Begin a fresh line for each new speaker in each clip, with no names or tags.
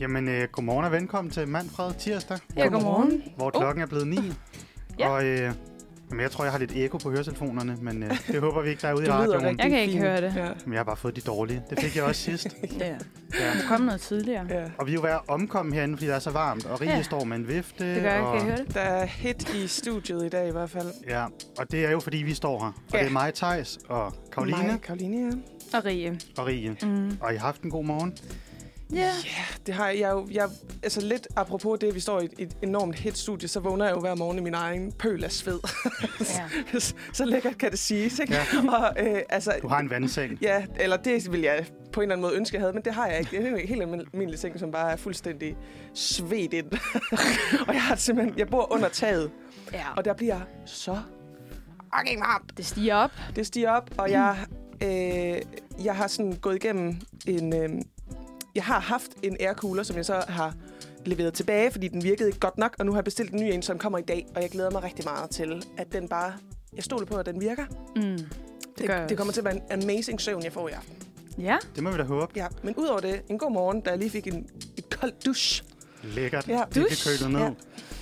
Jamen, øh, godmorgen og velkommen til Manfred Tirsdag,
Ja, godmorgen.
hvor
Oh.
klokken er blevet 9.
Ja.
Og øh, jamen, jeg tror, jeg har lidt ekko på høretelefonerne, men øh, det håber vi ikke, der er ude i
Det lyder
radioen.
rigtig
Jeg kan ikke
fint.
høre det.
Ja.
Men jeg har bare fået de dårlige. Det fik jeg også sidst.
Ja.
Ja.
Du kom noget tidligere.
ja.
Og vi er jo være omkommet herinde, fordi det er så varmt, og Rikke
Ja.
ja. står med en vifte.
Det gør jeg.
og,
Kan I høre det?
Der er hit i studiet i dag i hvert fald.
Ja, og det er jo, fordi vi står her. Og
Ja.
det er mig, Tejs og Karoline
Mig, Karoline, ja.
Og Rie.
og Rikke.
Mm.
Og I har haft en god morgen.
Ja.
Det har jeg, jeg, er jo- jeg altså lidt apropos det, at vi står i et, et enormt hit studie, så vågner jeg jo hver morgen i min egen pøl af sved.
ja.
så lækkert kan det siges, ikke?
Ja.
Og, øh, altså,
Du har en vandseng.
Ja, eller det vil jeg på en eller anden måde ønske, jeg havde, men det har jeg ikke. Det er en helt almindelig ting, som bare er fuldstændig svedt ind. og jeg, har simpelthen, jeg bor under taget,
ja.
og der bliver så fucking varmt.
Det stiger op.
Det stiger op, og jeg, øh, jeg har sådan gået igennem en... Øh, jeg har haft en aircooler, som jeg så har leveret tilbage, fordi den virkede ikke godt nok, og nu har jeg bestilt en ny en, som kommer i dag, og jeg glæder mig rigtig meget til, at den bare... Jeg stoler på, at den virker.
Mm. Det gør jeg
det, det kommer
også.
til at være en amazing søvn, jeg får i aften.
Ja.
Det må vi da håbe.
Ja, men udover det, en god morgen, da jeg lige fik en, et koldt dusch.
Lækkert.
Ja.
Det er
Dus.
kølet ned.
Ja.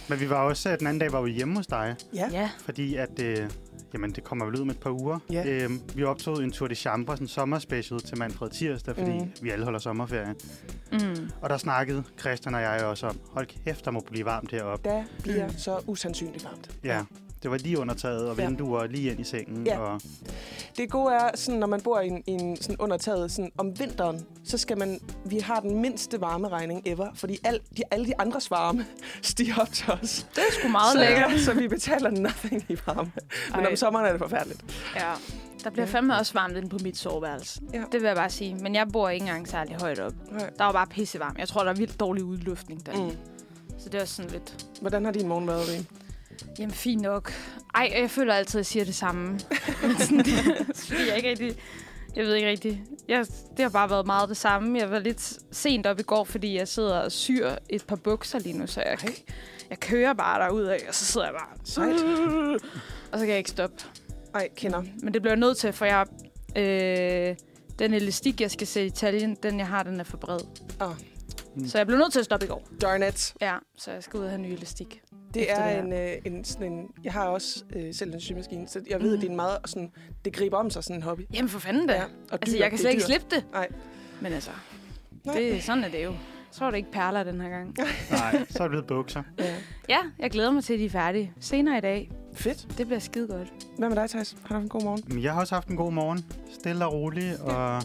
Men vi var også, øh, den anden dag var vi hjemme hos dig,
Ja.
Ja.
fordi at, øh, jamen det kommer vel ud om et par uger.
Ja.
Øhm, vi optog en Tour de Chambre, sådan en sommerspecial til Manfred Tirsdag, fordi
Mm.
mm. vi alle holder sommerferie.
Mm.
Og der snakkede Christian og jeg også om, hold kæft, der må blive varmt heroppe.
Der bliver
Mm.
så usandsynligt varmt.
Ja, det var lige under taget og
Ja.
vinduer lige ind i sengen.
Ja.
Og,
Det gode er, sådan, når man bor i en, i en sådan undertaget sådan, om vinteren, så skal man, vi har den mindste varmeregning ever, fordi al, de, alle de andres varme stiger op til os.
Det er sgu meget
så,
lækkert.
Så vi betaler nothing i varme. Men
Ej.
om sommeren er det forfærdeligt.
Ja. Der bliver
Ja.
fandme også varmt inde på mit soveværelse.
Ja.
Det vil jeg bare sige. Men jeg bor ikke engang særlig højt op.
Nej.
Der var bare pissevarm. Jeg tror, der er vildt dårlig udluftning derinde.
Mm.
Mm. Så det er også sådan lidt...
Hvordan har din morgen været, Rie?
Jamen, fint nok. Ej, og jeg føler altid, at jeg siger det samme. Sådan, det- Fordi jeg ikke rigtig... Jeg ved ikke rigtig. Jeg, det har bare været meget det samme. Jeg var lidt sent op i går, fordi jeg sidder og syr et par bukser lige nu, så jeg,
Ej.
jeg kører bare derud af, og så sidder jeg bare...
Sejt.
Og så kan jeg ikke stoppe.
Ej, kender.
Men det bliver jeg nødt til, for jeg... Øh, den elastik, jeg skal sætte i taljen, den jeg har, den er for bred.
Åh.
Mm.
Så jeg blev nødt til at stoppe i går.
Darn it.
Ja, så jeg skal ud og have ny elastik.
Det
Efter
er
det
en, øh, en, sådan en... Jeg har også øh, selv en symaskine, så jeg ved,
Mm.
at det er en meget... Sådan, det griber om sig, sådan en hobby.
Jamen, for fanden da. Ja.
og
Altså,
dyrt,
jeg kan
det er
slet ikke
dyrt.
slippe det.
Nej.
Men altså,
Nej.
det, sådan er det jo. Så var det ikke perler den her gang.
nej, så er det blevet bukser.
Ja.
Ja, jeg glæder mig til, at de er færdige. Senere i dag.
Fedt.
Det bliver skide godt.
Hvad med dig, Thijs? Har du haft en god morgen?
Men jeg har også haft en god morgen. Stille og rolig. Og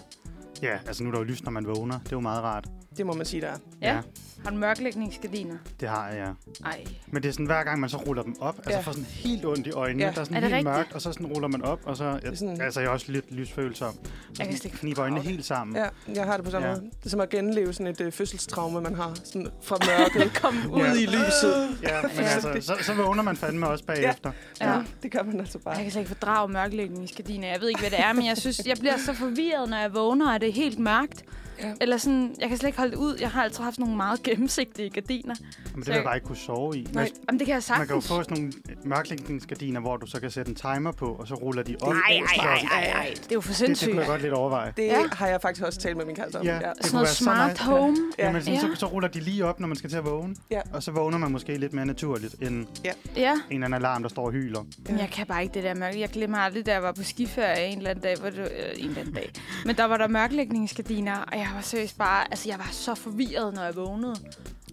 ja, altså nu er der jo lys, når man vågner. Det er jo meget rart.
Det må man sige, der er.
Ja. Har du mørklægningsgardiner?
det har jeg. ja.
Ej.
Men det er sådan, hver gang man så ruller dem op, ja. altså
Ja.
får sådan helt ondt i øjnene.
Ja.
Ja. Der er sådan
Er det
helt
rigtigt?
mørkt, og så sådan ruller man op, og så... Jeg,
er sådan-
sådan... Altså, jeg er også lidt lysfølsom.
Jeg kan
Så
slet ikke
kniber øjnene
fordrage
helt sammen.
Ja, jeg har det på samme ja.
Mm. Ja.
måde. Det er som at genleve sådan et øh, fødselstraume, man har sådan fra mørket
Kom
ud i lyset.
Ja, men
Ja.
altså, så, så vågner man fandme også bagefter.
Ja.
Ja, det gør man altså bare.
Jeg kan slet ikke fordrage mørklægningsgardiner. Jeg ved ikke, hvad det er, men jeg synes, jeg bliver så forvirret, når jeg vågner, og det er helt mørkt.
Ja.
Eller sådan, jeg kan slet ikke holde det ud. Jeg har altid haft nogle meget gennemsigtige gardiner.
Men det
Så-
vil jeg bare ikke kunne sove i.
Nej,
Nej,
Jamen, det kan jeg
man kan jo
sagtens.
få sådan nogle mørklægningsgardiner, hvor du så kan sætte en timer på, og så ruller de op.
Nej,
Så-
nej, nej, nej. Det er jo for
Det, det
sindssygt.
kunne jeg godt lidt overveje.
Det
Ja.
ja. har jeg faktisk også talt med min kæreste om.
Ja.
Ja.
det
Sådan
kunne
noget
være så
smart
nice.
home.
Ja.
Jamen, sådan,
Ja.
så, så ruller de lige op, når man skal til at vågne.
Ja.
Og så vågner man måske lidt mere naturligt, end en
Ja.
eller anden alarm, der står og hyler.
Men jeg kan bare ikke det der mørke. Jeg glemmer aldrig, da jeg var på skiferie en eller anden dag. Hvor det, øh, en eller anden dag. Men der var der mørklægningsgardiner, og jeg var seriøst bare... Altså, jeg var så forvirret, når jeg vågnede.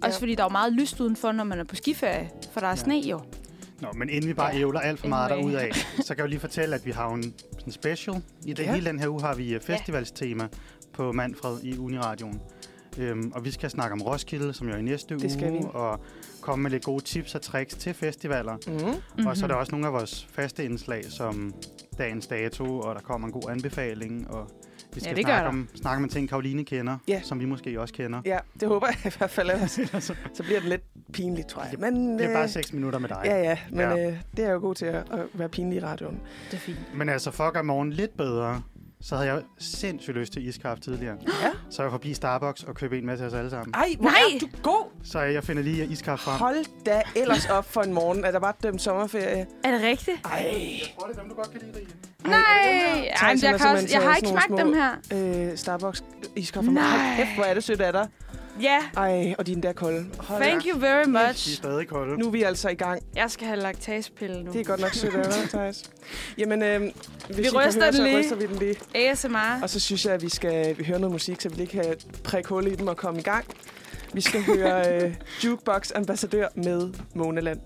Også
Ja.
fordi der var meget lyst udenfor, når man er på skiferie. For der er
Ja.
sne jo.
Nå, men inden vi bare
Ja,
ævler alt for meget
anyway.
anyway. derudad, så kan jeg jo lige fortælle, at vi har jo en sådan special. I det,
Ja.
ja. hele den her uge har vi øh, festivalstema på Manfred i Uniradioen. Øhm, og vi skal snakke om Roskilde, som jo er i næste
Det skal
uge,
vi.
og komme med lidt gode tips og tricks til festivaler.
Mm.
Mm-hmm.
Mhm.
Og så er der også nogle af vores faste indslag, som dagens dato, og der kommer en god anbefaling, og vi skal
det gør der.
snakke, om, snakke om en ting, Karoline kender,
Ja.
som vi måske også kender.
ja, det håber jeg i hvert fald. ellers- Så bliver det lidt pinligt, tror jeg. Men,
altså- Det er bare
øh,
6 minutter med dig.
Ja, ja, men
Ja.
Øh, det er jeg jo god til at, at være pinlig i radioen.
Det er fint.
Men altså, for at gøre morgen lidt bedre, så havde jeg sindssygt lyst til iskaffe tidligere.
Ja.
Så jeg forbi Starbucks og købe en med til os alle sammen.
Ej, hvor
Nej!
er du god!
Så jeg finder lige iskaffe frem.
Hold da ellers op for en morgen, at der var dømt sommerferie.
Er det rigtigt?
Ej,
Jeg tror, det er dem, du godt kan lide, Rie.
Nej!
Thijs,
Ej, men
han
jeg,
har
kan også,
simpelthen
jeg har
taget
ikke
sådan
smagt
nogle
dem
små-
her.
øh, Starbucks iskaffe.
Nej.
Hold kæft, hvor er det sødt af dig.
Ja,
Ej, og de er endda kolde. Hold
thank you very
De er
much.
stadig kolde.
Nu er vi altså i gang.
Jeg skal have laktaspille nu.
Det er godt nok sødt af dig, Thijs. Jamen, øh, hvis vi
ryster den
så
lige.
ryster vi den lige.
ASMR.
Og så synes jeg, at vi skal vi høre noget musik, så vi lige kan prikke hul i dem og komme i gang. Vi skal høre øh, Jukebox Ambassadør med Måneland.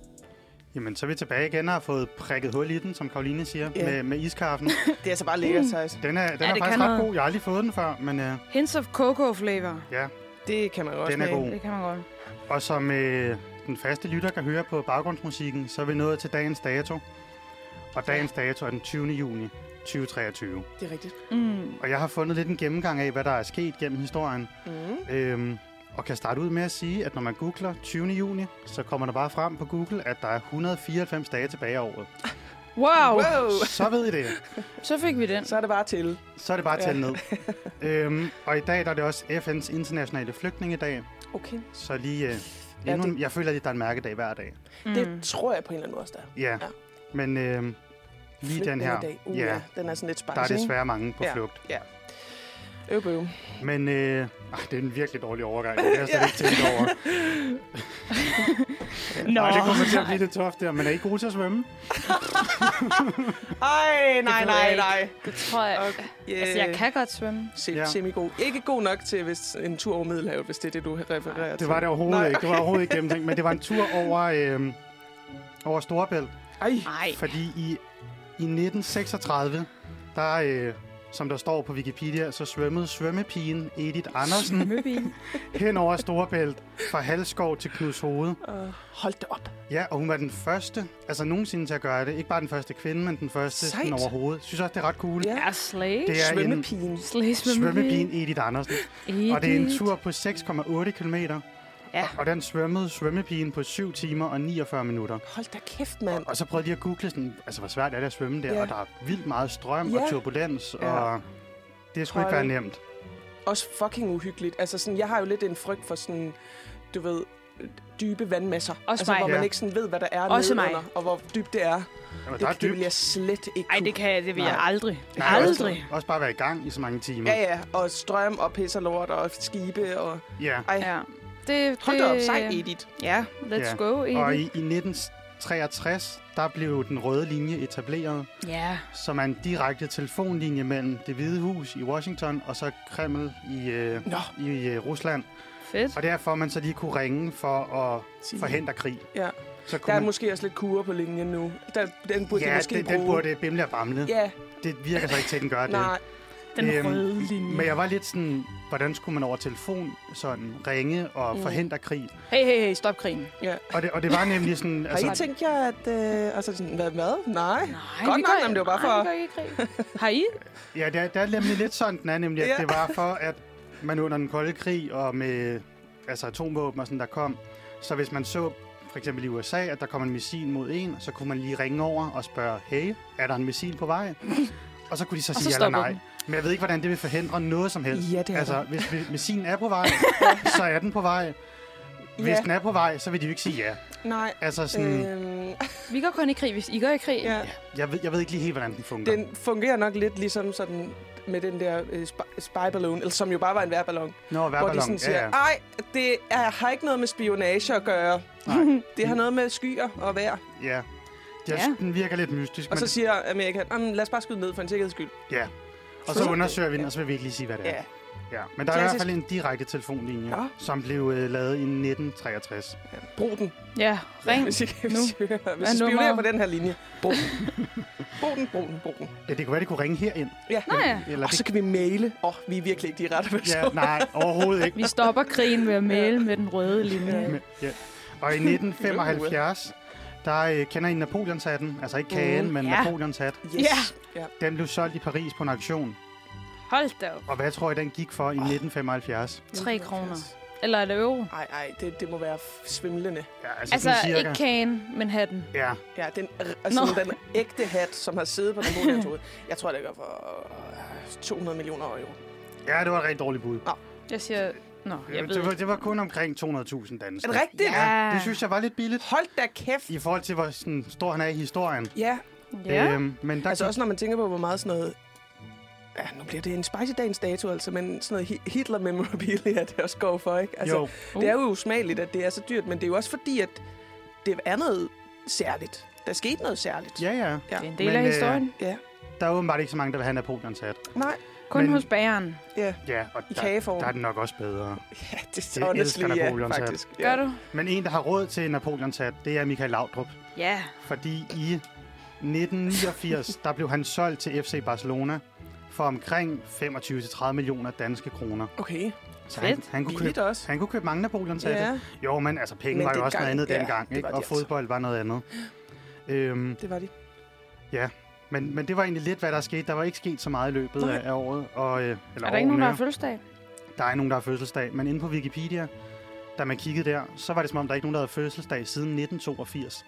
Jamen, så er vi tilbage igen og har fået prikket hul i den, som Karoline siger,
Ja.
med, med iskaffen.
Det er altså bare lækkert, Thijs.
Den er, den
Ja,
er
det
faktisk
kan
ret
noget.
god. Jeg har aldrig fået den før, men øh,
Hints of cocoa flavor.
ja,
Det kan man jo også
den er
smage.
god.
Det kan man godt.
Og som øh, den faste lytter kan høre på baggrundsmusikken, så er vi nået til dagens dato. Og dagens dato er den 20. juni 2023.
Det er rigtigt.
Mm.
Og jeg har fundet lidt en gennemgang af, hvad der er sket gennem historien.
Mm.
Øhm, og kan starte ud med at sige, at når man googler 20. juni, så kommer der bare frem på Google, at der er 194 dage tilbage af året.
Wow,
Wow!
Så ved I det.
så fik vi den.
Så er det bare til.
Så er det bare at tælle
Ja.
ned. øhm, og i dag der er det også FN's internationale flygtningedag.
Okay.
Så lige... Øh,
Ja,
endnu,
det-
Jeg føler, at der er en mærkedag hver dag.
Mm.
Det tror jeg på en eller anden måde også, der er.
Ja,
Ja.
men øh, lige den her,
Dag. Uh,
ja.
ja. Den er sådan lidt spicy.
der er
ikke?
desværre mange på
Ja.
flugt.
Øv, øv.
Men øh, ej, det er en virkelig dårlig overgang. Det har jeg slet ikke tænkt over.
Nå,
Ej, det kommer til at blive lidt toft der. Men er I gode til at svømme?
Ej, nej,
Det ved
nej,
jeg
nej.
det tror jeg. Okay.
Yeah.
Altså,
Øh,
jeg kan godt svømme.
Øh, Se,
Ja.
ja. semi-god. Ikke god nok til hvis en tur over Middelhavet, hvis det er det, du refererer til.
Det var det overhovedet
Nej.
ikke. Det var overhovedet ikke gennemtænkt. Men det var en tur over, øh, over Storebælt.
Ej,
Nej.
Fordi i, i 1936, der øh, som der står på Wikipedia, så svømmede svømmepigen Edith Andersen hen over Storebælt fra Halskov til Knuds Hoved.
uh, hold da op.
Ja, og hun var den første, altså nogensinde til at gøre det. Ikke bare den første kvinde, men den første
Sejt.
sådan overhovedet. Synes også, det er ret cool.
Ja.
Er slæge?
Det er en
Svømmepigen.
Slæge
svømmepigen Edith Andersen. Og det er en tur på 6,8 km.
Ja.
Og den svømmede svømmepigen på 7 timer og 49 minutter.
Hold da kæft, mand.
Og så prøvede de at google sådan, altså hvor svært er det at svømme der,
Ja.
ja. og der er vildt meget strøm ja.
Ja.
og turbulens,
Ja.
ja. og det skulle ikke
Hold.
være nemt.
Også fucking uhyggeligt. Altså, sådan, jeg har jo lidt en frygt for sådan, du ved, dybe vandmasser.
Også
altså,
mig.
hvor man
Ja.
ikke sådan ved, hvad der er
Også
nedenunder,
mig.
og hvor dybt det er.
Og
Det,
der er
det, det vil
dybt.
jeg slet ikke
Ej,
kunne.
det kan jeg, det vil
Nej.
jeg aldrig.
Nej,
aldrig.
Også, også bare være i gang i så mange timer.
Ja, ja, og strøm og pis og lort og skibe og...
ja.
Ej, ja.
Ja. Det,
hold da op, sej Edith.
Ja, let's
Ja.
go, Edith.
Og i, i 1963, der blev den røde linje etableret,
Ja.
som er en direkte telefonlinje mellem det hvide hus i Washington og så Kreml i, øh,
Nå,
i øh, Rusland.
Fedt.
Og derfor man så lige kunne ringe for at
Sige.
forhindre krig.
Ja.
Så
der
kunne
er
man,
måske også lidt kurer på linjen nu. Der, den burde de
ja,
måske
det,
bruge.
den burde bimle og bamle. Ja.
Ja,
Det virker så ikke til, at den gør det. Øhm,
nej.
Den røde linje.
Men jeg var lidt sådan, hvordan skulle man over telefon sådan ringe og
Mm.
mm. forhindre krig?
Hey, hey, hey, stop krigen.
Og det, og det var nemlig sådan...
Har I
altså,
tænkt jer, at... Øh, altså sådan, hvad, hvad? Nej.
Nej,
Godt
vi
nok,
går-
jamen, det var bare
Nej,
for-
vi går ikke i krig. Har I?
ja, det er, det er nemlig lidt sådan, den er nemlig, at
Ja.
det var for, at man under den kolde krig og med altså, atomvåben og sådan, der kom. Så hvis man så for eksempel i USA, at der kom en missil mod en, så kunne man lige ringe over og spørge, hey, er der en missil på vej? Og så kunne de så
Og så
sige ja eller
stopper
nej.
den.
Men jeg ved ikke, hvordan det vil forhindre noget som helst.
Ja, det er
altså,
der.
hvis hvis missilen er på vej, så er den på vej. Hvis
Ja.
den er på vej, så vil de jo ikke sige ja.
Nej.
Altså sådan, øh.
Øhm,
Vi går kun i krig, hvis I går i krig.
ja.
jeg, ved, jeg ved ikke lige helt, hvordan den fungerer. Den...
Den fungerer nok lidt ligesom sådan med den der øh, sp- spyballon, eller som jo bare var en værballon,
Nå,
hvor de
værballon.
sådan siger,
ja, ja.
nej, det er, har ikke noget med spionage at gøre.
Nej,
Det har noget med skyer og vejr.
ja. Jeg,
Ja.
ja. Den virker lidt mystisk,
Og
men
så siger Amerika, "Jamen, lad os bare skyde ned for en sikkerheds skyld.
ja. Og så undersøger vi den, og så vil vi ikke lige sige, hvad det er.
Ja.
Ja. ja. Men der er i hvert
Klassisk.
fald en direkte telefonlinje,
Nå.
ja. som blev øh, lavet i 1963.
Brug den,
Ja, ring.
hvis I, kan,
Nu.
hvis I, hører- hvis I
Hvad nummer?
spionerer på den her linje. Brug den. brug den, brug den, brug den.
Ja, det kunne være, det kunne ringe herind.
Ja.
Nå ja.
Eller
Og så
det...
kan vi male. Åh, oh, vi er virkelig ikke de rette
Ja,
personer.
nej, overhovedet ikke.
Vi stopper krigen ved at male med den røde linje.
Men, ja. Og i 1975, der øh, kender I Napoleonshatten. Altså ikke kagen,
Mm.
mm. men
Ja.
Napoleonshat.
Yes.
Ja.
ja.
Den blev solgt i Paris på en auktion.
Hold da op.
Og hvad tror I, den gik for i 1975?
Tre kroner. Eller er det euro?
Ej, ej, det, det må være f- svimlende.
Ja,
Altså,
sådan cirka.
ikke kagen, men hatten.
Ja,
Ja, den, altså
Nå.
den ægte hat, som har siddet på den mulige hoved. Jeg tror, det gør for øh, 200 millioner euro.
ja, det var et rigtig dårligt bud.
Jeg siger... Nå, jeg ved
det, var,
ikke.
det var kun omkring 200.000 danskere.
Er det rigtigt?
Ja,
Ja.
det synes jeg var lidt billigt.
Hold da kæft!
I forhold til, hvor sådan, stor han er i historien.
Ja,
Ja.
Øhm, men der
altså også når man tænker på, hvor meget sådan noget Ja, nu bliver det en spicy dagens dato, altså, men sådan noget Hi- Hitler-memorabilia, det også går for, ikke? Altså,
Altså, jo,
Det er jo usmageligt, at det er så dyrt, men det er jo også fordi, at det er noget særligt. Der skete noget særligt.
ja, ja.
ja.
Det er en del
Men,
af
øh,
historien.
ja.
Der er åbenbart ikke så mange, der vil have Napoleons hat.
Nej,
Kun
men-
hos bageren.
ja.
Ja, og
I
der,
kageform.
der er den nok også bedre.
Ja, det er
elsker
honestly, ja,
Napoleons hat.
faktisk.
Gør
Ja.
du?
Men en, der har råd til en Napoleons hat, det er Michael Laudrup.
Ja.
Fordi i 1989, der blev han solgt til FC Barcelona for omkring 25-30 millioner danske kroner.
Okay,
Så han,
Fedt.
han, kunne
billigt
købe,
også.
han kunne købe mange Napoleons hatte.
Ja,
Jo, men altså penge
Men
men var jo også
dengang-
noget andet
ja,
dengang,
det
ikke?
var de
og
altså.
fodbold var noget andet. Øhm,
det var de.
men, men det var egentlig lidt, hvad der skete. Der var ikke sket så meget i løbet
Nej.
af, af året. Og, øh, eller
Er der ikke nogen, der har
årene.
fødselsdag?
Der er nogen, der har fødselsdag, men inde på Wikipedia, da man kiggede der, så var det som om, der ikke er nogen, der havde fødselsdag siden 1982.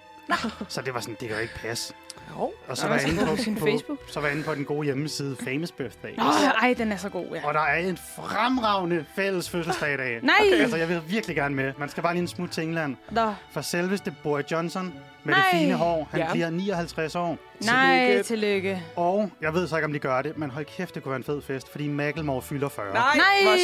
så det var sådan, det kan jo ikke passe.
Jo.
Og så
Nå,
var,
så
jeg inde
går
på,
du på sin
på,
Facebook.
så var jeg inde på den gode hjemmeside Famous Birthday.
Nå, ej, den er så god, ja.
Og der er en fremragende fælles fødselsdag i dag.
Nej!
Altså, jeg vil virkelig gerne med. Man skal bare lige en smut til England.
Nå.
For selveste Boris Johnson med
Nej!
det fine hår. Han
Ja.
bliver 59 år.
Nej,
Tillykke.
tillykke.
Og jeg ved så ikke, om de gør det, men hold kæft, det kunne være en fed fest, fordi Macklemore fylder 40.
Nej,
hvor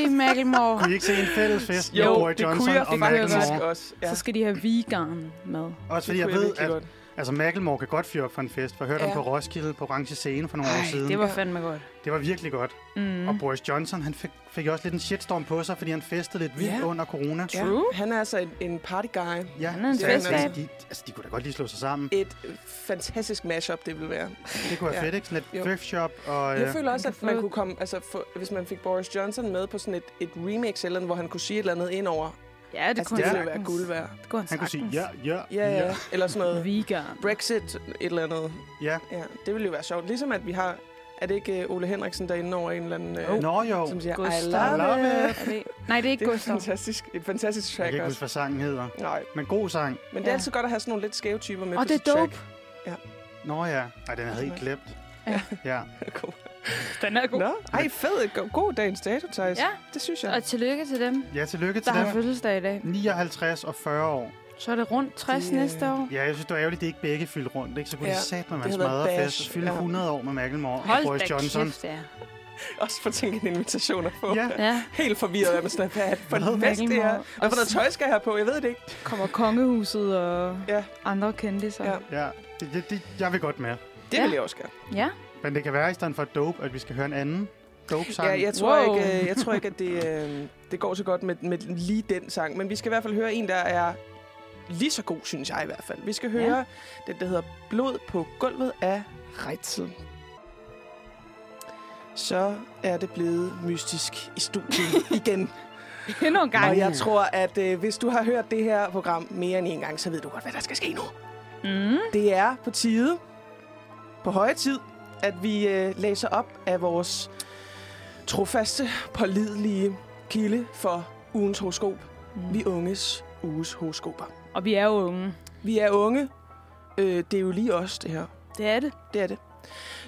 sjovt.
Macklemore.
Kunne I ikke se en fælles fest
Jo,
med Boris
det
Johnson
kunne jeg
og
faktisk
Macklemore?
også. Ja.
Så skal de have vegan med.
Også fordi jeg ved, at altså, Macklemore kan godt fyre op for en fest. For jeg hørte
Ja.
ja. ham på Roskilde på Orange Scene for nogle år
Ej,
siden.
det var fandme godt.
det var virkelig godt.
Mm.
Mm. Og Boris Johnson, han fik, fik også lidt en shitstorm på sig, fordi han festede lidt vildt
Ja.
under corona.
True.
Ja, han er altså en, en party guy.
Ja,
Han er en
så jeg-
festskab.
altså, de, altså, de kunne da godt lige slå sig sammen.
Et fantastisk mashup, det vil være.
Det kunne være
Ja.
fedt, ikke? Sådan et
Jo.
thrift shop og... øh,
Jeg føler også,
Man
at
kan
man
få-
kunne komme, altså få, hvis man fik Boris Johnson med på sådan et, et remix eller andet, hvor han kunne sige et eller andet ind over.
Ja, det
altså,
kunne
det
han
ville være guld værd.
Det kunne han,
han kunne sige,
sagtens.
ja, ja,
Ja, ja. Eller sådan noget
Vegan.
Brexit, et eller andet.
ja.
Ja, det ville jo være sjovt. Ligesom at vi har, er det ikke øh, Ole Henriksen, der er inde over en eller anden, øh,
Nå jo,
som siger, I
Gustav.
love it.
Er det... Nej, det er ikke
Det er
Gustav.
fantastisk, et fantastisk
jeg
track
kan ikke
også.
huske, hvad sangen hedder.
Nej,
Men god sang.
men det er
Ja.
altid godt at have sådan nogle lidt skæve typer med
Og
på
det er
sit track.
dope.
Nå ja. Ej, den havde helt glemt.
Ja.
ja.
God.
Den er god.
Nå, ej fed. Go- God dagens dato, Thijs.
Ja,
Det synes jeg.
og tillykke til dem,
Ja, tillykke
der
til
har
dem.
fødselsdag i dag.
59 og 40 år.
Så er det rundt 60
Det, øh,
næste år.
Ja, jeg synes, det var ærgerligt, at det ikke begge fyldte rundt. Ikke? Så kunne
Ja,
ja. de sat, når man
det havde været
smadrede
bash.
fest. Fylde
Ja.
100 år med Macklemore og
Hold
Boris
da
Johnson.
kæft, ja.
Også for tænke en invitation at få.
Ja,
ja.
Helt forvirret, hvad man sådan, hvad er det for en
Hvad?
fest, det er?
Macklemore.
Hvad for noget tøj skal jeg have på? Jeg ved det ikke.
Kommer kongehuset og
Ja.
ja. andre kendtiser.
Ja.
Ja.
ja. Det, det, det, jeg vil godt med.
Det
Ja.
vil jeg også gerne.
ja.
Men det kan være, i stedet for dope, at vi skal høre en anden dope-sang.
Ja, jeg tror,
Wow.
ikke, øh, jeg tror ikke, at det, øh, det går så godt med, med lige den sang. Men vi skal i hvert fald høre en, der er lige så god, synes jeg i hvert fald. Vi skal
Ja.
høre den, der hedder Blod på gulvet af Reitzel. Så er det blevet mystisk i studiet igen.
Endnu en gang.
Og jeg tror, at øh, hvis du har hørt det her program mere end en gang, så ved du godt, hvad der skal ske nu.
Mm.
Det er på tide, på høje tid, at vi øh, læser op af vores trofaste, pålidelige kilde for ugens horoskop. Vi unges uges horoskoper.
Og vi er jo unge.
Vi er unge. Øh, det er jo lige os, det her.
Det er det.
Det er det.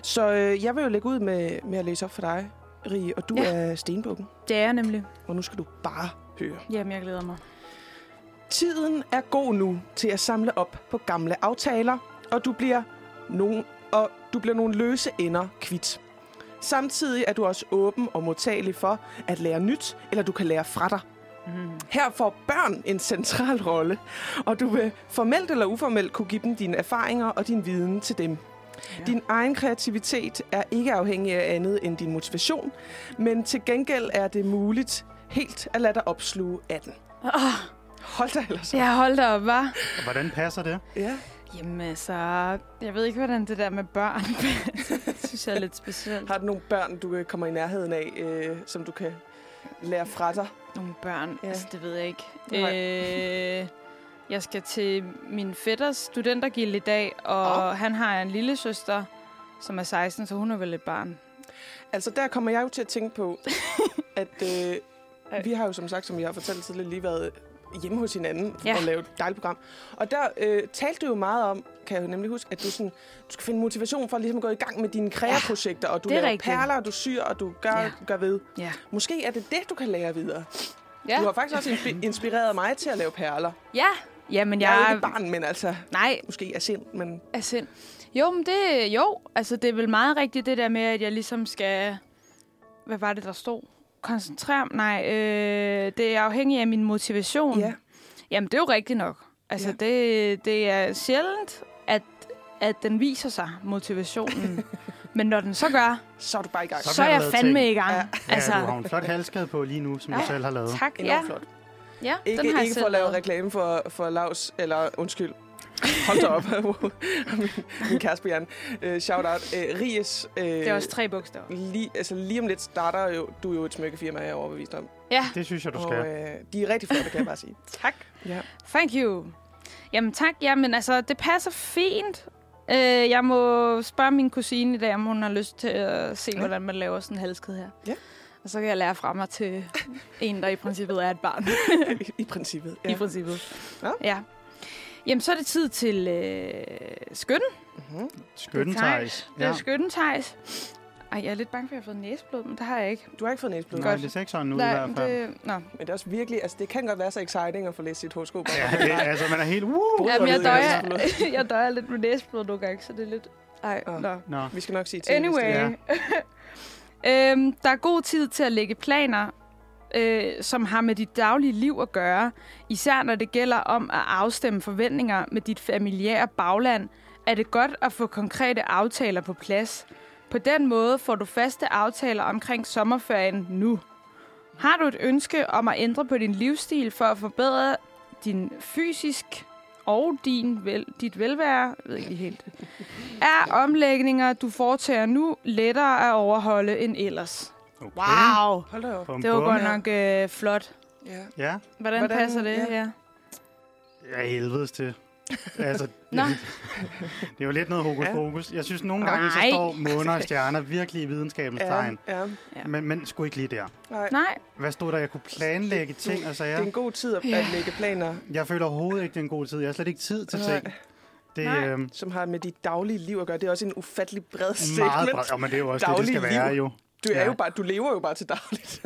Så øh, jeg vil jo lægge ud med, med at læse op for dig, Rie, og du
Ja.
ja. er stenbukken.
Det er jeg nemlig.
Og nu skal du bare høre.
Jamen, jeg glæder mig.
Tiden er god nu til at samle op på gamle aftaler, og du bliver nogen, og du bliver nogle løse ender kvit. Samtidig er du også åben og modtagelig for at lære nyt, eller du kan lære fra dig.
Mm.
Her får børn en central rolle, og du vil formelt eller uformelt kunne give dem dine erfaringer og din viden til dem. Ja.
Ja.
Din egen kreativitet er ikke afhængig af andet end din motivation, men til gengæld er det muligt helt at lade dig opsluge af den.
Oh,
Hold da ellers. op.
jeg holdt op, hva'?
Og Hvordan passer det?
Ja.
Jamen altså, jeg ved ikke, hvordan det der med børn, det synes jeg er lidt specielt.
Har du nogle børn, du øh, kommer i nærheden af, øh, som du kan lære fra dig?
Nogle børn, ja.
Ja.
altså det ved jeg ikke.
Nej.
Øh, jeg skal til min fætters studentergild i dag, og han har en lille søster, som er 16, så hun er vel et barn.
Altså, der kommer jeg jo til at tænke på, at øh,
Ej.
vi har jo som sagt, som jeg har fortalt tidligere, lige været hjemme hos hinanden ja.
Ja.
og lavet et dejligt program. Og der øh, talte du jo meget om, kan jeg jo nemlig huske, at du, sådan, du skal finde motivation for at ligesom at gå i gang med dine kreaprojekter, og du
det er
laver
rigtigt.
perler, og du syr, og du gør, ja.
Ja.
gør ved.
Ja.
Måske er det det, du kan lære videre. Ja.
Ja,
Du har faktisk også inspi- inspireret mig til at lave perler.
ja. Jamen,
Jeg er jo
jeg...
ikke et barn, men altså,
Nej,
måske er sind, men
af sind. Jo, men det, jo, altså det er vel meget rigtigt det der med, at jeg ligesom skal, hvad var det, der stod? Koncentrere, nej, øh, det er afhængigt af min motivation.
Ja.
Jamen, det er jo rigtigt nok. Altså,
Ja.
ja. det, det er sjældent, at, at den viser sig, motivationen. men når den så gør,
Så er du bare i gang.
Så bliver
så, så er
der
jeg
lavet
fandme
ting.
i gang.
Ja.
Ja.
Ja,
Altså,
du har en flot halskade på lige nu, som ja. du
Ja.
selv har lavet.
tak, ja.
Enormt flot.
ja
Ikke,
den har jeg
ikke
selv
for at lave
lavet.
reklame for, for Laus, eller undskyld, hold da op, min, min kæreste på hjernen. Uh, shout out. Uh, Ries, uh,
Det er også tre bogstaver.
lige, altså, lige om lidt starter jo, du er jo et smykkefirma, jeg er overbevist om.
Ja,
Det synes jeg, du skal.
Og, øh, de er rigtig flotte, kan jeg bare sige.
tak.
Ja.
Thank you. Jamen tak, jamen altså, det passer fint. Øh, jeg må spørge min kusine i dag, om hun har lyst til at se,
Ja.
hvordan man laver sådan en halskede her.
Ja.
Og så kan jeg lære fra mig til en, der i princippet er et barn.
I, I princippet.
ja. I princippet.
Ja.
Ja. ja. Jamen, så er det tid til øh, skytten.
Mm-hmm.
Skøn,
Det er Theis.
Thijs.
Det er
Ja.
skytten, Thijs. Ej, jeg er lidt bange for, at jeg har fået næseblod, men det har jeg ikke.
Du har ikke fået næseblod.
Nej, det er sexeren nu i hvert
men
fald.
det... Nå.
Men det er også virkelig, altså det kan godt være så exciting at få læst sit horoskop.
Ja, det, altså, man er helt... Uh!
Jamen, jeg
ved jeg
døjer, jeg døjer lidt med næseblod nogle gange, så det er lidt... Ej,
Åh.
oh. nå.
Nå,
Vi skal nok sige til. hvis det er.
Anyway. øhm, der er god tid til at lægge planer, øh, som har med dit daglige liv at gøre. Især når det gælder om at afstemme forventninger med dit familiære bagland, er det godt at få konkrete aftaler på plads. På den måde får du faste aftaler omkring sommerferien nu. Har du et ønske om at ændre på din livsstil for at forbedre din fysisk og din vel, dit velvære, jeg ved ikke lige helt, er omlægninger, du foretager nu, lettere at overholde end ellers.
okay.
Wow!
Hold da op.
Bum,
Det var
bum.
godt nok øh, flot.
Ja.
Ja,
Hvordan,
Hvordan-
Hvordan passer det?
ja.
Ja. Ja.
ja helvedes til. Altså,
Nå.
det er jo lidt noget hokus
Ja.
pokus. Jeg synes, nogle gange, så
Nej.
står måner og stjerner virkelig i videnskabens tegn.
ja.
Ja.
Men, men sgu ikke lige der.
Nej.
Nej,
Hvad stod der? Jeg kunne planlægge ting og
Det er
sager.
en god tid at,
Ja.
at lægge planer,
Jeg føler overhovedet ikke, det er en god tid. Jeg har slet ikke tid til ting. Det
Nej.
er øhm,
som har med dit daglige liv at gøre. Det er også en ufattelig bred
meget
statement.
bredt. Ja, men det er jo også det, det skal
Dagligt
være
liv.
jo.
Du, er
Ja.
jo bare, du lever jo bare til dagligt.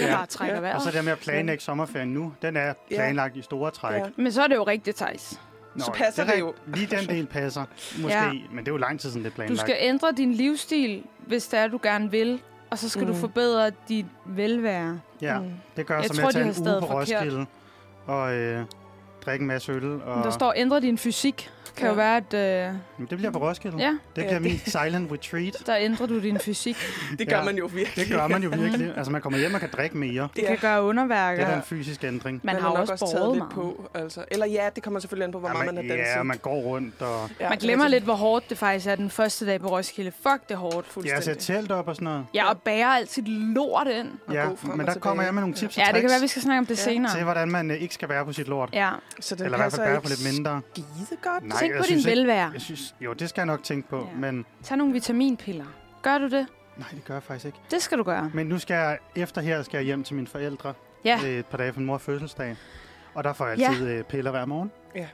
jeg
Ja.
bare trækker
Ja.
Og så
vejret.
det der med at planlægge sommerferien nu, den er planlagt i store træk.
Ja.
Men så er det jo rigtigt, Thijs.
Nå,
Så passer
er
det jo.
rigtigt. Lige den del passer, måske. Men det er jo lang tid, siden det er
Du
planlagt.
skal ændre din livsstil, hvis det er, du gerne vil. Og så skal mm. du
Mm.
forbedre dit velvære.
Ja,
Mm.
det gør
Jeg
som
tror,
at tage
de
en
har
uge
stadig
på
forkert.
Roskilde og øh, drikke en masse øl.
Men
Og...
Der står, ændre din fysik. Kan
Ja.
jo være, at øh,
Jamen, det bliver på Roskilde.
ja,
Det
Ja,
bliver
det-
min silent retreat.
der ændrer du din fysik.
Det gør
Ja.
man jo virkelig.
Det gør man jo virkelig. Altså, man kommer hjem og kan drikke mere.
Det
Ja.
kan gøre
Det er
underværker.
da en fysisk ændring.
Man
Man
har
nok
også
taget
borget
lidt
meget.
på. Altså. Eller ja, det kommer selvfølgelig an på, hvor
Ja,
meget man har danset.
ja, man går rundt og...
Ja, altså,
Man glemmer
rigtig.
lidt, hvor hårdt det faktisk er den første dag på Roskilde. Fuck, det er hårdt.
Jeg ser
Fuldstændig.
telt op og sådan noget.
Jeg og bærer altid lort ind.
Og
Ja,
gå frem
men
og
der kommer
tilbage.
jeg med nogle tips og
Ja, det kan
tricks
være, vi skal snakke om det
Ja.
ja.
til,
senere.
hvordan man øh, ikke skal være på sit lort.
Ja.
Så den
Eller i hvert
passer
fald være
ikke
på lidt mindre.
skide godt.
Nej,
Tænk
jeg
på din
synes ikke-
velvære.
Jeg synes, jo, det skal jeg nok tænke på,
Ja.
men
Tag nogle vitaminpiller. Gør du det?
nej, det gør jeg faktisk ikke.
Det skal du gøre.
Men nu skal jeg, efter her skal jeg hjem til mine forældre
Ja,
øh, et par dage for min mors fødselsdag. Og der får jeg altid øh, piller hver morgen.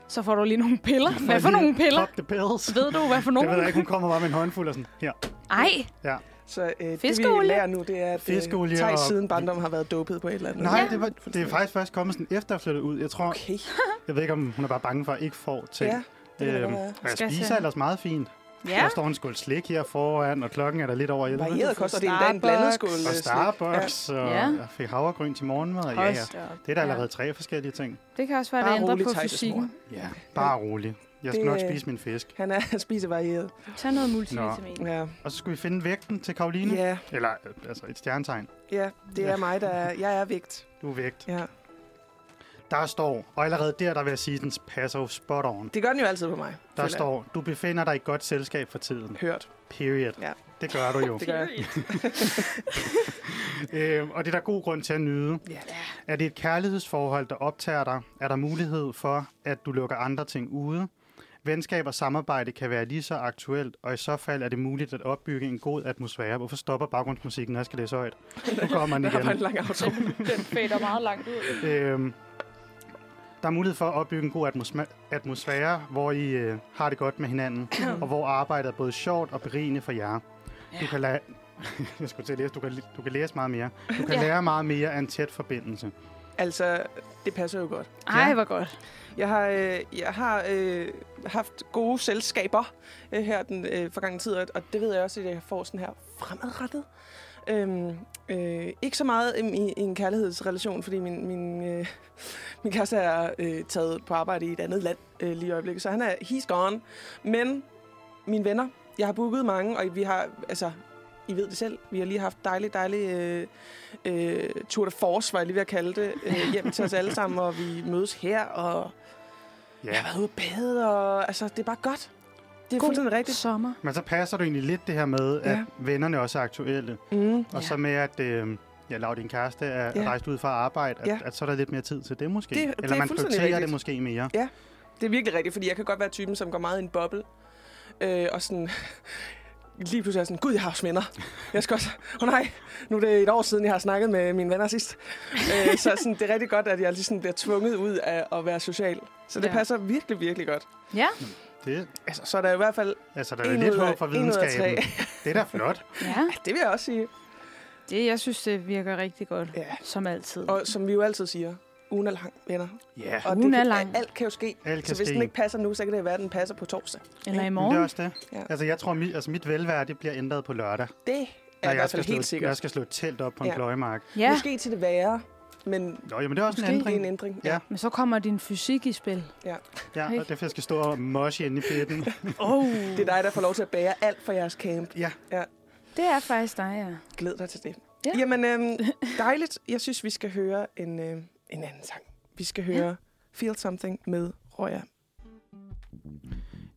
så får du lige nogle piller.
Får
Hvad for
lige
nogle piller?
Pop the pills.
Ved du, hvad for
Det ved jeg
nogle?
ikke, hun kommer bare med en håndfuld og sådan, her,
Ej,
Så øh, det, vi
Fiskeolie.
lærer nu, det er, at
Fiskeolie
Thijs
og-
siden barndom har været dopet på et eller andet.
Nej,
Ja.
det, var, det er faktisk først kommet sådan efter at flytte ud. Jeg tror,
Okay,
jeg ved ikke, om hun er bare bange for, at ikke får ting.
ja. Det kan da godt være.
og jeg
Skal jeg
spiser
se?
ellers meget fint. Ja.
ja.
Der står en skål slik her foran, og klokken er der lidt over 11.
Varieret
får
kost, og det er endda en blandet skål.
Starbucks
Og
øh, slik.
Starbucks, og
Ja.
jeg fik havregryn til morgenmad. og Ja, ja.
Hold da op.
Det er der allerede tre forskellige ting.
Det kan også være, at
Bare
det ændrer
rolig,
på
Thijs'
fysikken.
Ja, bare rolig. Jeg skal
Det,
nok
øh,
spise min fisk.
Han er han spiser varieret.
Tag noget multivitamin.
Ja.
Og så skal vi finde vægten til Karoline.
ja,
Eller, øh, altså et stjernetegn.
ja, det er mig, der er, jeg er vægt.
Du er vægt.
Ja.
Der står, og allerede der, der vil jeg sige, den passer jo spot on.
Det gør den jo altid på mig. føler
Der
jeg.
står, du befinder dig i godt selskab for tiden.
Hørt.
Period.
Ja.
Det gør du jo.
Det gør jeg.
øh, og det er der god grund til at nyde.
Ja.
Er det et kærlighedsforhold, der optager dig? Er der mulighed for, at du lukker andre ting ude? Venskab og samarbejde kan være lige så aktuelt, og i så fald er det muligt at opbygge en god atmosfære. Hvorfor stopper baggrundsmusikken, når jeg skal læse højt? Nu kommer den
Der var en
igen.
lang outro.
Den fader meget langt ud.
Øhm, der er mulighed for at opbygge en god atmosma- atmosfære, hvor I øh, har det godt med hinanden, og hvor arbejdet er både sjovt og berigende for jer. Du kan lære... Jeg skulle til at læse. Du kan, du kan læse meget mere. Du kan
Ja.
lære meget mere af en tæt forbindelse.
Altså, det passer jo godt.
Ej,
Ja.
hvor godt.
Jeg har, øh, jeg har øh, haft gode selskaber øh, her den øh, forgangne tid, og og det ved jeg også, at jeg får sådan her fremadrettet. Øhm, øh, ikke så meget øhm, i, i en kærlighedsrelation, fordi min, min, øh, min kæreste er øh, taget på arbejde i et andet land øh, lige i øjeblikket, så han er he's gone. Men mine venner, jeg har booket mange, og vi har, altså, I ved det selv, vi har lige haft dejlig, dejlig øh, øh, tour de force, var jeg lige ved at kalde det, øh, hjem til os alle sammen, og vi mødes her, og jeg
Ja.
har været ude og bade, og altså, det er bare godt. Det er
God
fuldstændig rigtigt.
sommer.
Men så passer du egentlig lidt det her med, at
Ja.
vennerne også er aktuelle.
Mm.
Og så med, at øh, ja, Laura, din kæreste er
Ja.
ja. rejst ud fra arbejde, at,
Ja.
ja. at så er der lidt mere tid til det måske.
Det- det
Eller
er
man
fuldstændig
prioriterer det
rigtigt.
måske mere.
Det er virkelig rigtigt, fordi jeg kan godt være typen, som går meget i en boble. Øh, og sådan, lige pludselig er jeg sådan, gud, jeg har også venner. Jeg skal også, åh oh, nej, nu er det et år siden, jeg har snakket med mine venner sidst. øh, så sådan, det er rigtig godt, at jeg ligesom bliver tvunget ud af at være social. Så det ja.
Ja.
passer virkelig, virkelig godt.
Ja.
Det,
Altså, så er der i hvert fald
altså, der er
en
jo
ud,
lidt
af,
håb for
en ud af
videnskaben.
tre.
Det er da flot.
ja.
det vil jeg også sige.
Det, jeg synes, det virker rigtig godt.
Ja.
Som altid.
Og som vi jo altid siger, ugen er lang, venner.
Ja,
Og
Ugen
det
er
kan,
lang.
alt kan jo ske.
alt kan
Så hvis
ske.
den ikke passer nu, så kan det være, at den passer på torsdag.
Eller i
Men
morgen.
Det er også det.
Ja.
Ja. Altså, jeg tror, mit, altså, mit velvære det bliver ændret på lørdag.
Det er
Når
i hvert
skal
fald
slå,
helt sikkert.
Jeg skal slå et telt op på en
Ja.
ja. pløjemark.
Ja,
Måske til det værre, men
Nå, jamen, det er også
Måske.
en
det er en
ændring.
ændring.
Ja.
men så kommer din fysik i spil.
Ja, og derfor jeg skal stå og moshe inde i pitten.
Oh.
Det er dig, der får lov til at bære alt for jeres camp.
det er faktisk dig, ja.
Glæd dig til det.
Ja.
Jamen, øhm, dejligt. Jeg synes, vi skal høre en, øh, en anden sang. Vi skal høre Feel Something med Røya.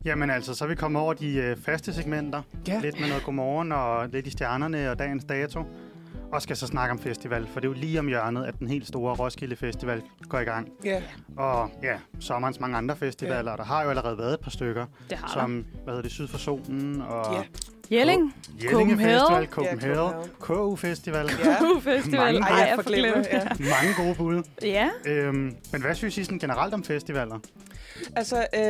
Jamen altså, så er vi kommet over de øh, faste segmenter.
Ja.
Lidt med noget godmorgen og lidt i stjernerne og dagens dato. Og skal så snakke om festival, for det er jo lige om hjørnet, at den helt store Roskilde Festival går i gang.
Ja.
Og ja, sommerens mange andre festivaler, ja. der har jo allerede været et par stykker,
Det har som...
som, hvad hedder det, Syd for Solen og
Ja.
ja.
Jelling.
Jellinge Festival,
Copenhagen.
Copenhagen, KU Festival.
Ja.
Uh, festival.
Mange-
Ej,
Ej,
jeg
jeg
forglemmer. Ja.
Mange gode bud.
Ja.
Øhm, men hvad synes I sådan generelt om festivaler?
Altså, øh,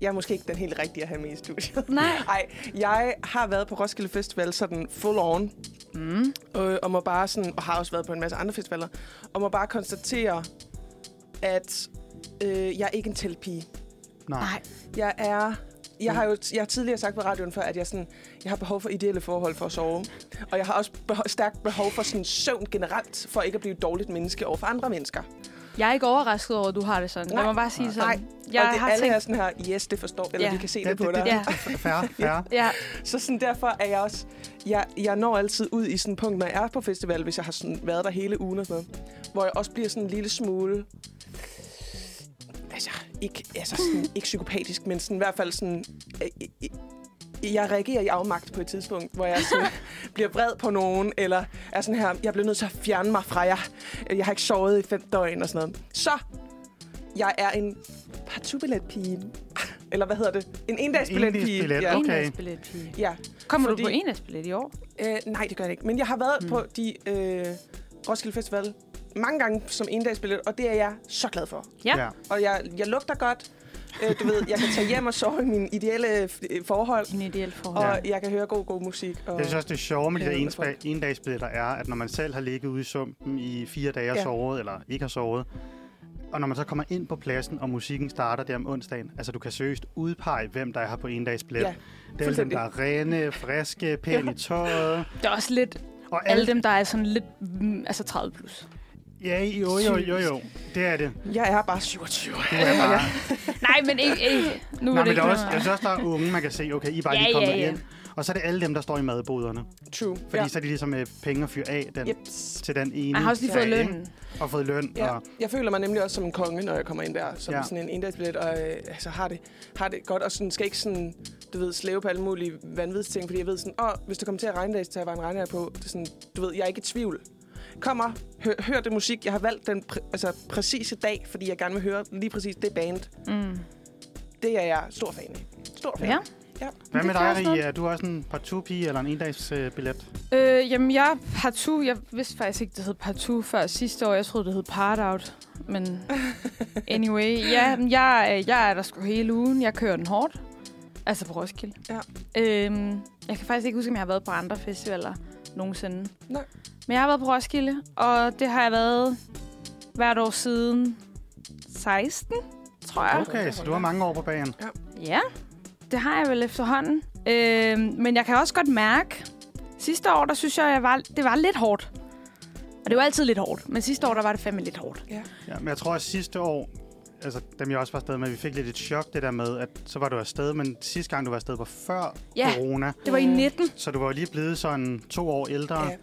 jeg er måske ikke den helt rigtige at have med i studiet.
Nej.
Nej, jeg har været på Roskilde Festival sådan full on.
Mm.
øh, og må bare sådan, og har også været på en masse andre festivaler, og må bare konstatere, at øh, jeg er ikke en teltpige.
Nej.
Nej.
Jeg er... Jeg har jo jeg har tidligere sagt på radioen før, at jeg, sådan, jeg har behov for ideelle forhold for at sove. Og jeg har også beho- stærkt behov for sådan søvn generelt, for ikke at blive et dårligt menneske over for andre mennesker.
Jeg er ikke overrasket over, at du har det sådan.
Nej.
Lad mig bare sige sådan.
Nej.
Jeg
og det,
har
alle
tænkt...
er sådan her, yes, det forstår, eller
Ja.
vi kan se
Ja,
det på
det-
dig.
det-
Ja.
Færre, færre.
Ja.
Så sådan derfor er jeg også... Jeg, jeg når altid ud i sådan en punkt, når jeg er på festival, hvis jeg har sådan været der hele ugen og sådan noget, hvor jeg også bliver sådan en lille smule... Altså, ikke, altså sådan, ikke psykopatisk, men sådan, i hvert fald sådan... øh, øh, Jeg reagerer i afmagt på et tidspunkt, hvor jeg sådan, bliver vred på nogen, eller er sådan her, jeg bliver nødt til at fjerne mig fra jer. Jeg har ikke sovet i fem døgn og sådan noget. Så jeg er en partubilletpige. Eller hvad hedder det? En endagsbilletpige.
endagsbillet,
ja.
okay.
Endagsbillet, pige.
ja.
Kommer
Fordi-
du på endagsbillet i år?
Øh, nej, det gør jeg ikke. Men jeg har været mm. på de øh, Roskilde Festival mange gange som endagsbillet, og det er jeg så glad for.
Ja.
Og jeg, jeg lugter godt. Øh, du ved, jeg kan tage hjem og sove i mine ideelle øh, forhold,
Din ideelle forhold.
og jeg kan høre god, god musik. Og,
Jeg synes også, det sjove med de
Ja,
der
det er
enspa- endagsbilletter er, at når man selv har ligget ude i sumpen i fire dage og
Ja.
ja. sovet, eller ikke har sovet, og når man så kommer ind på pladsen, og musikken starter der om onsdagen, altså du kan seriøst udpege, hvem der er her på endagsbillet.
Ja,
Ja, det er alle dem,
fuldstændig.
der er rene, friske, pæne i tøjet.
Det er også lidt...
Og
Alle dem, der er sådan lidt... mm, Altså 30 plus.
Ja, jo, jo, jo, jo. Det er det.
Jeg er bare 27.
Du er bare...
Nej, men ikke... ikke. Nu
Nej,
er
men
det
der
ikke
er også, jeg
noget.
synes også, der er unge, man kan se, okay, I er bare
Ja,
lige kommet
ja, ja.
ind. Og så er det alle dem, der står i madboderne.
True.
Fordi ja. så er de ligesom øh, penge at fyre af den,
Yep.
til den ene.
Man har også lige fået
sag, ikke?
lønnen.
Og fået løn. Ja.
Ja,
Og,
jeg føler mig nemlig også som en konge, når jeg kommer ind der, som ja.
Ja.
sådan en endagsbillet, og øh, altså, har, det, har det godt, og sådan, skal ikke sådan, du ved, slæve på alle mulige vanvidsting, fordi jeg ved sådan, åh, hvis det kommer til at regne i dag, så tager jeg bare en regnvejr på. Det er sådan, du ved, jeg er ikke i tvivl. Kommer, hør, hør det musik, jeg har valgt den præ, altså, præcise dag, fordi jeg gerne vil høre lige præcis det band.
Mm.
Det er jeg stor fan af. Stor fan.
Ja.
hvad
det
med
kan
dig,
også noget.
Rie? Er du også en partout-pige eller en endagsbillet?
Øh, jamen, jeg partout, jeg vidste faktisk ikke, det hed partout før sidste år. Jeg troede, det hed part out. Men anyway, ja, men jeg, øh, jeg er der sgu hele ugen. Jeg kører den hårdt. Altså på Roskilde.
Ja.
Øhm, jeg kan faktisk ikke huske, om jeg har været på andre festivaler. nogensinde.
Nej.
Men jeg har været på Roskilde, og det har jeg været hvert år siden 16, tror jeg.
Okay, så du har mange år på bagen.
Ja, det har jeg vel efterhånden. Øhm, men jeg kan også godt mærke, sidste år, der synes jeg, jeg var, det var lidt hårdt. Og det var altid lidt hårdt, men sidste år, der var det fandme lidt hårdt.
Ja, men jeg tror, at sidste år, altså dem jeg også var afsted med, vi fik lidt et chok, det der med, at så var du afsted, men sidste gang du var afsted var før
Ja.
corona,
Det var i
Mm.
19.
så du var jo lige blevet sådan to år ældre,
Ja.
ja.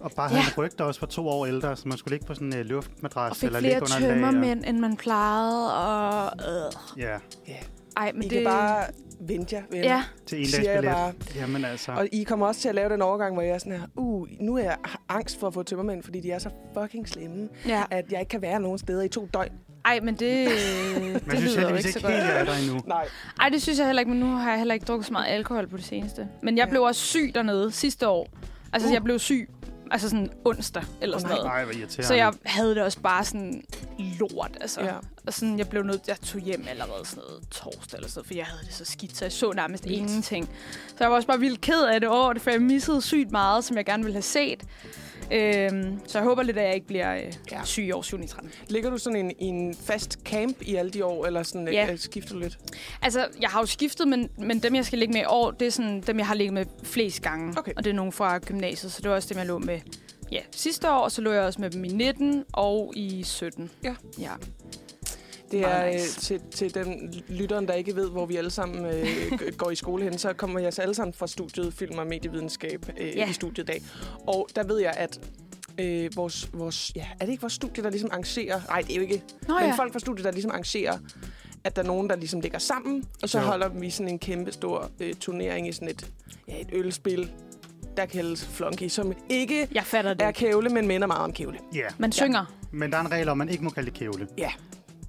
og bare havde
Ja.
ja. en ryg, der også var to år ældre, så man skulle ligge på sådan en uh, luftmadras
Og fik
eller
flere
ligge under en lag.
tømmermænd, end man plejede. Og, øh.
Ja,
Ej, men
I det...
det...
kan bare vente jer, venner.
Ja,
til en
Siger
dags
jeg
billet.
bare.
Jamen altså,
Og I kommer også til at lave den overgang, hvor jeg er sådan her, uh, nu er jeg har angst for at få tømmermænd, fordi de er så fucking slemme,
ja.
at jeg ikke kan være nogen steder i to døgn.
Ej, men det, det
man synes
lyder jo
heldigvis
ikke
ikke
så
helt, jeg
godt.
er der endnu.
Mm. Nej.
Ej, det synes jeg heller ikke, men nu har jeg heller ikke drukket så meget alkohol på det seneste. Men jeg
Ja.
blev også syg dernede sidste år. Altså,
Uh.
jeg blev syg, altså sådan onsdag eller
Åh,
sådan
nej.
noget.
Nej, hvor irriterende.
Så jeg havde det også bare sådan lort, altså.
Ja.
Ja. Og sådan, jeg blev nødt, jeg tog hjem allerede sådan noget torsdag eller sådan noget, for jeg havde det så skidt, så jeg så nærmest
Vildt.
ingenting. Så jeg var også bare vildt ked af det over det, for jeg missede sygt meget, som jeg gerne ville have set. Øhm, så jeg håber lidt, at jeg ikke bliver øh,
Ja.
ja. syg i år 7 i 13.
Ligger du sådan en, i en fast camp i alle de år, eller sådan,
Ja.
øh, skifter du lidt?
Altså, jeg har jo skiftet, men, men dem, jeg skal ligge med i år, det er sådan dem, jeg har ligget med flest gange.
Okay.
Og det er nogen fra gymnasiet, så det var også dem, jeg lå med ja, sidste år. Og så lå jeg også med dem i 19 og i 17.
Ja.
ja.
Det er
Meget
nice.
nice.
til, til den lytteren, der ikke ved, hvor vi alle sammen øh, g- går i skole hen, så kommer jeg så alle sammen fra studiet Film og Medievidenskab øh,
Ja.
i studiedag. Og der ved jeg, at øh, vores, vores, ja, er det ikke vores studie, der ligesom arrangerer, nej, det er jo ikke,
Nå
men
ja.
folk fra studiet, der ligesom arrangerer, at der er nogen, der ligesom ligger sammen, og så
Jo.
holder vi sådan en kæmpe stor øh, turnering i sådan et, ja, et ølspil, der kaldes flunky, som ikke
Jeg fatter det.
er
ikke.
kævle, men minder meget om kævle.
Ja,
Man
Ja.
synger.
men der er en regel om, at man ikke må kalde det kævle.
Ja.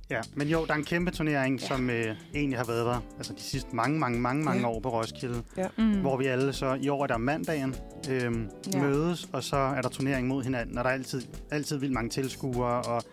Ja, men jo, der er en kæmpe turnering,
Ja.
ja. som øh, egentlig har været der altså, de sidste mange, mange, mange, mange
Ja.
år på Roskilde.
Mm.
hvor vi alle så i år er der mandagen øhm,
Ja.
ja. mødes, og så er der turnering mod hinanden, og der er altid, altid vildt mange tilskuere, og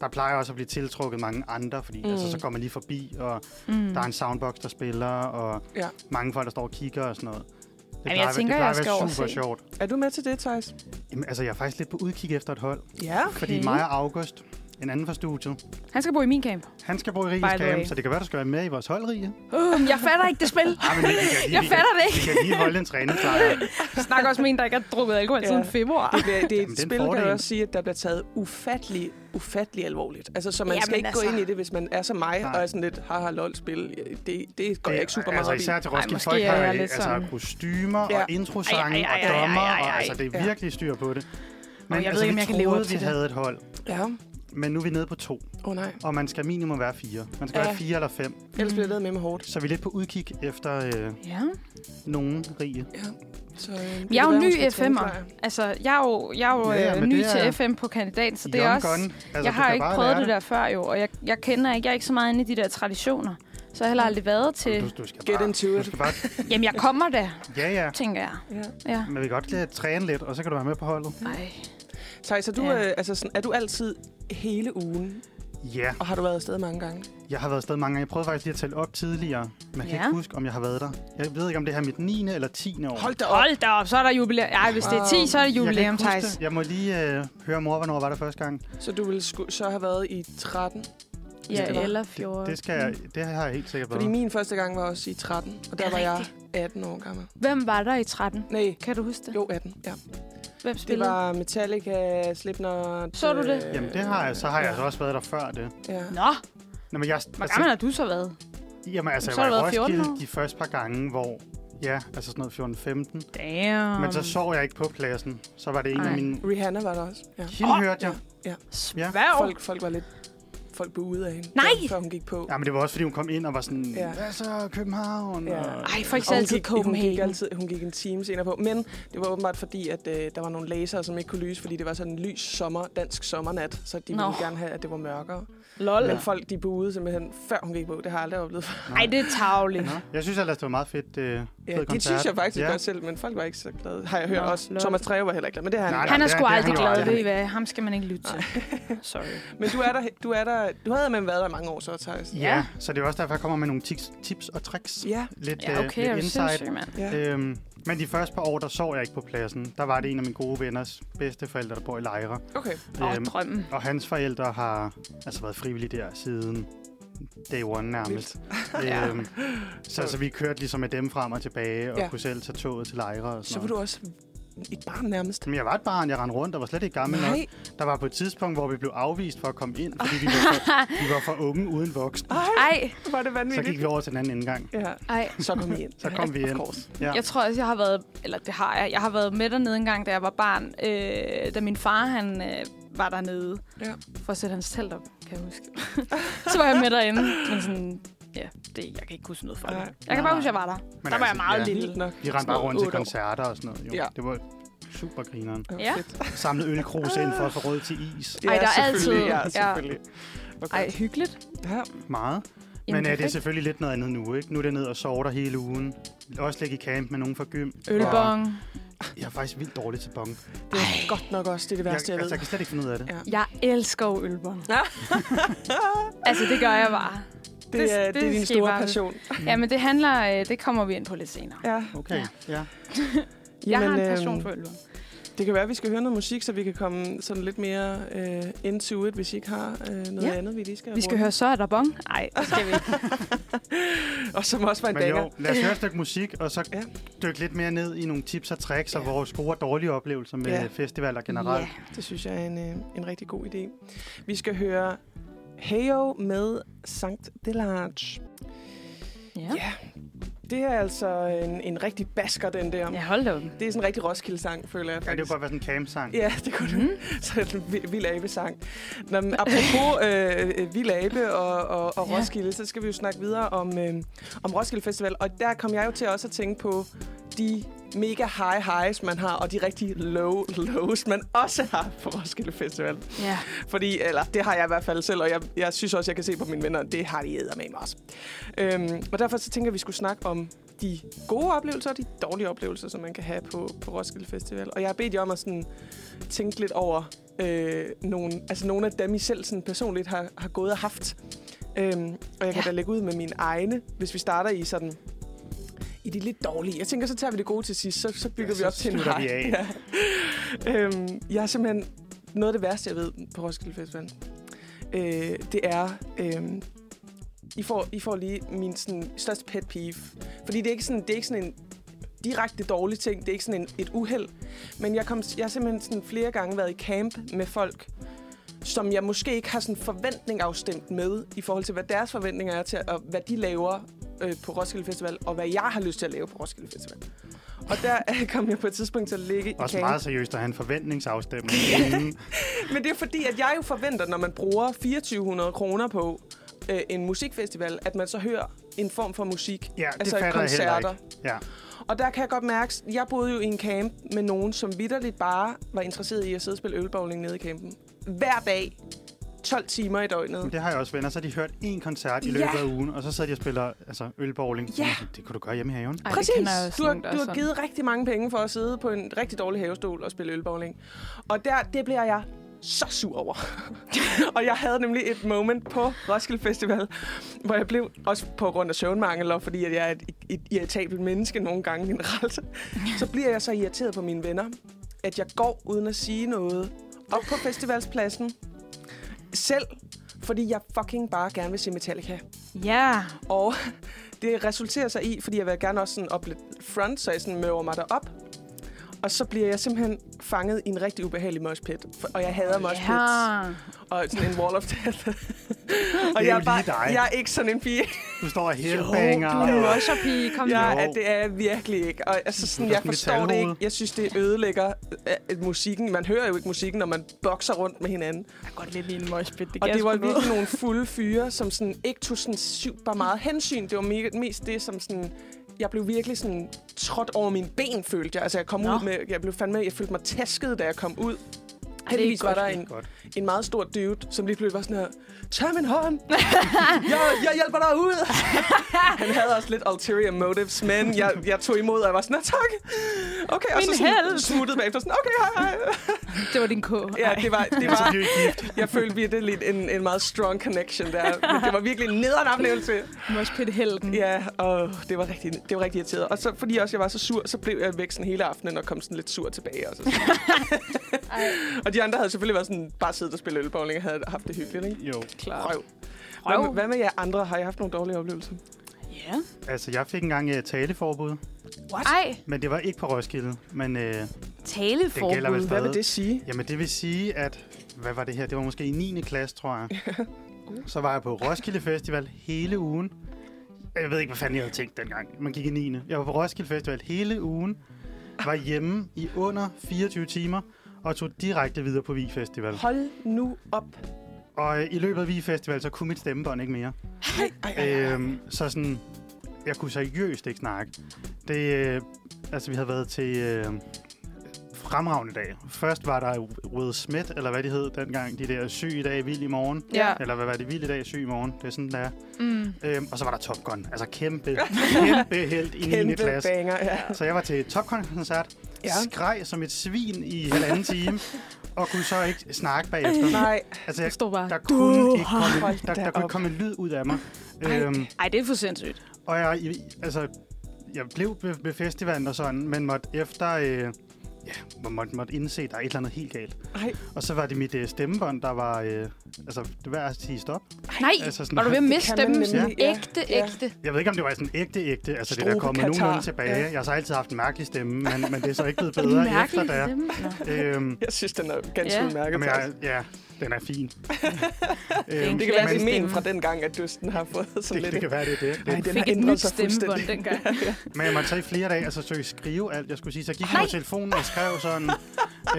der plejer også at blive tiltrukket mange andre, fordi
Mm.
mm. altså, så går man lige forbi, og
Mm.
der er en soundbox, der spiller, og
Ja.
ja. mange folk, der står og kigger og sådan noget. Det
jeg tænker,
det plejer
jeg
at
skal
være
over
super
og se.
sjovt.
Er du med til det, Thijs?
Jamen, altså, jeg er faktisk lidt på udkig efter et hold,
Ja.
okay. fordi mig og August, en anden fra studiet,
Han skal bo i min camp.
han skal bo i
By the way.
Rigeskam, så det kan være, du skal være med i vores hold, Rige.
Uh, jeg fatter ikke det spil.
Ej, Ah, men vi kan lige,
Jeg
vi kan,
fatter det
vi
ikke.
kan lige holde en træningslejr.
Jeg snakker også med en, der ikke har drukket alkohol
Ja.
siden februar.
Det, bliver, det er
Jamen, det
et
er en
spil, kan jeg
fordel.
også sige, at der bliver taget ufattelig, ufattelig alvorligt. Altså, så man
Jamen,
skal ikke altså... gå
altså.
ind i det, hvis man er som mig
Nej.
og er sådan lidt, haha, lol, spil. Det, det går jeg ikke super meget
altså,
op i.
især til
Ej,
Roskilde.
måske
Folk
er
har
jeg
øh,
lidt
altså,
sådan-
kostymer
Ja.
og introsange
Ej,
og
ej, ej, ej, ej,
dommer,
ej, ej,
og altså, det
ja.
er virkelig styr på det. Men
jeg ved
altså,
ikke, om
vi
jeg kan leve
troede,
op til
vi
det.
havde et hold,
Ja, åh
men nu er vi nede på to,
oh, nej.
og man skal minimum være fire. Man skal
Ja.
ja. være fire eller fem,
Ellers bliver det med mig hårdt.
så vi er lidt på udkig efter øh,
Ja.
nogen rige.
Ja. Så, øh, det
Jeg er
kan
jo
være, hun
ny
skal træne,
FM'er.
tror jeg.
Altså, jeg er jo, jeg er jo
Ja, ja,
øh,
men
ny
det
til
er-
FM på kandidat, så det er
Young
også...
gun. Altså,
jeg
du
har
kan
ikke
bare
prøvet
lære
det der før jo, og jeg, jeg kender ikke, jeg er ikke så meget inde i de der traditioner. Så jeg har heller aldrig været til...
Du, du skal
Get
bare,
into
du
it.
skal bare,
Jamen, jeg kommer da,
ja, ja.
tænker jeg.
Ja.
Ja.
Men vi kan godt lide at træne lidt, og så kan du være med på holdet.
Ej.
Thijs, er du,
Ja.
øh, altså, sådan, er du altid hele ugen,
Ja,
og har du været afsted mange gange?
jeg har været afsted mange gange. Jeg prøvede faktisk lige at tælle op tidligere, men jeg kan
Ja.
ikke huske, om jeg har været der. Jeg ved ikke, om det her er mit 9. eller 10. år.
Hold da op.
Hold da op, så er der jubilæum. Ej, hvis det er 10, så er det
Jeg kan ikke
jubilæum,
huske
Thijs.
det. Jeg må lige øh, høre mor, hvornår var det første gang.
Så du ville sku- så have været i 13?
Ja,
det var.
eller
Det,
14.
det, skal jeg, det har jeg helt sikkert
Fordi
været.
min første gang var også i 13, og der
Er
var jeg 18 år gammel.
Hvem var der i 13?
Nej,
Kan du huske det?
jo 18, ja.
Hvem
Det
spillede?
var Metallica, Slipknot...
Så du det?
øh,
Jamen, det har jeg, så har jeg altså også været der før det.
Ja.
Nå,
Nå, men jeg,
hvor gammel
altså,
har du så været?
jamen, altså,
Så har
jeg
du
var i
været 14
Roskilde
år?
de første par gange, hvor... Ja, altså sådan noget 14-15.
Damn.
Men så sov jeg ikke på pladsen. Så var det en
Ej.
af mine...
Rihanna var der også. Ja.
Hende
Åh!
oh, hørte jeg. Ja.
Sværv.
Folk, folk var lidt... Folk blev ude af hende,
Nej!
før- før hun gik på.
Ja, men det var også, fordi hun kom ind og var sådan...
Ja.
Ja. Hvad så, København?
Ja.
Ja.
Ej, folk
Og
ser altid
hun gik, hun gik,
Copenhagen.
altid, hun gik en time senere på. Men det var åbenbart fordi, at øh, der var nogle lasere, som ikke kunne lyse, fordi det var sådan en lys sommer, dansk sommernat, så de
Nå.
ville gerne have, at det var mørkere.
Lol.
Men folk, de boede simpelthen, før hun gik på. Det har jeg aldrig oplevet. før.
Ej, det er tavligt.
Jeg synes ellers, det var meget fedt, øh,
Ja,
fed
det
koncert.
synes jeg faktisk
Ja.
godt selv, men folk var ikke så glade. Har jeg hørt
Nå,
også.
lol.
Thomas Treve var heller ikke glad, men det har han.
Nej,
ikke.
Han er
det
sgu
er han
aldrig
jo
glad,
aldrig.
ved I hvad? Ham skal man ikke lytte til. Sorry.
Men du er der, du er der, du havde man været der i mange år så, Thijs.
Ja.
Ja.
ja, så det er også derfor, jeg kommer med nogle tips, tips og tricks.
Ja,
Lidt,
Ja,
øh,
okay,
lidt
jeg er
insight.
sindssyg, mand.
ja.
Øhm, men de første par år, der sov jeg ikke på pladsen. Der var det en af mine gode venners bedsteforældre, der bor i Lejre. Øhm,
Okay.
Åh,
øh,
drømmen.
og hans forældre har altså været frivillige der siden day one nærmest.
Ja.
øhm, så altså, vi kørte ligesom med dem frem og tilbage, og
Ja.
ja. kunne selv tage toget til Lejre og sådan
Så var
noget.
du også et barn nærmest.
Jamen, jeg var et barn, jeg rendte rundt og var slet ikke gammel nok.
Nej,
Der var på et tidspunkt, hvor vi blev afvist for at komme ind, fordi vi var for, vi var for unge uden voksne.
Ej,
var
Så
det
gik
vanvittigt.
vi over til den anden indgang.
Ja.
ej.
Så kom vi ind.
Så kom vi ind.
Of course.
Ja.
Jeg tror også, jeg har været, eller det har jeg, jeg har været med dernede en gang, da jeg var barn, øh, da min far, han øh, var dernede
Ja.
for at sætte hans telt op, kan jeg huske. så var jeg med derinde, men sådan, ja, det, jeg kan ikke huske noget for det.
Nej.
Jeg kan bare huske, jeg var der.
Men
der var jeg meget lille.
Vildt nok.
Vi rendte bare rundt til
Otte år.
koncerter og sådan noget. Jo.
Ja.
Ja. Det var super grineren.
Ja.
fedt.
Samlede ølkrus ind for at få råd til is.
Ej, der er
selvfølgelig,
altid-
Ja,
ja.
selvfølgelig. Hvor
Ej,
godt.
hyggeligt.
Ja.
Meget.
Jamen,
Men øh, det er
perfekt.
selvfølgelig lidt noget andet nu, ikke? Nu er det ned og sove der hele ugen. Også ligge i camp med nogen fra gym.
Ølbong.
Og Jeg er faktisk vildt dårlig til bong.
Det er godt nok også det, er det
Jeg,
værste,
altså,
jeg,
jeg kan slet ikke finde ud af det.
Ja.
Jeg elsker jo ølbong.
Ja.
altså, det gør jeg bare.
ved. Det er,
det-
det er din
det
store
sker bare.
passion.
Ja, men det handler, øh, det kommer vi ind på lidt senere.
Ja.
Okay, ja.
Jeg har en passion
øhm,
for ølbong.
Det kan være, at vi skal høre noget musik, så vi kan komme sådan lidt mere øh, into it, hvis I ikke har øh, noget
Ja.
andet, vi lige skal
Vi skal
runde.
høre, så er der bong. Nej, det skal vi ikke.
Og som også var en
Men
banger.
jo, lad os høre et stykke musik, og så
Ja.
dykke lidt mere ned i nogle tips og tricks, og
Ja.
vores gode og dårlige oplevelser med
Ja.
festivaler generelt.
Ja.
Det synes jeg er en, øh, en rigtig god idé. Vi skal høre Heyo med Sankt Delarge.
Ja.
Ja. Det er altså en, en rigtig basker, den der.
ja, hold da op.
Det er sådan en rigtig Roskilde-sang, føler jeg
Ja, det
faktisk.
kunne godt være sådan en camp-sang.
Ja, det kunne mm. Så er det en vild- vild abe-sang. Nå, men apropos øh, øh, vild abe og, og, og
Ja.
Roskilde, så skal vi jo snakke videre om, øh, om Roskilde Festival. Og der kom jeg jo til også at tænke på de mega high highs, man har, og de rigtig low lows, man også har på Roskilde Festival.
Ja.
Fordi, eller det har jeg i hvert fald selv, og jeg, jeg synes også, jeg kan se på mine venner, at det har de med mig også. Øhm, og derfor så tænker jeg, at vi skulle snakke om de gode oplevelser og de dårlige oplevelser, som man kan have på, på Roskilde Festival. Og jeg har bedt jer om at sådan, tænke lidt over øh, nogle, altså nogle af dem, I selv sådan, personligt har, har gået og haft. Øhm, og jeg kan
Ja.
da lægge ud med mine egne, hvis vi starter i sådan i de lidt dårlige. Jeg tænker, så tager vi det gode til sidst, så, så bygger
Ja,
vi
så
op til en
slutter vi
high. Ja. øhm, jeg er simpelthen noget af det værste, jeg ved på Roskilde Festival, øh, det er... Øh, I, får, I får lige min sådan, største pet peeve. Fordi det er ikke sådan, det er ikke sådan en direkte dårlig ting. Det er ikke sådan en, et uheld. Men jeg, kom, jeg har simpelthen sådan flere gange været i camp med folk, som jeg måske ikke har sådan forventning afstemt med, i forhold til, hvad deres forventninger er til, og hvad de laver øh, på Roskilde Festival, og hvad jeg har lyst til at lave på Roskilde Festival. Og der øh, kom jeg på et tidspunkt til at ligge i
Også
camp.
meget seriøst at have en forventningsafstemning. inden.
Men det er fordi, at jeg jo forventer, når man bruger 2400 kroner på øh, en musikfestival, at man så hører en form for musik.
ja, det
Altså,
fatter jeg heller
koncerter.
ikke. Ja.
Og der kan jeg godt mærke, at jeg boede jo i en camp med nogen, som vidderligt bare var interesseret i at sidde og spille ølbowling nede i campen. Hver dag. 12 timer i
Men
døgnet.
det har jeg også venner, så har de hørt én koncert i
Ja.
løbet af ugen, og så sidder de og spiller altså, ølbowling.
Ja.
Det kunne du gøre hjemme i haven.
Ej,
Præcis.
Det kender jeg også
du har,
nogen, der
du
er
har
sådan.
givet rigtig mange penge for at sidde på en rigtig dårlig havestol og spille ølbowling. Og der, det bliver jeg så sur over. og jeg havde nemlig et moment på Roskilde Festival, hvor jeg blev, også på grund af søvnmangel, og fordi at jeg er et, et irritabelt menneske nogle gange generelt, så bliver jeg så irriteret på mine venner, at jeg går uden at sige noget op på festivalspladsen selv, fordi jeg fucking bare gerne vil se Metallica.
Ja.
Og det resulterer sig i, fordi jeg vil gerne også sådan op lidt front, så jeg sådan møver mig derop. Og så bliver jeg simpelthen fanget i en rigtig ubehagelig moshpit. For- Og jeg hader moshpits.
ja.
Og sådan en wall of death. og
jo
jeg er, bare,
lige dig.
jeg er ikke sådan en pige.
Du står og
Banger.
headbanger.
Du er også pige. Kom nu.
Jeg,
Jo.
er- det er jeg virkelig ikke. Og altså sådan,
Du er
jeg
sådan lidt
forstår det ikke.
talhoved.
Jeg synes, det ødelægger øh, musikken. Man hører jo ikke musikken, når man bokser rundt med hinanden.
Jeg kan godt lidt lide en moshpit. Det
Og det var
virkelig...
virkelig nogle fulde fyre, som sådan ikke tog sådan super meget hensyn. Det var mega, mest det, som sådan... Jeg blev virkelig sådan trådt over mine ben, følte jeg. Altså, jeg kom
Nå.
ud med... Jeg blev fandme... Jeg følte mig tæsket, da jeg kom ud. Heldigvis var
godt,
der
Det er
en,
godt.
en meget stor dude, som lige pludselig var sådan her, tag min hånd, jeg, jeg hjælper dig ud. Han havde også lidt ulterior motives, men jeg, jeg tog imod, og jeg var sådan, "Nå, tak. Okay, og
Min
så sådan,
helt.
smuttede bagefter sådan, okay, hej, hej.
Det var din K.
Ja, det var, det
Så
var,
bliver I gift.
jeg følte virkelig lidt en, en meget strong connection der. Men Det var virkelig en nederen oplevelse.
Måske Pit Helden.
Ja, og det var rigtig, det var rigtig irriteret. Og så, fordi også jeg var så sur, så blev jeg væk sådan hele aftenen og kom sådan lidt sur tilbage. Og, så og de andre havde selvfølgelig været sådan, bare siddet og spillet ølbowling og havde haft det hyggeligt, ikke?
Jo,
Klart.
Røv. Hvad med, hvad med jer andre? Har I haft nogle dårlige oplevelser?
Ja.
altså jeg fik engang uh, taleforbud,
What?
Ej,
men det var ikke på Roskilde. Men uh,
taleforbud.
Det gælder vel
Hvad vil det sige?
Jamen, det vil sige, at... Hvad var det her? Det var måske i 9. klasse, tror jeg. Så var jeg på Roskilde Festival hele ugen. Jeg ved ikke, hvad fanden jeg havde tænkt dengang. Man gik i 9. Jeg var på Roskilde Festival hele ugen. Var hjemme i under 24 timer og tog direkte videre på Vig Festival.
Hold nu op.
Og øh, i løbet af Vig Festival, så kunne mit stemmebånd ikke mere.
Ej, ej, ej.
Øhm, så sådan, jeg kunne seriøst ikke snakke. Det, øh, altså, vi havde været til øh, fremragende dag. Først var der Will Smith, eller hvad de hed dengang, de der syg i dag, vild i morgen.
Ja.
Eller hvad var det, vild i dag, syg i morgen. Det er sådan, der.
Mm.
Øhm, og så var der Top Gun. Altså kæmpe, kæmpe helt i 9.
Kæmpe
klasse.
banger, ja.
Så jeg var til Top Gun-koncert,
Ja.
ja. skreg som et svin i halvanden time, og kunne så ikke snakke bagefter.
Nej,
Altså,
Jeg
jeg,
stod bare.
der kunne ikke komme,
hold
der,
da
der kunne
op.
ikke komme en lyd ud af mig. Øhm,
Ej.
Ej, det er for sindssygt.
Og jeg, i- altså, jeg blev ved, ved festivalen og sådan, men måtte efter... Øh, ja, må- måtte, måtte indse, at der er et eller andet helt galt.
nej.
Og så var det mit øh, stemmebånd, der var... Øh, altså, det var værd at sige stop.
Nej,
altså sådan-
var du ved at
Det
miste
kan man
stemmen?
nemlig, ja.
Ægte,
Ja.
ægte.
Jeg ved ikke, om det var sådan ægte, ægte. Altså, det der
Strube
kommer
Katar.
nogenlunde tilbage.
Ja.
Jeg har så altid haft en mærkelig stemme, men, men det er så ikke blevet bedre efter, da jeg...
stemme. Nå.
Øhm,
Jeg synes, den er ganske
Ja.
yeah. udmærket.
men
Jeg,
jeg, ja, den er fin. øhm,
en
det,
det kan være, det er
klassisk
men
stemme.
fra den gang, at du sådan har fået
det,
sådan lidt...
det kan være, det er det. det.
Ej, den
Fik
har
et
ændret
nyt
sig
stemmebånd
fuldstændig.
dengang.
Men jeg måtte tage i flere dage, altså søge skrive alt, jeg skulle sige. Så gik jeg
Ej.
på telefonen og skrev sådan...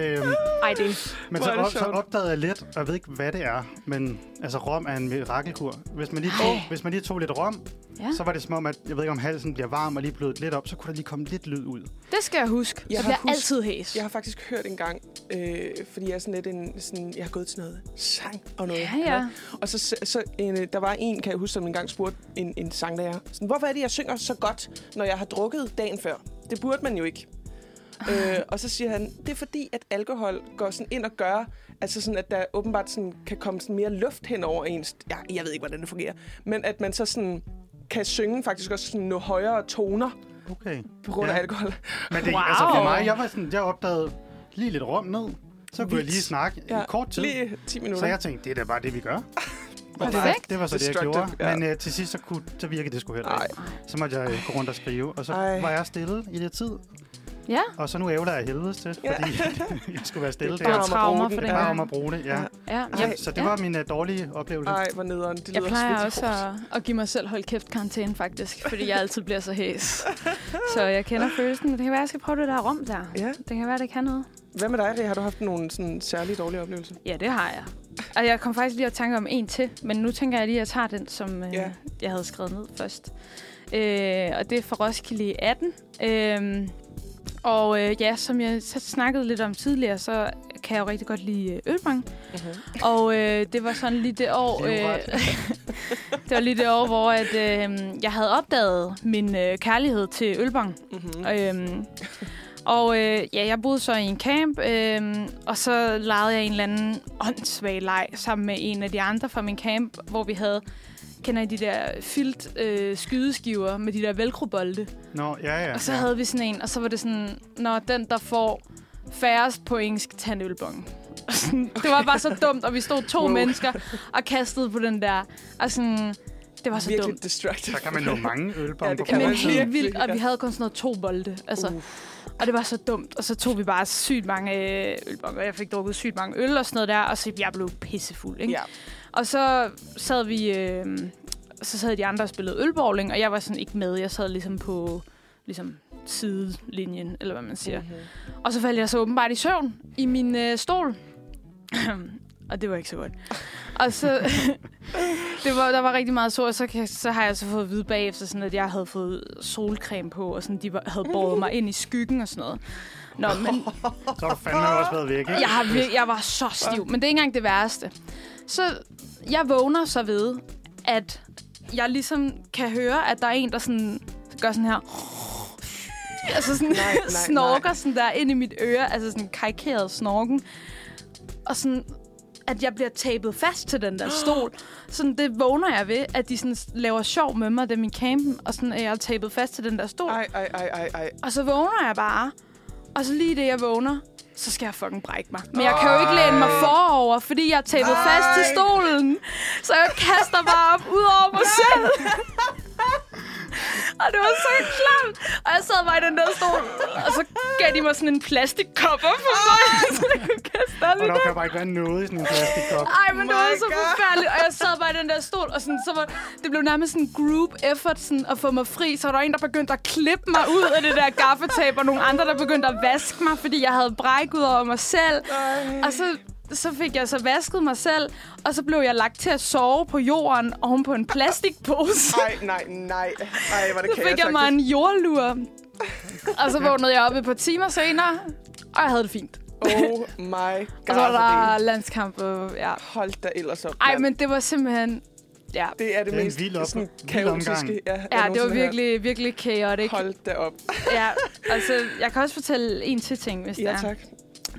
øhm,
Ej, det er...
Men
Hvor
så,
er det
op, så
sjovt.
opdagede jeg lidt, og jeg ved ikke, hvad det er, men altså rom er en mirakelkur. Hvis man lige
Ej.
tog, hvis man lige tog lidt rom,
Ja.
så var det som om, at jeg ved ikke, om halsen bliver varm og lige blødt lidt op, så kunne der lige komme lidt lyd ud.
Det skal jeg huske. Jeg,
Jeg
jeg
har
bliver
husket-
altid hæs.
Jeg har faktisk hørt en gang, øh, fordi jeg er sådan lidt en, sådan, jeg har gået til noget sang og noget.
Ja, ja.
Og så, så en, øh, der var en, kan jeg huske, som engang spurgte en, en sanglærer, sådan, hvorfor er det, jeg synger så godt, når jeg har drukket dagen før? Det burde man jo ikke.
Ah.
øh, og så siger han, det er fordi, at alkohol går sådan ind og gør, altså sådan, at der åbenbart sådan, kan komme sådan mere luft hen over ens, ja, jeg ved ikke, hvordan det fungerer, men at man så sådan, kan synge faktisk også sådan nogle højere toner
Okay.
på grund ja.
Ja.
af alkohol.
Men det,
Wow.
altså for mig, jeg var sådan, jeg opdagede lige lidt rom ned, så kunne jeg
Vildt.
lige snakke ja. i kort tid.
Lige 10 minutter.
Så jeg tænkte, det er da bare det, vi gør. Og det, var,
Perfekt.
det var så det, jeg
Destructive,
gjorde.
ja.
Men øh, til sidst, så, kunne, så virkede det sgu heller
Ej.
ikke. Så måtte jeg øh, gå rundt og skrive, og så
Ej.
var jeg stille i lidt tid.
Ja.
Og så nu ævler jeg helvedes til, fordi
Ja.
jeg skulle være stille
Det
det
er
der.
Bare
om at
traumer
bruge
for
den.
den
Bare om
gang.
at bruge det, ja.
Ja.
Ja,
Ej,
så det var min uh, dårlige oplevelse.
Ej, hvor nederen. Det
Jeg
lyder
plejer
virkelig
også at, at give mig selv hold kæft karantæne, faktisk, fordi jeg altid bliver så hæs. Så jeg kender følelsen. Det kan være, jeg skal prøve det der rum der.
Ja.
Det kan være, det kan noget.
Hvad med dig, Ria? Har du haft nogle sådan, særlige dårlige oplevelser?
Ja, det har jeg. Og jeg kom faktisk lige i tanke om en til, men nu tænker jeg lige, at jeg tager den, som øh,
Ja.
jeg havde skrevet ned først. Øh, og det er fra Roskilde i 18. Øh, og øh, ja, som jeg så snakkede lidt om tidligere, så kan jeg jo rigtig godt lide øh, ølbang.
Uh-huh.
Og øh, det var sådan lige det år... øh,
Livret.
det var lige det år, hvor at, øh, jeg havde opdaget min øh, kærlighed til ølbang.
Mm-hmm.
Øhm, og øh, ja, jeg boede så i en camp, øhm, og så legede jeg en eller anden åndssvag leg sammen med en af de andre fra min camp, hvor vi havde, kender I de der filt øh, skydeskiver med de der velcrobolde?
Nå, ja, ja.
Og så
ja.
havde vi sådan en, og så var det sådan, når den, der får færrest point, skal tage en ølbong. Og sådan, det var bare så dumt, og vi stod to
Wow.
mennesker og kastede på den der. Og sådan, det var så
virkelig
dumt.
destructive.
Der kan man nå mange ølbomber.
Ja, det
på
kan
Men
kort
man
tid.
helt vildt, og
Ja.
vi havde kun sådan noget to bolde. Altså,
Uh.
Og det var så dumt, og så tog vi bare sygt mange øh, ølbonker. Jeg fik drukket sygt mange øl og sådan noget der, og så jeg blev pissefuld. Ikke?
Ja.
Og så sad vi, øh, så sad de andre og spillede ølbowling, og jeg var sådan ikke med. Jeg sad ligesom på ligesom sidelinjen, eller hvad man siger.
Mm-hmm.
Og så faldt jeg så åbenbart i søvn i min øh, stol. og det var ikke så godt. Og så... det var, der var rigtig meget sol, og så, kan- så har jeg så fået at vide bagefter, sådan, at jeg havde fået solcreme på, og sådan, de var, havde båret mig ind i skyggen og sådan noget. Nå, men
Så har du fandme også været væk, ikke?
jeg, har vir- jeg var så stiv, men det er ikke engang det værste. Så jeg vågner så ved, at jeg ligesom kan høre, at der er en, der sådan gør sådan her... Altså sådan nej, nej, snorker nej. sådan der ind i mit øre, altså sådan karikeret snorken. Og sådan, at jeg bliver tabet fast til den der stol. Sådan, det vågner jeg ved, at de sådan laver sjov med mig, dem i campen, og sådan, at jeg er tabet fast til den der stol.
Ej, ej, ej, ej, ej.
Og så vågner jeg bare. Og så lige det, jeg vågner, så skal jeg fucking brække mig. Men jeg kan jo ikke læne mig forover, fordi jeg er tabet
Ej.
fast til stolen. Så jeg kaster bare op ud over mig selv. og det var så klamt. Og jeg sad bare i den der stol. Og så gav de mig sådan en plastikkop op for mig, så jeg kunne kaste op
Og
i
der
den.
kan bare ikke være noget i sådan en plastikkop.
Ej, men det var
My
så
God.
forfærdeligt. Og jeg sad bare i den der stol, og sådan, så var, det blev nærmest sådan en group effort sådan, at få mig fri. Så var der en, der begyndte at klippe mig ud af det der gaffetab, og nogle andre, der begyndte at vaske mig, fordi jeg havde bræk ud over mig selv. Og så, så fik jeg så vasket mig selv, og så blev jeg lagt til at sove på jorden oven på en plastikpose.
Ej, nej, nej. Ej, hvor det
Så
kan
fik jeg mig en jordlur. Og så vågnede jeg op et par timer senere, og jeg havde det fint.
Oh my god.
Og så var
hvor
der
det-
landskamp, og ja.
Hold da ellers op.
Ej,
mand.
men det var simpelthen... Ja,
Det er det,
Det er en
mest
vild op-
sådan
vild
kaotiske,
omgang.
ja,
ja
jeg
det var
nogensinde har hørt.
virkelig, virkelig chaotic.
Hold da op.
Ja, altså, jeg kan også fortælle en til ting, hvis
Ja,
det er.
tak.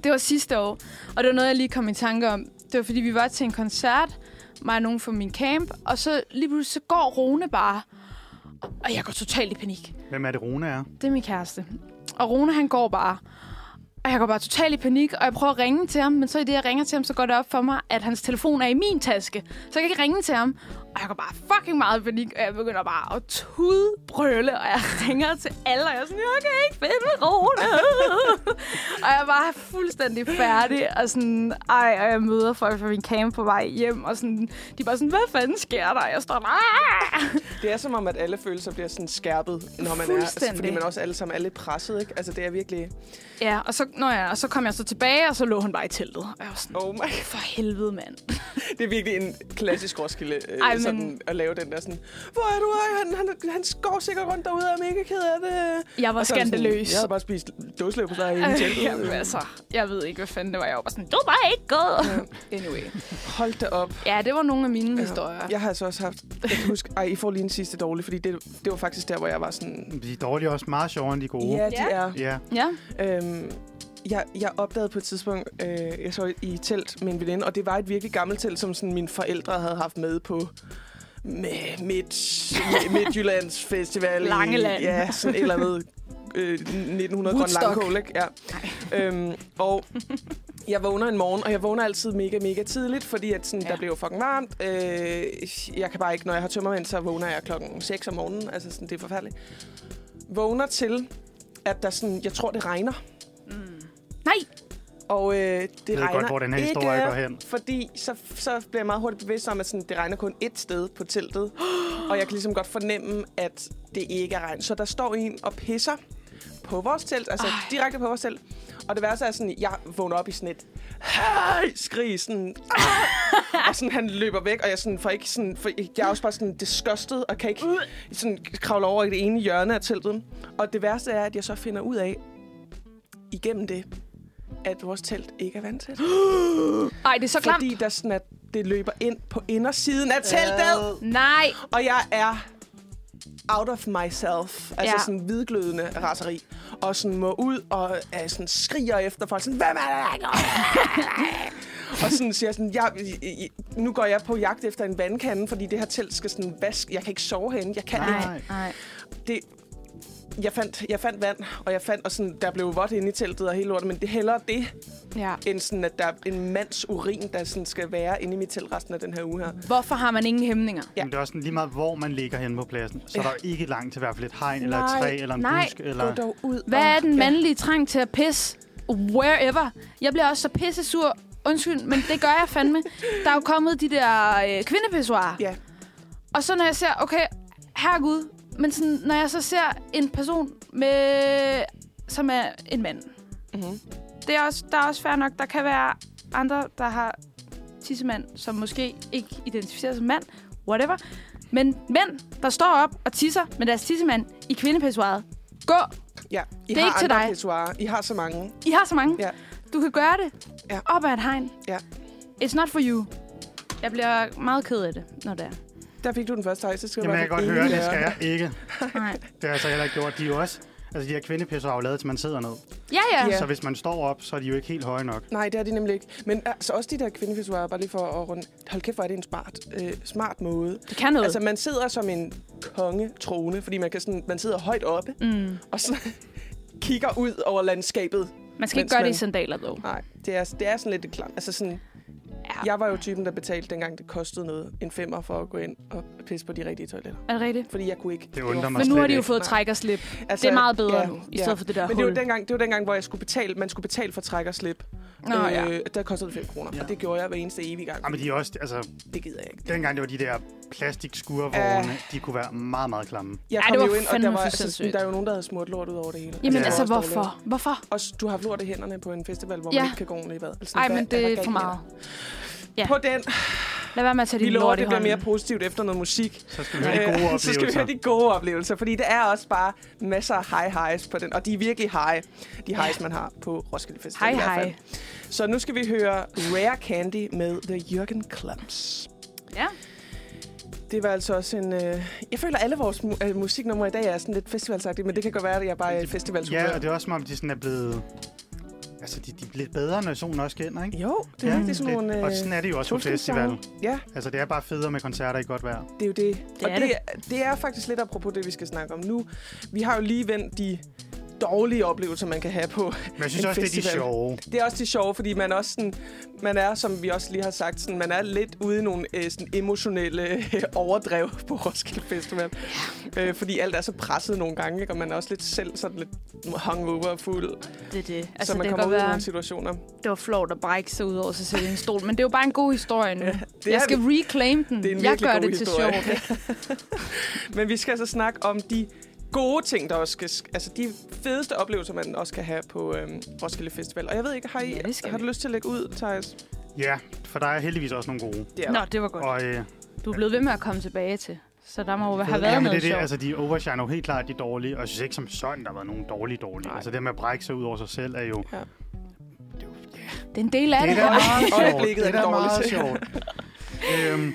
Det var sidste år, og det var noget, jeg lige kom i tanke om. Det var, fordi vi var til en koncert, mig og nogen fra min camp, og så lige pludselig så går Rune bare, og jeg går totalt i panik.
Hvem er det, Rune er?
Det er min kæreste. Og Rune, han går bare. Og jeg går bare totalt i panik, og jeg prøver at ringe til ham, men så i det, jeg ringer til ham, så går det op for mig, at hans telefon er i min taske. Så jeg kan ikke ringe til ham. Og jeg går bare fucking meget i panik, og jeg begynder bare at tudbrøle, og jeg ringer til alle, og jeg er sådan, jeg kan ikke finde Rune. og jeg er bare fuldstændig færdig, og sådan, ej, og jeg møder folk fra min camp på vej hjem, og sådan, de er bare sådan, hvad fanden sker der? Og jeg står bare, "Ah!"
Det er som om, at alle følelser bliver sådan skærpet, når man er... Altså, fordi
Fuldstændig.
man også alle sammen er lidt presset, ikke? Altså, det er virkelig...
Ja, og så, når jeg, og så kom jeg så tilbage, og så lå han bare i teltet. Og jeg var sådan,
Oh my
for helvede, mand.
Det er virkelig en klassisk Roskilde, øh,
Ej,
Ej,
men-
men... sådan, at lave den der sådan, hvor er du? Ej, han, han, han går sikkert rundt derude og er mega ked af det.
Jeg var
Og så er det
skandaløs.
Sådan, jeg havde bare spist dåseløb på dig i teltet.
Jamen, altså, jeg ved ikke, hvad fanden det var. Jeg var bare sådan, du er bare ikke gået. Anyway.
Hold da op.
Ja, det var nogle af mine historier.
Jeg har altså også haft, jeg kan huske, ej, I får lige en sidste dårlig, fordi det, det var faktisk der, hvor jeg var sådan,
De er dårlige også meget sjovere end de gode.
ja, de er.
Ja.
Ja.
Øhm, jeg, jeg opdagede på et tidspunkt, øh, jeg så i et telt med en veninde, og det var et virkelig gammelt telt, som sådan mine forældre havde haft med på med midt, Midtjyllands Festival. i-
Langeland.
Ja, sådan et eller andet øh, 1900 grøn
Woodstock.
langkål, ikke? Ja. Øhm, og jeg vågner en morgen, og jeg vågner altid mega, mega tidligt, fordi at sådan,
Ja.
ja. der bliver jo fucking varmt. Øh, jeg kan bare ikke, når jeg har tømmermænd, så vågner jeg klokken 6 om morgenen. Altså sådan, det er forfærdeligt. Vågner til, at der sådan, jeg tror, det regner.
Nej,
Og øh, det
Jeg ved
regner
godt, hvor den her
ikke,
historie går hen.
fordi så, så bliver jeg meget hurtigt bevidst om, at sådan, det regner kun ét sted på teltet. Og jeg kan ligesom godt fornemme, at det ikke er regn. Så der står en og pisser på vores telt, altså Ej. direkte på vores telt. Og det værste er sådan, jeg vågner op i sådan et, hey! skrig, sådan, "Ah!" og sådan, han løber væk, og jeg sådan, får ikke sådan, for jeg er også bare sådan disgusted, og kan ikke sådan kravle over i det ene hjørne af teltet. Og det værste er, at jeg så finder ud af, igennem det, at vores telt ikke er vandtæt.
nej, det er så klamt.
Fordi der sådan, at det løber ind på indersiden af teltet,
Nej,
og jeg er out of myself. Altså
Ja.
ja. sådan hvidglødende raseri. Og sådan må ud og øh, sådan skriger efter folk. Sådan, hvem er det? der går?" og sådan siger sådan, jeg, i- i- nu går jeg på jagt efter en vandkande, fordi det her telt skal sådan vaske. Jeg kan ikke sove herinde. Jeg kan ikke
nej, nej.
det, jeg fandt, jeg fandt vand, og jeg fandt, og sådan, der blev vådt inde i teltet og hele lortet, men det er hellere det,
Ja.
end sådan, at der er en mands urin, der sådan skal være inde i mit telt resten af den her uge her.
Hvorfor har man ingen hæmninger?
Ja.
Men det er også sådan, lige meget, hvor man ligger hen på pladsen. Så
Ja.
der er ikke langt til i hvert fald et hegn, eller et
Nej,
træ, eller en
nej.
busk. Eller...
Gå dog ud.
Hvad
og-
er den
Ja.
mandlige trang til at pisse? Wherever. Jeg bliver også så pissesur. Undskyld, men det gør jeg fandme. Der er jo kommet de der øh, kvindepissoirer.
Ja,
Og så når jeg ser, okay, herregud, men sådan, når jeg så ser en person, med, som er en mand, mm-hmm. det er også, der er også fair nok, der kan være andre, der har tissemand, som måske ikke identificerer sig som mand, whatever. Men mænd, der står op og tisser med deres tissemand i kvindepessoaret, gå
Ja, I
Det er
har
ikke til
andre
dig.
Pissoirer. I har så mange.
I har så mange.
Ja.
Du kan gøre det.
Ja.
Op ad et hegn.
Ja.
It's not for you. Jeg bliver meget ked af det, når det er.
Der fik du den første, Heise. Skal du
Jamen,
i
jeg kan godt
hvert fald
høre,
ikke
det skal
lære.
jeg ikke.
Nej.
Det har jeg så heller ikke gjort. De er jo også... Altså, de her kvindepisser er jo lavet, til man sidder ned.
Ja, ja.
Ja.
Så hvis man står op, så er de jo ikke helt høje nok.
Nej, det er de nemlig ikke. Men altså også de der kvindefisuarer, bare lige for at runde. Hold kæft, hvor er det en smart, øh, smart måde.
Det kan noget.
Altså, man sidder som en kongetrone, fordi man, kan sådan, man sidder højt oppe,
mm.
og så kigger ud over landskabet.
Man skal ikke
mens
gøre det
man-
i sandaler, dog.
Nej, det er, det er sådan lidt en klam. Altså sådan,
Ja.
jeg var jo typen, der betalte dengang, det kostede noget, en femmer for at gå ind og pisse på de rigtige toiletter.
Er det rigtigt?
Fordi jeg kunne ikke.
Det undrer
var-
mig
Men nu
slet
har de jo
ikke.
fået
Nej.
træk og slip.
Altså,
Det er meget bedre nu, i stedet for det der
Men det var,
hul.
dengang, det var dengang, hvor jeg skulle betale, man skulle betale for træk og slip. Øh,
Nå, ja.
Der kostede det 5 kroner,
Ja.
og det gjorde jeg hver eneste evige gang.
Jamen, de er også... Altså,
Det gider jeg ikke.
dengang det var de der plastikskurvogne, de kunne være meget, meget klamme.
Jeg
Ej,
kom
det var
jo ind, og der
fandme
var,
for
altså,
sindssygt.
der er jo nogen, der havde smurt lort ud over det hele.
Jamen
Ja.
altså,
det var også
hvorfor?
dårligt.
Hvorfor?
Og s- du har haft lort i hænderne på en festival, hvor
Ja.
man ikke kan gå ordentligt i bad. Altså,
Ej,
hvad
men
der
det er
galt
for
med
meget.
dig?
Ja.
På den.
Lad være med at tage
Vi
din
lover,
lort i
det bliver mere
hånden.
positivt efter noget musik.
Så skal vi høre de gode
Øh, Så skal vi
oplevelser.
høre de gode oplevelser, fordi der er også bare masser af high highs på den. Og de er virkelig high, de highs, man har på Roskilde Festival
Hej,
i hvert fald.
hej.
Så nu skal vi høre Rare Candy med The Jürgen Klumps.
Ja.
Det var altså også en... Øh, jeg føler, at alle vores mu- øh, musiknumre i dag er sådan lidt festivalsagtige, men det kan godt være, at jeg bare er et festivalshumør.
Ja, og det er også som om, de sådan er blevet... Altså, de, de er blevet bedre, når solen også skinner, ikke?
Jo, det er
Ja,
rigtig sådan nogle... øh,
og sådan er det jo også på
solskinssange.
festival.
Ja,
Altså, det er bare federe med koncerter i godt vejr.
det er jo det.
Det
og
er
det, er- det er faktisk lidt apropos det, vi skal snakke om nu. Vi har jo lige vendt de dårlige oplevelser, man kan have på.
Men jeg synes
En
også, det er de
festival.
sjove.
Det er også det sjove, fordi man også sådan, man er, som vi også lige har sagt, sådan, man er lidt ude i nogle øh, sådan emotionelle øh, overdrev på Roskilde Festival. Øh, fordi alt er så presset nogle gange, ikke? og man er også lidt selv sådan lidt hungover og fuld.
Det er det.
Altså,
Altså,
så man
det kan
kommer
godt
ud i
være,
nogle situationer.
det var flot at brække sig ud over sig selv i en stol, men det er jo bare en god historie nu.
Ja, det
jeg
er
skal
det.
reclaim den.
Det er en
jeg
virkelig
gør
god
det til
historie.
sjovt. ikke?
Men vi skal altså snakke om de gode ting, der også skal... sk- Altså, de fedeste oplevelser, man også kan have på øhm, Roskilde Festival. Og jeg ved ikke, har, I,
Ja, det skal
har
vi.
du lyst til at lægge ud, Thijs?
Ja, for der er heldigvis også nogle gode.
Det
Nå, det var godt.
Og, øh,
Du er blevet ved med at komme tilbage til, så der må jo have
ja,
været
men
noget
det, er det,
sjovt.
altså, de overshiner jo helt klart de dårlige, og jeg synes ikke som sådan, der har været nogen dårlige dårlige.
Nej.
Altså det med at brække sig ud over sig selv er jo...
Ja.
Det er en del af det.
da
Rolf.
meget sjovt.
Øjeblikket
Det er
er
da meget
dårligt.
sjovt. øhm, men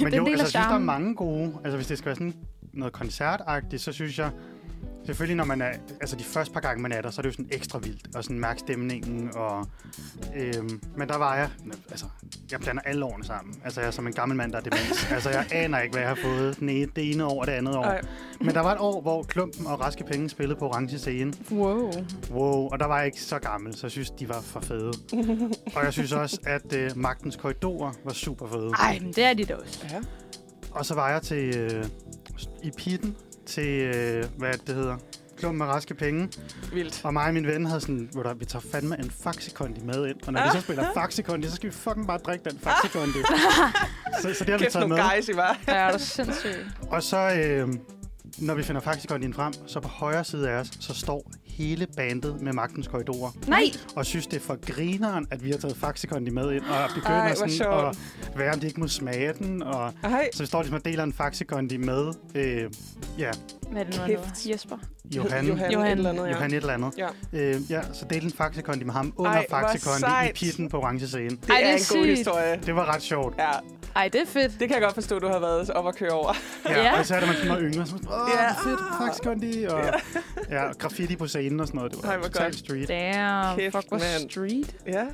en
jo,
del af
altså, jeg synes, der er
charmen.
mange gode. Altså hvis det skal være sådan noget koncertagtigt, så synes jeg... Selvfølgelig, når man er, altså de første par gange, man er der, så er det jo sådan ekstra vildt, og sådan mærke stemningen, og, øhm, men der var jeg, altså, jeg blander alle årene sammen. Altså, jeg er som en gammel mand, der er demens. altså, jeg aner ikke, hvad jeg har fået den ene, det ene år og det andet år.
Ej.
Men der var et år, hvor Klumpen og Raske Penge spillede på orange scene.
Wow.
Wow, og der var jeg ikke så gammel, så jeg synes, de var for fede. og jeg synes også, at øh, Magtens Korridorer var super fede.
Ej, men det er de da også.
Ja.
Og så var jeg til øh, i pitten til, øh, hvad er det, det hedder, Klumpen med Raske Penge.
Vildt.
Og mig og min ven havde sådan, hvor der, vi tager fandme en faxikondi med ind. Og når vi så spiller faxikondi, så skal vi fucking bare drikke den faxikondi. så, så det har vi
Kæft
taget
nogle
med.
guys, I var.
Ja, er du sindssygt.
Og så, øh, når vi finder faxikondien frem, så på højre side af os, så står hele bandet med Magtens Korridorer.
Nej,
Og synes, det er for grineren, at vi har taget faxikondi med ind, og begynder
Ej, hvor
sådan
sjovt.
at være, om de ikke må smage den. Og,
Ej,
så vi står ligesom og deler en faxikondi med øh, ja,
hvad er det nu, han
Kæft.
hedder? Jesper.
Johan.
Johan.
Johan, Johan. Et eller andet, ja.
Johan et eller andet.
Ja.
Øh, ja, så delte en faxikondi med ham under
Ej, hvor
faxikondi i
sejt.
pitten på orange scene.
Det
Ej,
Ej,
det
det er,
er
en god
sygt.
historie.
Det var ret sjovt.
Ja,
Ej, det er fedt.
det kan jeg godt forstå, du har været op at køre over.
Ja,
Ja.
ja. Og så er det, man sådan var yngre. Så, Åh,
Ja.
ja. fedt, faxikondi. Og, ja. ja, graffiti på scenen og sådan noget. Det var
Ej, hvor
totalt
godt.
street.
Damn,
Kæft,
fuck, hvor
mand.
street.
Ja,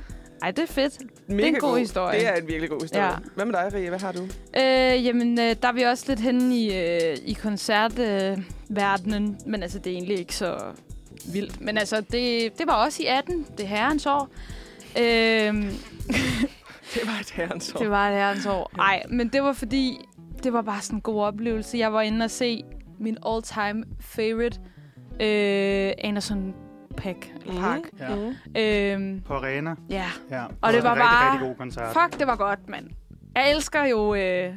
Ej, det er fedt.
mega
en god historie.
Det er en virkelig god historie.
Ja.
Ja. Hvad med dig, Rie? Hvad har du?
Øh, jamen, øh, der er vi også lidt henne i, øh, i koncertverdenen, øh, verdenen. men altså, det er egentlig ikke så vildt. Men altså, det, det var også i 18, det er herrens år. Øh,
Det var et herrens år.
det var et herrens år. Ej, men det var fordi, det var bare sådan en god oplevelse. Jeg var inde og se min all-time favorite, øh, Anderson Pack.
Mhm.
Park.
Ja.
Mhm.
Øh,
På arena.
ja,
Ja.
Og det var
en rigtig,
bare-
rigtig god koncert.
Fuck, det var godt, mand. Jeg elsker jo øh,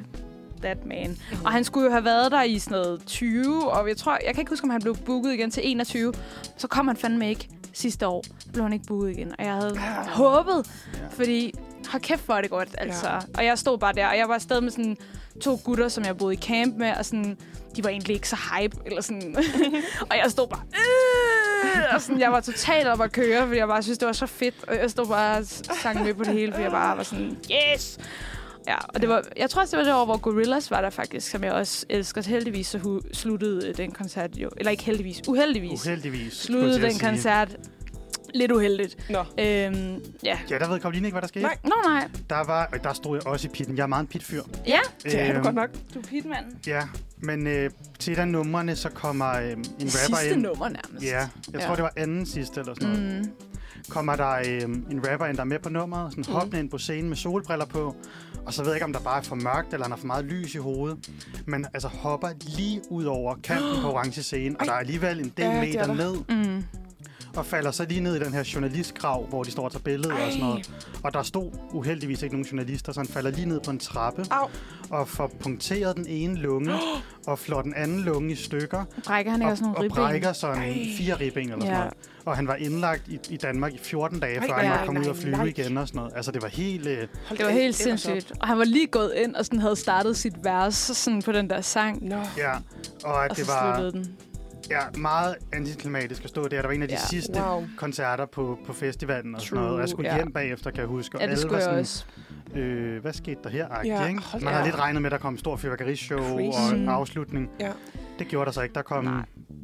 That Man. Og han skulle jo have været der i sådan noget 20, og jeg tror, jeg kan ikke huske, om han blev booket igen til 21. Så kom han fandme ikke sidste år. Så blev han ikke booket igen, og jeg havde håbet, fordi hold kæft, hvor er det godt, altså.
Ja.
Og jeg stod bare der, og jeg var afsted med sådan to gutter, som jeg boede i camp med, og sådan, de var egentlig ikke så hype, eller sådan. og jeg stod bare, "Øh!" og sådan, jeg var totalt op at køre, fordi jeg bare synes, det var så fedt. Og jeg stod bare og sang med på det hele, fordi jeg bare var sådan, yes! Ja, og det var, jeg tror også, det var det år, hvor Gorillaz var der faktisk, som jeg også elsker. Heldigvis så hu- sluttede øh, den koncert jo, eller ikke heldigvis, uheldigvis,
Uheldigvis. skulle jeg
sluttede
til at
den
sige.
koncert lidt uheldigt.
Nå,
Øhm, ja.
Ja, der ved Karoline ikke, hvad der skete.
Nej.
Nå nej.
Der, var, øh, der stod jeg også i pitten. Jeg er meget en pitfyr.
Ja,
det er du
Øhm,
godt nok.
du er pitmanden.
Ja, men øh, til et af numrene, så kommer øh, en rapper
Sidste
ind.
nummer nærmest.
Ja, jeg
Ja.
tror, det var anden sidste eller sådan noget.
Mm.
Kommer der øh, en rapper ind, der er med på nummeret, sådan hoppende ind på scenen med solbriller på. Og så ved jeg ikke, om der bare er for mørkt, eller han har for meget lys i hovedet. Men altså hopper lige ud over kanten på orange scenen, og der er alligevel en del
Ja, det er
meter
der.
ned.
Mm.
Og falder så lige ned i den her journalistgrav, hvor de står og tager billeder og sådan
Ej.
noget. Og der stod uheldigvis ikke nogen journalister, så han falder lige ned på en trappe.
Au.
Og får punkteret den ene lunge, og flår den anden lunge i stykker.
Brækker han ikke også
og,
nogle
og
ribben?
brækker sådan fire ribben eller sådan
Ja.
noget. Og han var indlagt i, i Danmark i 14 dage,
Ej,
før han
nej,
måtte komme ud
nej,
og flyve
nej.
igen og sådan noget. Altså, det var helt... Øh,
Hold
Det var
da
helt
ellers op.
sindssygt. Og han var lige gået ind og sådan havde startet sit vers sådan på den der sang.
Nå,
ja, og at
Og så
det var
sluttede den.
ja, meget antiklimatisk at stå der. Der var en af de
Ja.
sidste
Wow.
koncerter på, på festivalen og sådan
True,
noget. Og jeg skulle
ja.
hjem bagefter, kan jeg huske. Og
Ja, det
alle
skulle
var
jeg
sådan,
også.
øh, hvad skete der her?
Ja,
Ja, ikke?
hold
Man havde
da op.
lidt regnet med, at der kom en stor fyrværkerishow og
Crazy.
en afslutning.
Ja.
Det gjorde der så ikke. Der kom
Nej.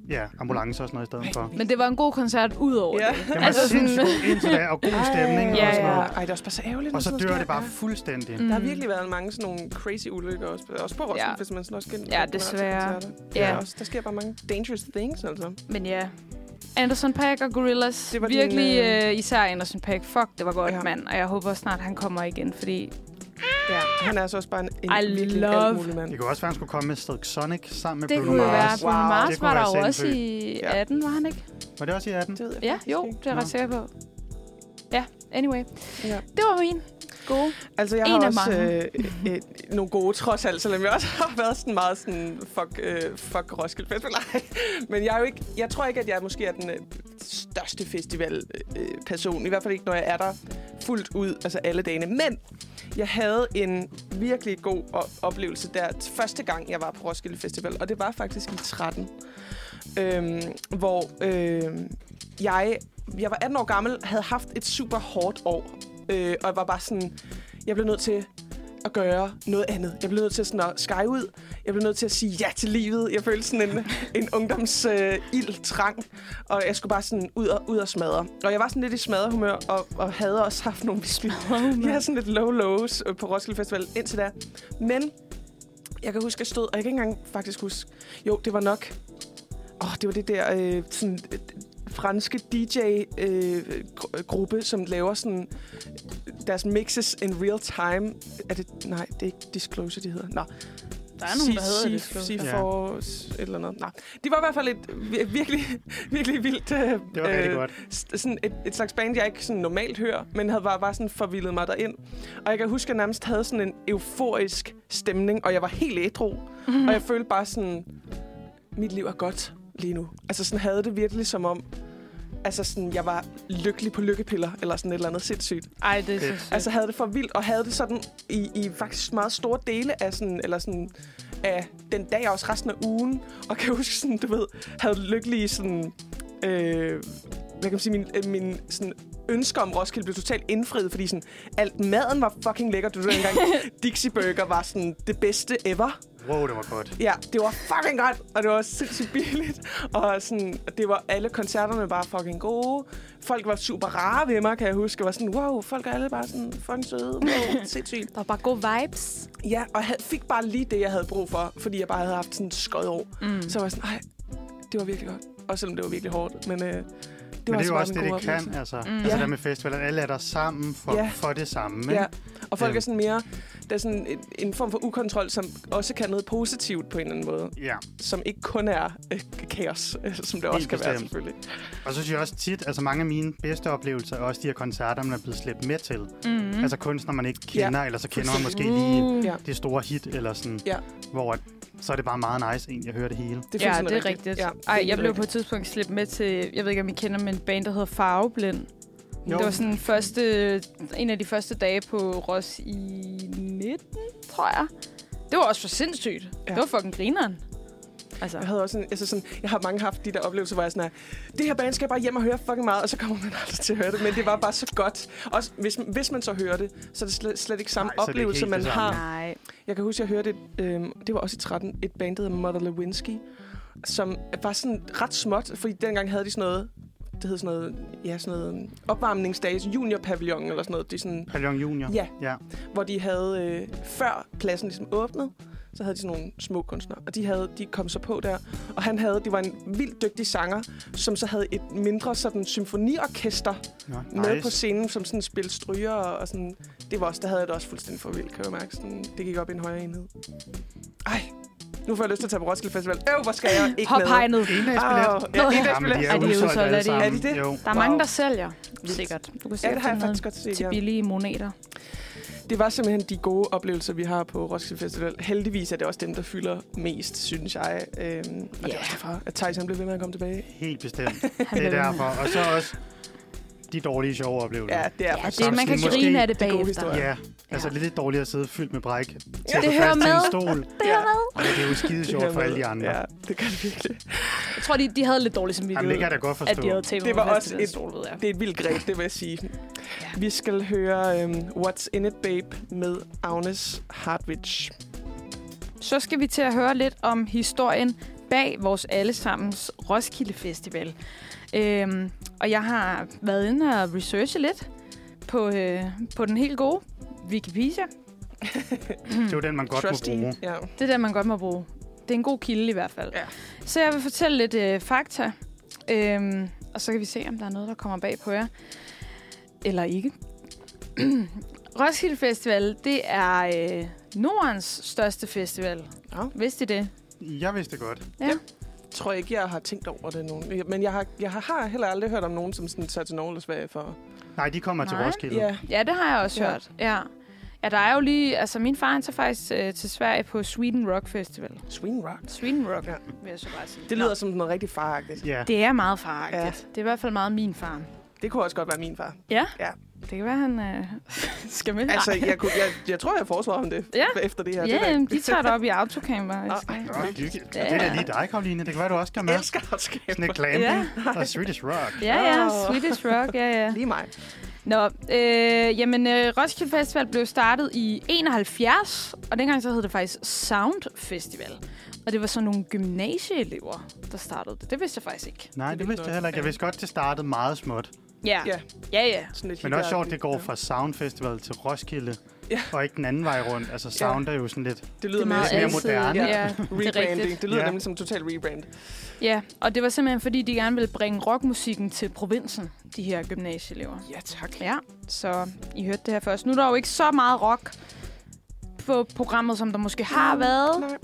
ja, ambulancer og sådan noget i
Ej,
stedet for.
Men det var en god koncert ud over
Ja.
det.
Det var altså, sindssygt god indtil da, og god stemning
ja,
og sådan
ja.
noget.
Ej, det er også bare så ærgerligt. når
Og så
sådan noget
dør
sker.
det bare
Ja.
fuldstændig.
Mm.
Der har virkelig været mange sådan nogle crazy ulykker, også, også på Roskilde, ja.
Ja.
hvis man slår skin.
Ja, desværre.
Ja.
Ja.
Der, også, der sker bare mange dangerous things, altså.
Men ja. Anderson Pack og Gorillaz.
Det var din,
virkelig
øh,
øh, især Anderson Pack. Fuck, det var godt,
Ja.
ja. mand. Og jeg håber snart, han kommer igen, fordi...
Ja. Han er altså også bare en, en
I
virkelig
love-
alt mulig mand.
Det kunne også være, han skulle komme med Silk Sonic sammen med
Det
Bruno
kunne jo være,
Mars.
at
Wow.
Bruno Mars
Det kunne
var der
være
jo også
sindssygt.
i
Ja.
18, var han ikke?
Var det også i 18?
Det ved jeg
Ja,
faktisk
jo,
ikke.
det er jeg ret
Nå.
sikker på. Ja, anyway.
Ja.
Det var min gode.
Altså, jeg
En
har
af
også
mange.
øh, øh, nogle gode trods alt, selvom jeg også har været sådan meget sådan, fuck, øh, fuck Roskilde Festival. Ej. Men jeg, er jo ikke, jeg tror ikke, at jeg måske er den øh, største festivalperson. I hvert fald ikke, når jeg er der fuldt ud, altså alle dagene. Men jeg havde en virkelig god o- oplevelse der første gang, jeg var på Roskilde Festival. Og det var faktisk i 13. Øhm, hvor øh, jeg, jeg var 18 år gammel, havde haft et super hårdt år. Øh, og jeg var bare sådan, jeg blev nødt til at gøre noget andet. Jeg blev nødt til sådan at sky ud. Jeg blev nødt til at sige ja til livet. Jeg følte sådan en, en ungdoms øh, ild trang, og jeg skulle bare sådan ud og, ud og smadre. Og jeg var sådan lidt i smadrehumør, og, og havde også haft nogle virkelig jeg havde sådan lidt low lows øh, på Roskilde Festival indtil da. Men jeg kan huske, at jeg stod, og jeg kan ikke engang faktisk huske. Jo, det var nok. Åh, oh, det var det der øh, sådan, øh, franske DJ-gruppe, som laver sådan deres mixes in real time. Er det, nej, det er ikke Disclosure, de hedder. Nå.
Der er nogen, der hedder det,
C-
skal
C-
jeg.
C4 et eller noget. Nej, de var i hvert fald et vir- virkelig, virkelig vildt øh,
Det var rigtig godt.
s- sådan et, et slags band, jeg ikke sådan normalt hører, men havde bare, bare sådan forvildet mig derind. Og jeg kan huske, at jeg nærmest havde sådan en euforisk stemning, og jeg var helt ædru. Mm. Og jeg følte bare sådan, mit liv er godt lige nu. Altså sådan havde det virkelig som om, altså sådan, jeg var lykkelig på lykkepiller, eller sådan et eller andet sindssygt.
Ej, det er så
Fedt.
sødt.
Altså havde det for vildt, og havde det sådan i, i faktisk meget store dele af sådan, eller sådan, af den dag, og også resten af ugen. Og kan huske sådan, du ved, havde lykkelige sådan, øh, hvad kan man sige, min, øh, min sådan, ønsker om Roskilde blev totalt indfriet, fordi sådan, alt maden var fucking lækker. Du ved engang, Dixie Burger var sådan det bedste ever.
Wow, det var godt.
Ja, det var fucking godt, og det var sindssygt billigt. Og sådan, det var, alle koncerterne var fucking gode. Folk var super rare ved mig, kan jeg huske. Jeg var sådan, wow, folk er alle bare sådan fucking søde. Wow, sindssygt.
Der var bare gode vibes.
Ja, og jeg havde- fik bare lige det, jeg havde brug for, fordi jeg bare havde haft sådan et skød år. Mm. Så jeg var sådan, nej, det var virkelig godt. Også selvom det var virkelig hårdt, men øh, det
Det
var
Men det er jo
altså bare
også
den
det,
gode
det
oplevelse.
kan, altså. Mm. Altså der med festivalen, alle er der sammen for,
Ja.
yeah. for det samme, ikke?
Ja, og folk
Øhm.
er sådan mere, der er sådan en, en form for ukontrol, som også kan noget positivt på en eller anden måde.
Ja,
som ikke kun er øh, kaos, øh, som det også kan være
bestemt.
selvfølgelig.
og så synes jeg også tit, altså mange af mine bedste oplevelser er også de her koncerter, man er blevet slæbt med til. Mm. Altså kunstner, man ikke kender, ja. eller så kender man måske lige
Uh.
Ja.
det store hit, eller sådan,
Ja.
hvor at, så er det bare meget nice egentlig at høre det hele.
Det
Ja,
fuldstændig
det er rigtigt.
Ja,
Ja,
det er
Ej, jeg
helt
blev på
rigtigt.
et tidspunkt slæbt med til, jeg ved ikke, om I kender, men en band, der hedder Farveblind.
Jo.
Jo. Det var sådan første, en af de første dage på Ros i 19, tror jeg. Det var også for sindssygt. Ja.
Ja.
Det var fucking grineren.
Altså,
Jeg havde også en, altså sådan, jeg har mange haft de der oplevelser, hvor jeg sådan er, det her band skal jeg bare hjem og høre fucking meget, og så kommer man aldrig til at høre det, men det var bare så godt. Også hvis, hvis man så hører det, så er det slet, slet ikke samme
Nej, så er det ikke
oplevelse,
helt
man
det samme.
har.
Nej.
Jeg kan huske, jeg hørte et, øh, det var også i 13, et band, der hedder Mother Lewinsky, som var sådan ret småt, fordi dengang havde de sådan noget, det hed sådan noget, ja, sådan noget opvarmningsdages juniorpavillon eller sådan noget, de sådan,
Pallon Junior.
Ja.
ja.
hvor de havde, øh, før pladsen ligesom åbnede, så havde de sådan nogle små kunstnere, og de, havde, de kom så på der, og han havde, det var en vildt dygtig sanger, som så havde et mindre sådan symfoniorkester
Nå,
nice. med på
nice.
scenen, som sådan spillede stryger, og, og sådan, det var også, der havde jeg det også fuldstændig for vildt, kan jeg mærke. Sådan, det gik op i en højere enhed. Ej, nu får jeg lyst til at tage på Roskilde Festival. Øv, hvor skal jeg ikke
Hop
med?
hegnet.
Endagsbillet.
Åh, ja, en
Jamen, de
Er de
er udsolgt
udsolgt, er
alle
de?
sammen.
Er de det?
Jo.
Der er mange,
Wow.
der sælger. Sikkert. Du kan
Ja,
sikkert
det har jeg
finde noget
faktisk godt set,
til
ja.
billige moneter.
Det var simpelthen de gode oplevelser, vi har på Roskilde Festival. Heldigvis er det også dem, der fylder mest, synes jeg. Øhm, og det er
Ja.
også derfor, at Thijs han blev ved med at komme tilbage.
Helt bestemt. Det er derfor. Og så også de dårlige sjove oplevelser.
Ja, det er
Ja,
faktisk
det, man kan
Måske
grine af det
de gode
bagefter.
historier.
Ja, altså
Ja.
lidt dårligt at sidde fyldt med bræk. Tæppet
det
fast til
hører
en
med.
stol.
Det
Ja.
er med.
Og det er jo skide
Det
sjovt for
med-
alle de andre.
Ja, det gør det virkelig.
jeg tror, de, de havde lidt dårlig
Jamen,
samvittighed.
det kan jeg da godt
at
forstå.
de havde tæppet
Det
mig
var
fast
også
i den
et-
stol, ved jeg.
Det er et vildt greb, det vil jeg sige.
Ja.
Vi skal høre øhm, What's In It Babe med Agnes Hartwich.
Så skal vi til at høre lidt om historien bag vores allesammens Roskilde Festival. Øhm, og jeg har været inde og researche lidt på, øh, på den helt gode Wikipedia.
Det er jo den, man godt
Trusty.
må bruge.
Ja.
Det er den, man godt må bruge. Det er en god kilde i hvert fald.
Ja.
Så jeg vil fortælle lidt øh, fakta, øhm, og så kan vi se, om der er noget, der kommer bag på jer. Eller ikke. Roskilde Festival, det er øh, Nordens største festival.
Ja.
Vidste I det?
Jeg vidste det godt.
tror ikke, jeg har tænkt over det nogen. Men jeg har, jeg har- har heller aldrig hørt om nogen, som sådan tager til Norge eller Sverige for...
Nej, de kommer til
Nej.
Roskilde.
Ja,
Ja, det har jeg også
Ja.
ja. hørt. Ja. ja, der er jo lige... Altså, min far han tager faktisk øh, til Sverige på Sweden Rock Festival.
Swing Rock.
Sweden Rock,
Ja.
ja. vil jeg så bare sige.
Det lyder som noget rigtig faragtigt.
Ja.
Det er meget faragtigt.
Ja.
Ja. Det er i hvert fald meget min far.
Det kunne også godt være min far.
Det kan være, han øh, skal med.
Altså, jeg, kunne, jeg, jeg tror, jeg foreslår ham det
Ja.
efter det
Ja,
her.
altså.
Det er da-
ja de tager det op i autocamper.
Åh,
Nå, hyggeligt.
Ja.
Det er da lige dig, Karoline. Det kan være, du også skal med.
Jeg elsker
Sådan
hotskaber.
lidt glamping
Ja.
og Swedish rock.
Ja, ja,
Åh.
Swedish Rock, ja, ja.
Lige mig.
Nå, øh, jamen, øh, Roskilde Festival blev startet i 71, og dengang så hed det faktisk Sound Festival. Og det var så nogle gymnasieelever, der startede det. Det vidste jeg faktisk ikke.
Nej,
Det
det
er
vidste jeg
vildt
heller
nok.
ikke. Jeg vidste godt, det startede meget småt.
Ja,
Ja.
ja, ja. ja.
Sådan lidt
Men også sjovt,
hyggeagtigt.
det går fra Sound Festival til Roskilde.
Ja.
Og ikke den anden vej rundt. Altså, Sound er jo sådan lidt...
Det lyder
er
mere
meget
mere
altid-
moderne.
Ja, det er
rebranding.
rigtigt.
Det lyder
Ja.
nemlig som total rebrand.
Ja, og det var simpelthen, fordi de gerne ville bringe rockmusikken til provinsen, de her gymnasieelever.
Ja, tak.
Ja, så I hørte det her først. Nu er der jo ikke så meget rock på programmet, som der måske
Mm.
har været.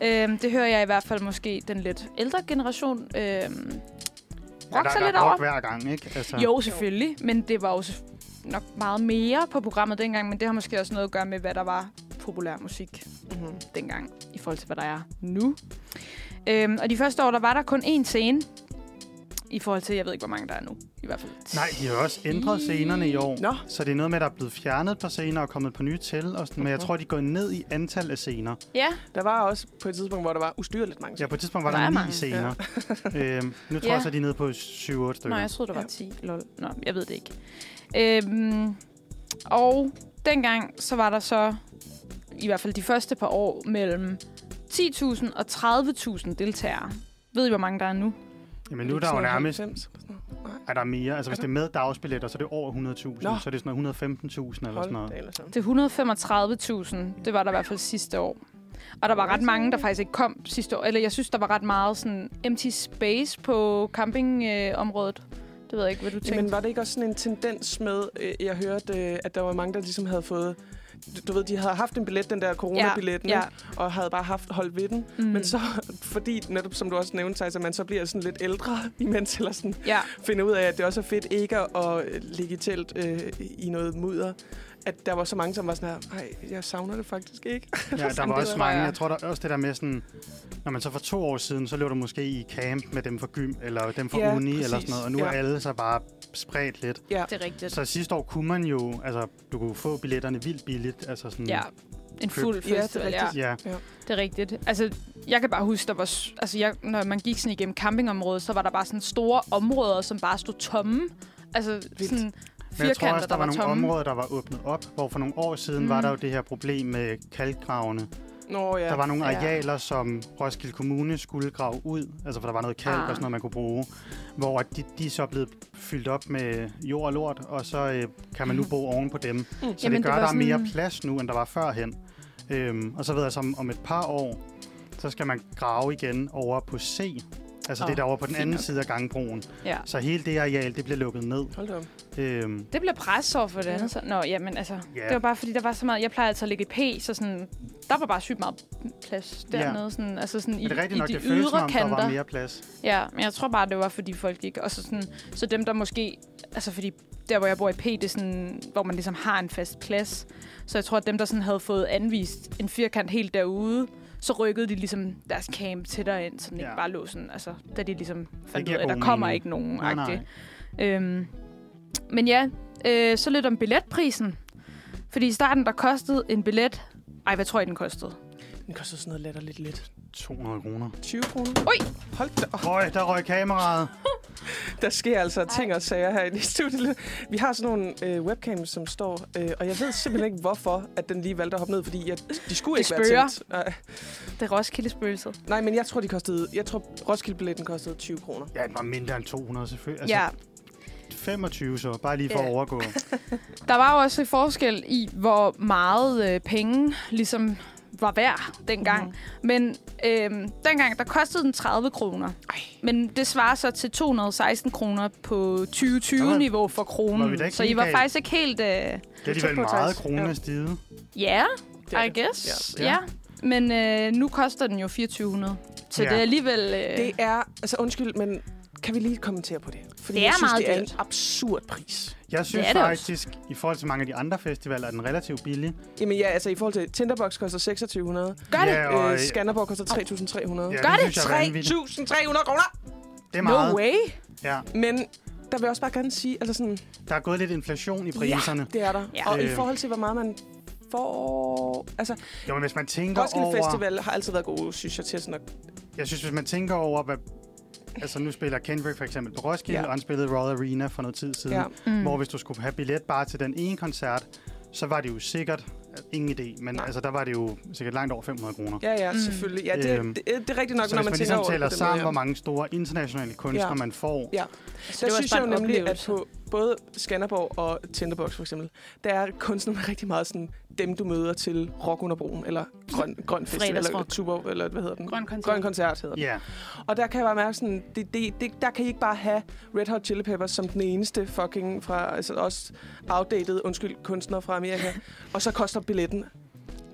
Nej.
Øhm, det hører jeg i hvert fald måske den lidt ældre generation. Øhm,
Ja, der,
sig
der
lidt
er
over.
rock hver gang, ikke? Altså,
jo, selvfølgelig, men det var jo se- nok meget mere på programmet dengang, men det har måske også noget at gøre med, hvad der var populær musik
Mm-hmm.
dengang, i forhold til, hvad der er nu. Øhm, og de første år, der var der kun én scene, i forhold til, jeg ved ikke, hvor mange der er nu, i hvert fald.
Nej, de har også ændret scenerne
Mm.
i år.
Nå.
Så det er noget med, at der er blevet fjernet på scener og kommet på nye til. Og sådan, men jeg tror, de går ned i antal af scener.
Ja,
Der var også på et tidspunkt, hvor der var ustyrligt mange.
Ja, på et tidspunkt var
Der
der,
er
ni
mange.
scener. øhm, nu tror
Ja.
jeg så, de er nede på 7-8 stykker.
Nå, jeg troede, det var
Ja.
10. Lol. Nå, jeg ved det ikke. Øhm, og dengang, så var der så, i hvert fald de første par år, mellem 10.000 og 30.000 deltagere. Ved I, hvor mange der er nu?
Jamen nu er der jo nærmest...
90 eller sådan noget. Nej.
Er der mere? Altså hvis
Er
det er med dagsbilletter, så er det over 100.000.
Nå.
Så er det sådan noget 115.000 eller sådan
Hold da
noget.
ellers op.
Det er 135.000. Det var der i hvert fald sidste år. Og der var ret mange, der faktisk ikke kom sidste år. Eller jeg synes, der var ret meget sådan empty space på campingområdet. Øh, området. det ved jeg ikke, hvad du tænker.
Men var det ikke også sådan en tendens med, øh, jeg hørte, øh, at der var mange, der ligesom havde fået, du- du ved, de havde haft en billet, den der coronabilletten,
ja.
ikke? og havde bare haft holdt ved den. Mm. Men så, fordi netop som du også nævnte, Thijs, at man så bliver sådan lidt ældre imens, eller sådan
ja.
finder ud af, at det også er fedt ikke at øh, ligge i telt øh, i noget mudder, at der var så mange, som var sådan her, nej, jeg savner det faktisk ikke.
Ja, der var
det
også
tror
mange.
jeg.
Jeg tror der er også det der med sådan... Når man så for to år siden, så løb du måske i camp med dem fra gym, eller dem fra
Ja,
uni, eller sådan
præcis.
noget. Og nu
Ja.
er alle så bare spredt lidt.
det er rigtigt.
Så sidste år kunne man jo, altså, du kunne få billetterne vildt billigt, altså sådan
Ja, en
Køb.
fuld
Ja, det er
festival. Ja,
rigtigt.
Ja,
det er rigtigt. Altså, jeg kan bare huske, der var, s- altså, jeg, når man gik sådan igennem campingområdet, så var der bare sådan store områder, som bare stod tomme. Altså, sådan
men jeg tror
firkanter,
også, der var nogle
tomme.
områder, der var åbnet op, hvor for nogle år siden mm. var
Mm.
der jo det her problem med kalkgravene.
Nå ja.
Der var nogle
Ja.
arealer, som Roskilde Kommune skulle grave ud, altså for der var noget kalk
Ah.
og sådan noget, man kunne bruge, hvor at de, de er så blevet fyldt op med jord og lort, og så øh, kan man nu bo oven på dem. Så Jamen,
Mm. Jamen,
det gør,
det var
der er mere
sådan-
plads nu, end der var førhen. Øhm, og så ved jeg, som om et par år, så skal man grave igen over på C, altså oh,
Åh,
det der over på den
fint
anden
nok.
side af gangbroen.
Ja.
Så hele det areal, det bliver lukket ned.
Hold da op.
Øhm,
Det bliver pres over for det
Ja.
andet. Så. Nå, ja, men altså,
Ja.
yeah. det var bare fordi, der var så meget... Jeg plejede altså at ligge i P, så sådan, der var bare sygt meget plads
Ja.
dernede. Sådan, altså sådan i,
men det er rigtigt
i
nok,
de
det føles
ydre
som om, der
kanter.
var mere plads.
Ja, men jeg tror bare, det var fordi folk ikke... Og så, sådan, så dem, der måske... Altså fordi der, hvor jeg bor i P, det er sådan, hvor man ligesom har en fast plads. Så jeg tror, at dem, der sådan havde fået anvist en firkant helt derude, så rykkede de ligesom deres camp tættere ind, så den
Ja.
ikke bare lå sådan, altså, da de ligesom fandt ud
giver
af, at der
god
kommer
mening.
ikke nogen.
Nej, nej.
Øhm, men ja, øh, så lidt om billetprisen. Fordi i starten, der kostede en billet... Ej, hvad tror I, den kostede?
Den koster sådan noget latterligt lidt.
200 kroner.
20 kroner.
Ui!
Hold da op.
Øj, der røg kameraet.
Der sker altså ting og sager her i studiet. Vi har sådan nogle øh, webcams, som står, øh, og jeg ved simpelthen ikke, hvorfor at den lige valgte at hoppe ned, fordi jeg, de skulle
Det
ikke være
spørger.
tændt. Nej,
Det er Roskilde-spøgelset.
Nej, men jeg tror, de kostede, jeg tror, Roskilde-billetten kostede 20 kroner.
Ja, den var mindre end 200 selvfølgelig.
ja,
25 så, bare lige for
Ja.
at overgå.
Der var jo også et forskel i, hvor meget øh, penge ligesom var værd dengang.
Mhm.
Mm-hmm. Men øh, dengang, der kostede den 30 kroner. Men det svarer så til 216 kroner på
Der var-
2020-niveau for
var vi
kronen.
da ikke
så I
lige
var
galt.
faktisk ikke helt... Øh,
Det er alligevel
på,
meget
Thijs.
kroner
Ja.
ja. stiget.
ja,
Det er
I
det.
guess.
Ja.
Ja.
Ja.
ja. Men øh, nu koster den jo 2400. Så
Ja.
ja. det er alligevel... Øh,
Det er, altså undskyld, men kan vi lige kommentere på det? Fordi
Det
jeg
er
synes,
meget
det er
dyrt.
en absurd pris.
Jeg synes
er
det
det
det
også.
faktisk, i forhold til mange af de andre festivaler, er den relativt billig.
Jamen ja, altså i forhold til Tinderbox koster 2600,
Gør det?
Ja, og,
øh, Skanderborg koster 3300.
ja,
Gør det?
synes jeg er vanvittigt.
3.300 kroner!
Det er meget.
No way!
Ja,
Men der vil jeg også bare gerne sige, altså sådan,
der er gået lidt inflation i priserne.
det er der.
Ja.
Og i
Øh.
forhold til, hvor meget man får... Altså,
Ja. Jo, men hvis man tænker
Roskilde
over...
Festival har altid været gode, synes jeg, til sådan at...
Jeg synes, hvis man tænker over, hvad... Altså, nu spiller Kendrick for eksempel på Roskilde,
Ja.
ja. og han spillede Royal Arena for noget tid siden.
Ja.
Ja. Mm. Hvor hvis du skulle have billet bare til den ene koncert, så var det jo sikkert... Ingen idé, men
Nej.
altså, der var det jo sikkert langt over 500 kroner.
Ja, ja, mm. selvfølgelig. Ja, det,
Øhm,
det, det, er rigtigt nok,
så
når
hvis man
man, tænker
ligesom
over
tæller
det på den
sammen,
måde,
hvor mange store internationale kunstnere
Ja.
man får,
Ja.
Så
Der
det var
synes
bare
jeg jo
en
nemlig, at
oplevelse.
på både Skanderborg og Tinderbox for eksempel, der er kunstnerne rigtig meget sådan dem, du møder til Rock under broen, eller Grøn, grøn Festival, eller
Fredagsrock.
Tuborg, eller hvad hedder den?
Grøn Koncert.
Grøn koncert hedder den.
ja.
Og der kan jeg bare mærke sådan, det, det, det, der kan I ikke bare have Red Hot Chili Peppers som den eneste fucking fra, altså også outdated, undskyld, kunstner fra Amerika, og så koster billetten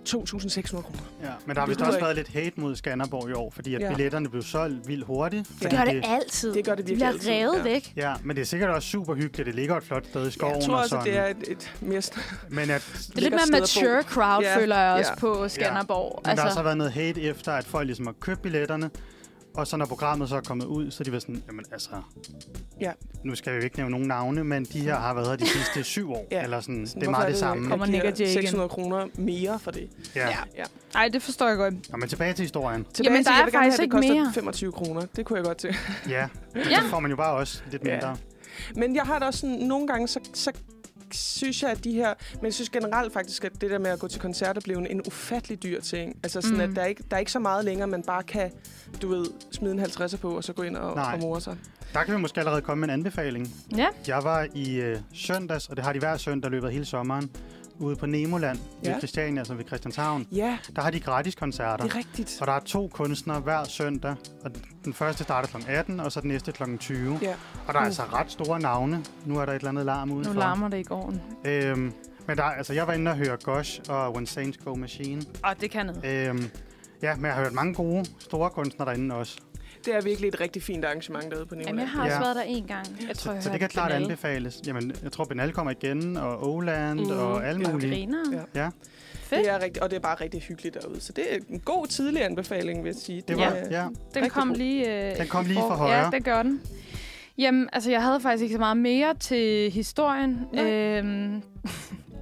2.600 kroner.
Ja, men der har vist
duer
også
ikke.
været lidt hate mod Skanderborg i år, fordi at
Ja.
ja. billetterne blev solgt vildt hurtigt.
Det
fordi
Gør det altid.
det gør det
De
virkelig
bliver
altid,
revet
ja.
væk.
Ja, men det er sikkert også super hyggeligt. Det ligger et flot sted i skoven
Jeg tror
og
også,
sådan.
at det er et, et mere... sådan-
Men, at,
Det er lidt
Lækker
mere
sted at bo.
mature crowd,
Ja,
yeah. føler jeg også
ja.
yeah. på Skanderborg.
men altså. der har så været noget hate efter, at folk ligesom har købt billetterne, og så når programmet så er kommet ud, så er de var sådan, jamen altså,
Ja.
nu skal vi jo ikke nævne nogen navne, men de her har været her de sidste syv år,
Ja.
ja. eller sådan,
Sådan,
det er
hvorfor
meget det,
at
samme.
Kommer
jeg giver
Nick og Jay igen?
600 kroner mere for det.
Ja.
Ja. ja.
Ej, det forstår jeg godt.
Nå, men tilbage til historien.
Tilbage
Jamen,
til,
der
jeg
er
vil gerne
faktisk
have, at det
ikke
koster
mere.
25 kroner. Det kunne jeg godt til.
Ja,
Ja.
så får man jo bare også lidt
Ja.
mindre.
Men jeg har det også sådan, nogle gange, så, så synes jeg, at de her... Men jeg synes generelt faktisk, at det der med at gå til koncerter blev en, en ufattelig dyr ting. Altså sådan, mm.
Mm.
at der er, ikke, der er ikke så meget længere, man bare kan, du ved, smide en 50'er på, og så gå ind og,
Nej.
og more sig.
Der kan vi måske allerede komme med en anbefaling.
Ja.
Jeg var i øh, søndags, og det har de hver søndag løbet hele sommeren, ude på Nemoland ja.
Ja.
ved Christiania, altså ved Christianshavn.
Ja,
Der har de gratis koncerter.
det er rigtigt.
Og der er to kunstnere hver søndag, og den første starter kl. 18, og så den næste kl. 20.
Ja.
Og der er
Uh.
altså ret store navne. Nu er der et eller andet larm udenfor.
Nu larmer det i gården.
Øhm, men der, er- altså, jeg var inde og høre Gosh og When Saints Go Machine.
Åh, det kan noget.
Øhm, ja, men jeg har hørt mange gode, store kunstnere derinde også.
Det er virkelig et rigtig fint arrangement derude på
Jamen, jeg
Nivåland.
har også
Ja.
været der en gang. Jeg tror, jeg
så det kan
hørte
klart
Benal.
anbefales. Jamen, jeg tror, Benal kommer igen, og Oland
Mhm.
mm, og alle
Ja.
mulige.
Griner.
Ja.
Ja.
Ja,
Fedt.
Det er rigtigt, og det er bare rigtig hyggeligt derude. Så det er en god tidlig anbefaling, vil jeg sige.
det var,
Ja.
ja. ja.
Den
rigtig
kom
god.
lige... Øh,
Den kom lige
for-
fra højre.
Ja, det gør den. Jamen, altså, jeg havde faktisk ikke så meget mere til historien.
Nej.
Øhm,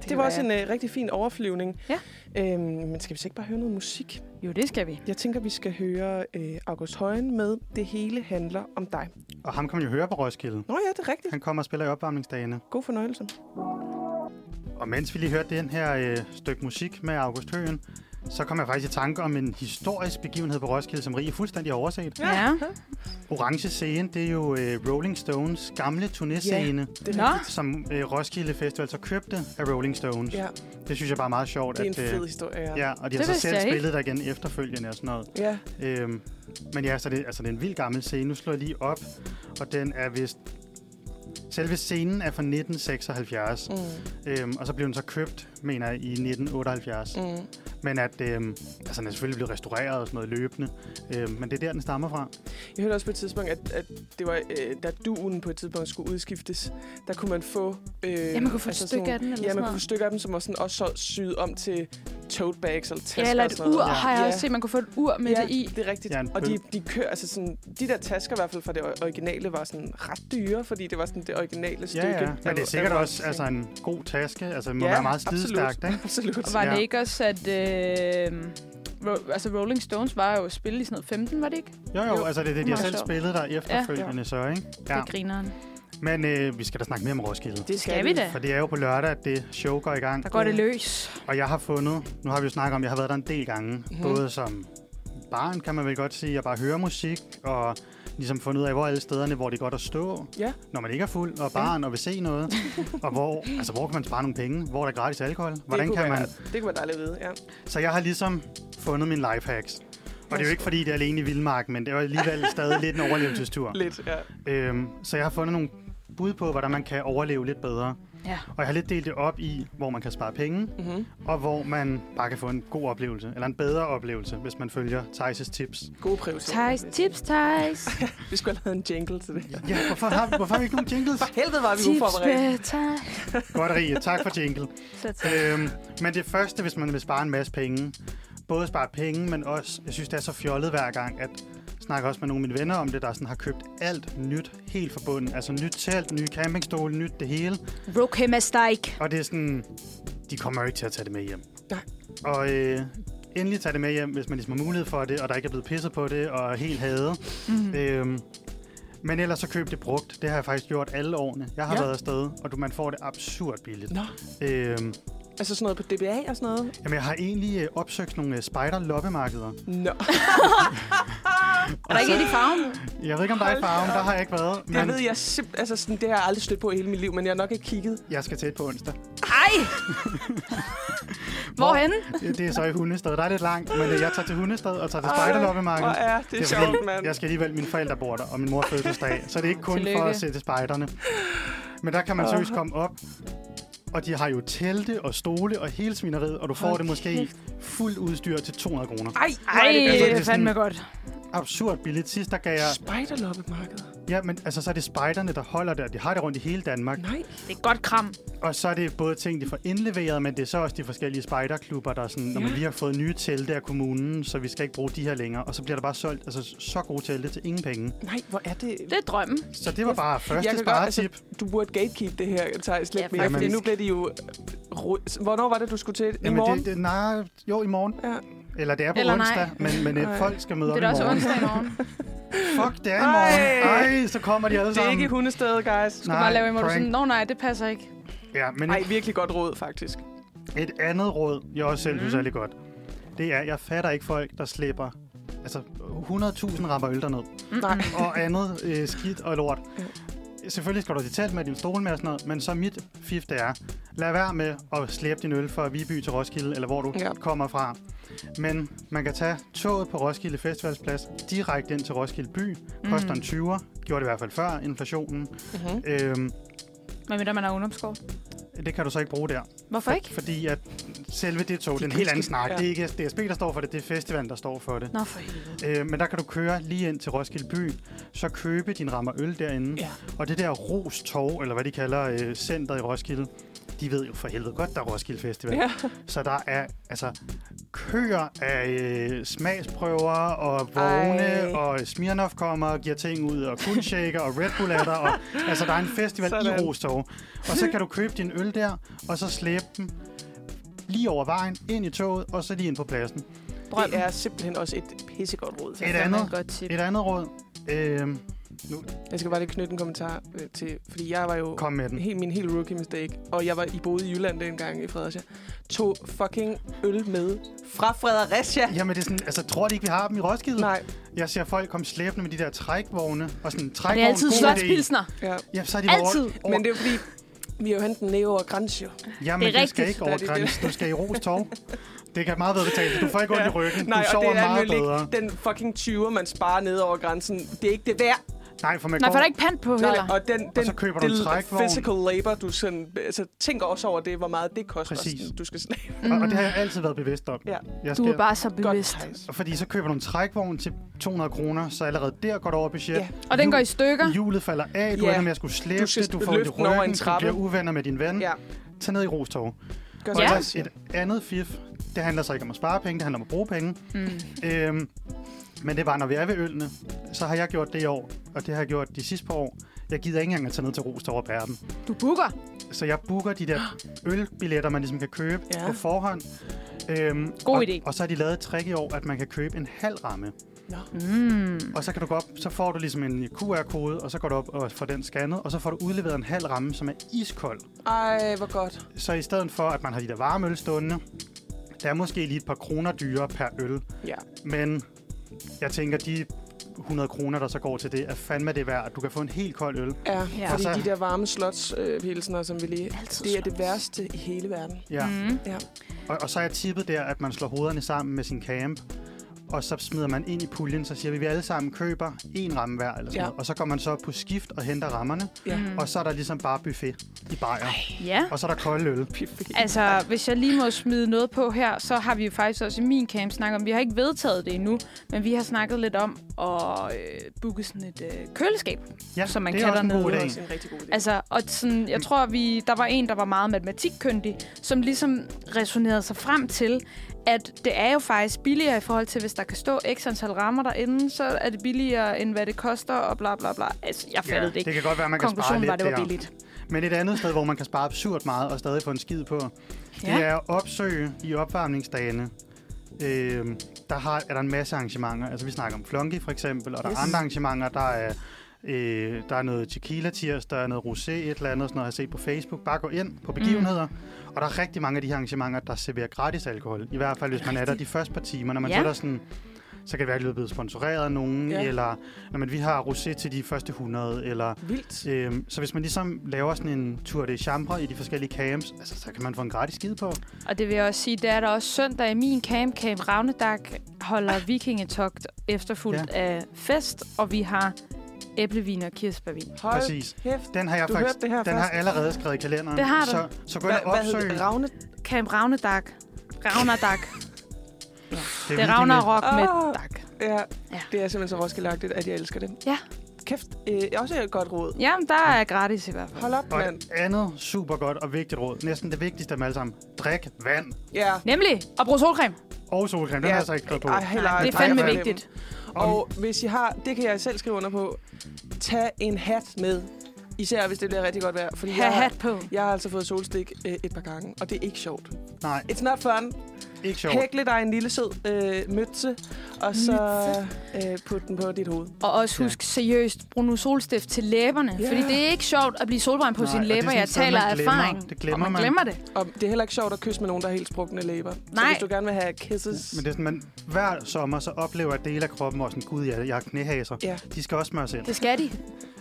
det
det var også en øh, rigtig fin overflyvning.
Ja.
Øhm, men skal vi så ikke bare høre noget musik?
Jo, det skal vi.
Jeg tænker, vi skal høre øh, August Højen med Det hele handler om dig.
Og ham kan man jo høre på Roskilde.
Nå ja, det er rigtigt.
Han kommer og spiller i opvarmningsdagene.
God fornøjelse.
Og mens vi lige hørte den her øh, stykke musik med August Høen, så kom jeg faktisk i tanke om en historisk begivenhed på Roskilde, som Rie fuldstændig har overset.
Ja. ja.
Orange Scene, det er jo øh, Rolling Stones gamle turnéscene, yeah.
Det er
Nå,
rigtigt.
som øh, Roskilde Festival så købte af Rolling Stones.
Ja,
Det synes jeg bare er meget sjovt.
det er en
at, øh,
fed historie. Ja.
Ja, og de har
Det
så
vidste
selv
jeg ikke.
spillet der igen efterfølgende og sådan noget.
ja.
Øhm, men ja, så det, altså, det er en vild gammel scene. Nu slår jeg lige op, og den er vist... Selve scenen er fra 1976,
Mm,
øhm, og så blev den så købt, mener jeg, i 1978. Mm.
mm.
Men at, øhm, altså, den er selvfølgelig blevet restaureret og sådan noget løbende, øhm, men det er der, den stammer fra.
Jeg hørte også på et tidspunkt, at, at det var, øh, da duen på et tidspunkt skulle udskiftes, der kunne man få... Øh,
ja, man kunne få altså et
sådan
stykke
nogle-
af den, eller
Ja,
sådan
man kunne få
noget.
stykker af dem, som var sådan også så syet om til tote bags eller tasker
Ja, eller
og
et
sådan
ur
noget.
har jeg
Ja.
også set. Man kunne få et ur med
ja,
det i.
det er rigtigt.
Ja,
Ja,
en
og de,
bøl.
de kører, altså sådan, de der tasker i hvert fald fra det or- originale var sådan ret dyre, fordi det var sådan det originale stykke.
Ja, ja.
der
Men det er
var-
sikkert
der var-
også altså, en god taske. Altså, den må
Ja,
ja, være meget
absolut.
slidstærkt, ikke?
Absolut.
Og var ja. det
Ja.
ikke også, at... Øh, ro- altså Rolling Stones var jo spillet i sådan noget 15, var det ikke?
Jo, jo,
Jo,
altså det er det, de har
meget
selv
sjovt.
spillet der efterfølgende ja, ja. så, ikke?
Ja.
Ja.
Det grineren.
Men øh, vi skal da snakke mere om Roskilde.
Det
Skal vi da?
For det er jo på lørdag, at det show går i gang.
Der går det
Ja.
løs.
Og jeg har fundet, nu har vi jo snakket om, jeg har været der en del gange,
Mhm.
mm-hmm. både som barn, kan man vel godt sige, og bare høre musik, og ligesom fundet ud af, hvor alle stederne, hvor det er godt at stå,
Ja.
når man ikke er fuld, og barn, og vil se noget, og hvor, altså, hvor kan man spare nogle penge, hvor er der gratis alkohol, hvordan
det kunne
kan
være,
man...
Det kunne være dejligt at vide, ja.
Så jeg har ligesom fundet min lifehacks. Og det er jo ikke, fordi det er alene i Vildmark, men det er jo alligevel stadig lidt en overlevelsestur.
Lidt, ja.
Øhm, så jeg har fundet nogle bud på, hvordan man kan overleve lidt bedre.
Ja.
Og jeg har lidt delt det op i, hvor man kan spare penge,
Mm-hmm.
og hvor man bare kan få en god oplevelse, eller en bedre oplevelse, hvis man følger Thijs' tips.
Gode prioriteter.
Thijs, tips, Thijs.
Vi skulle have lavet en jingle til det.
Ja, hvorfor har, hvorfor har vi ikke nogen jingles?
For helvede var vi
tips
uforberedt.
med Thijs.
Godt, Rie. Tak for jingle.
Så tak.
Øhm, men det første, hvis man vil spare en masse penge, både spare penge, men også, jeg synes, det er så fjollet hver gang, at jeg snakker også med nogle af mine venner om det, der sådan har købt alt nyt helt fra bunden. Altså nyt telt, nye campingstole, nyt det hele.
Rokemasteik.
Og det er sådan, de kommer jo ikke til at tage det med hjem.
Nej.
Og øh, endelig tage det med hjem, hvis man ligesom har mulighed for det, og der ikke er blevet pisset på det, og er helt hadet. Mm. Øhm, men ellers så køb det brugt. Det har jeg faktisk gjort alle årene. Jeg har
Ja.
ja. været afsted, og du, man får det absurd billigt.
Nå,
Øhm,
altså sådan noget på DBA og sådan noget?
jamen, jeg har egentlig øh, opsøgt nogle øh, spider-loppemarkeder.
Nå,
Er der ikke et i farven?
Jeg ved ikke, om der er i
Hold da
farven. Der
op.
har jeg ikke været.
det ved
Men
jeg simpelthen. Altså sådan, det har jeg aldrig stødt på i hele mit liv, men jeg har nok ikke kigget.
jeg skal tæt på onsdag.
Ej! Hvorhen?
Det, det er så i Hundested. Der er lidt langt, men øh, jeg tager til Hundested og tager til
Ej,
spider-loppemarkedet.
Hvor er det, det
Det er
sjovt,
fordi,
mand.
jeg skal alligevel, mine forældre bor der, og min mor har fødselsdag, så det er ikke kun Tillykke. for
Tillykke.
at se til spejderne. Men der kan man
Åh.
seriøst komme op, og de har jo telte og stole og hele svineriet, og du får
Hold
det måske
kæft.
fuldt udstyr til 200 kroner.
Ej,
Ej,
Altså, det er
det er fandme godt.
Absurd billigt. Sidst der gav jeg...
Spejderloppemarked.
Ja, men altså, så er det spejderne, der holder der. De har det rundt i hele Danmark.
Nej.
Det er godt kram.
Og så er det både ting, de får indleveret, men det er så også de forskellige spejderklubber, der er sådan, når man
Ja.
lige har fået nye telte af kommunen, så vi skal ikke bruge de her længere. Og så bliver der bare solgt altså, så gode telte til ingen penge.
Nej, hvor er det...
Det er drømmen.
Så det var bare første
kan godt-
sparetip.
altså, du burde gatekeep det her, Thijs, lidt
Ja,
mere, fordi
faktisk.
nu bliver de jo... ro- Hvornår var det, du skulle til? I
Jamen,
morgen?
Det, det, nej, jo, i morgen.
Ja.
Eller det er på
Eller
Eller
nej.
onsdag, men, men øh,
Nej.
folk skal møde
Det
op i
er da også
morgen.
onsdag i morgen.
Fuck, det er i
Ej.
morgen. Ej, så kommer de alle
Det er
sammen.
ikke i hundestedet, guys.
Du bare lave en, hvor du
prank.
sådan, nå nej, det passer ikke.
Ja, men
Nej, virkelig godt råd, faktisk.
et andet råd, jeg også selv synes er
Mm.
lidt godt, det er, jeg fatter ikke folk, der slipper altså 100.000 rammer øl derned,
Nej.
og andet øh, skidt og lort.
Ja.
Selvfølgelig skal du til talt med din stol med og sådan noget, men så mit fif det er, lad være med at slæbe din øl fra Viby til Roskilde, eller hvor du
Ja.
ja. kommer fra. Men man kan tage toget på Roskilde Festivalsplads direkte ind til Roskilde By, koster en 20'er, gjorde det i hvert fald før inflationen.
Mm-hmm.
Øhm,
Men mindre man har ungdomskort.
det kan du så ikke bruge der.
Hvorfor ikke?
Fordi at selve det tog, det
De
er en helt anden
pludselig-
snak.
ja.
Ja. Det er ikke DSB, der står for det, det er festivalen, der står for det.
Nå, for helvede.
Øh, men der kan du køre lige ind til Roskilde By, så købe din rammer øl derinde.
Ja.
Og det der Ros Torv, eller hvad de kalder øh, centret i Roskilde, de ved jo for helvede godt, der er Roskilde Festival.
Ja.
Så der er altså køer af øh, smagsprøver og vogne,
Ej.
Ej. og Smirnoff kommer og giver ting ud, og kunshaker og Red Bull er der. Og, altså, der er en festival Sådan.
Sådan.
i Rostov. Og så kan du købe din øl øl der, og så slæbe dem lige over vejen, ind i toget, og så lige ind på pladsen.
Drømmen.
Det er simpelthen også et pissegodt råd.
Et
Det er
andet,
et godt tip.
et andet råd, øh,
Jeg skal bare lige knytte en kommentar øh, til, fordi jeg var jo
kom med den.
helt, min helt rookie mistake, og jeg var i boede i Jylland dengang i Fredericia, tog fucking øl med fra Fredericia.
Jamen, det er sådan, altså, tror de ikke, vi har dem i Roskilde?
Nej,
Jeg ser folk komme slæbende med de der trækvogne, og sådan,
Og
trækvogne,
det er altid
god idé.
slotspilsner.
ja.
Ja, så er de
Altid.
Over, over,
Men det er jo fordi, vi har jo hentet nede over grænse jo.
Jamen,
Det er
du skal
rigtigt.
ikke
Der
over
er det, det-
grænsen. Du skal i Ros Torv. Det kan meget bedre betale sig. Du får ikke ondt i ryggen.
Nej,
du
og
sover
det er
meget
nemlig
bedre.
ikke den fucking 20'er, man sparer ned over grænsen. Det er ikke det værd.
Nej, for man
Nej,
går...
for der er ikke pant på heller.
Nej, og den, den,
Og så køber du en
det
trækvogn.
physical labor, du sådan, altså, tænker også over det, hvor meget det koster.
Præcis.
sådan, Du skal slæbe.
Og, og det har jeg altid været bevidst om.
Mm. Ja.
Jeg
Du er bare så bevidst.
Thijs.
Og Fordi så køber du en trækvogn til 200 kroner, så allerede der går du over budget.
Ja.
Og den går i stykker.
Hjulet falder af, du
Ja.
ender med at skulle slæbe
Du skal
det, du får ondt i
løfte den over en
ryggen, du
trappe.
bliver uvenner med din ven.
Ja.
Tag ned i Rostov.
Gør
Og
Ja.
ellers et andet fif, det handler så ikke om at spare penge, det handler om at bruge penge.
Mm.
Øhm, men det var, når vi er ved ølene, så har jeg gjort det i år, og det har jeg gjort de sidste par år. Jeg gider ikke engang at tage ned til Rostov og bære dem.
Du booker.
Så jeg booker de der ølbilletter, man ligesom kan købe ja.
Ja.
på forhånd. Øhm,
God
og,
idé.
Og så har de lavet et trick i år, at man kan købe en halv ramme.
Mm.
Og så kan du gå op, så får du ligesom en QR-kode, og så går du op og får den scannet, og så får du udleveret en halv ramme, som er iskold.
Ej, hvor godt.
Så i stedet for, at man har de der varme øl stående, der er måske lige et par kroner dyrere per øl,
Ja.
men jeg tænker, de 100 kroner, der så går til det, er fandme det værd, at du kan få en helt kold øl.
Ja,
Ja.
ja. fordi
Og så-
de der varme slotspilsner, som vi lige...
Altid
Det er det
slots.
værste i hele verden.
Ja.
Mm.
Og, og så er tippet der, at man slår hovederne sammen med sin camp, og så smider man ind i puljen, så siger vi, at vi alle sammen køber en ramme hver, eller sådan
Ja.
ja. noget. og så går man så på skift og henter rammerne,
Ja.
Mm.
og så er der ligesom bare buffet i bajer,
Ja.
og så er der kold øl.
Altså, hvis jeg lige må smide noget på her, så har vi jo faktisk også i min camp snakket om, vi har ikke vedtaget det endnu, men vi har snakket lidt om at øh, booke sådan et øh, køleskab.
Ja,
Så man
det er
kan
også en
dernede
god
Det er
idé.
også en rigtig god idé.
Altså, og sådan,
Mm.
jeg tror, vi, der var en, der var meget matematikkyndig, som ligesom resonerede sig frem til, at det er jo faktisk billigere i forhold til, hvis der kan stå x antal rammer derinde, så er det billigere, end hvad det koster, og bla bla bla. Altså, jeg fattede ja, det
det
ikke.
kan godt være, man kan spare
Konklusionen
lidt
var, at det var
der.
billigt.
Men et andet sted, hvor man kan spare absurd meget og stadig få en skid på, ja. det
Ja.
er at opsøge i opvarmningsdagene. Øhm, der har, er der en masse arrangementer. Altså, vi snakker om flunky for eksempel, og der yes.
Yes.
er andre arrangementer. Der er, øh, der er noget tequila tirs, der er noget rosé, et eller andet, sådan noget, jeg har set på Facebook. Bare gå ind på begivenheder. Mm. Og der er rigtig mange af de her arrangementer, der serverer gratis alkohol. I hvert fald, hvis man er der de første par timer. Når man
Ja.
ja. så er der sådan så kan det være, at det er blevet sponsoreret af nogen,
Ja.
ja. eller når man, vi har rosé til de første 100, eller
Vildt.
Øhm, så hvis man ligesom laver sådan en tur de chambre i de forskellige camps, altså, så kan man få en gratis skid på.
Og det vil jeg også sige, det er der også søndag i min camp, Camp Ravnedag, holder vikingetogt efterfulgt ja. af fest, og vi har æblevin og kirsebærvin.
Hold
Præcis.
kæft.
Den har jeg
Du
faktisk,
hørte det her
den har
først.
allerede skrevet i kalenderen.
Det har du.
Så, så gå ind
Hva,
og
hvad hedder
opsøg.
det? Ravne?
Camp Ravnedag. Ravnedag. Det er
virkelig
Ragnarok
Åh.
med dag.
Ah! Ja,
Ja.
det er simpelthen så roskilagtigt, at jeg elsker det.
Ja.
Kæft, øh, også et godt råd.
Jamen, der er gratis i hvert fald.
Hold op,
mit- Og
mand.
et andet super godt og vigtigt råd, næsten det vigtigste af dem alle sammen, drik vand
Ja.
Nemlig at bruge solcreme.
og solcreme. Den
Ja.
har jeg så altså ikke skrevet på.
Ej, heller,
Nej, det er
drik
fandme
vand.
vigtigt.
Og hvis I har, det kan jeg selv skrive under på, tag en hat med. Især hvis det bliver rigtig godt vejr. Fordi
Have
jeg, har-
hat på.
jeg har altså fået solstik øh, et par gange, og det er ikke sjovt.
Nej,
It's not fun.
ikke sjovt.
Hækle dig en lille sød øh, møtse, og så øh, put den på dit hoved.
Og også husk seriøst, brug nu solstift til læberne.
Ja.
Fordi det er ikke sjovt at blive solbrændt på
Nej,
sine
og det er
læber.
sådan
Jeg
et sted,
taler
man
af
glemmer.
erfaring.
Det glemmer
og man,
man.
glemmer det.
Og det er heller ikke sjovt at kysse med nogen, der er helt sprukne læber. Så
Nej.
hvis du gerne vil have kisses...
Men det er sådan, man hver sommer så oplever at dele af kroppen også sådan, gud, jeg, jeg har knæhaser.
Ja.
De skal også smøres ind.
Det skal de.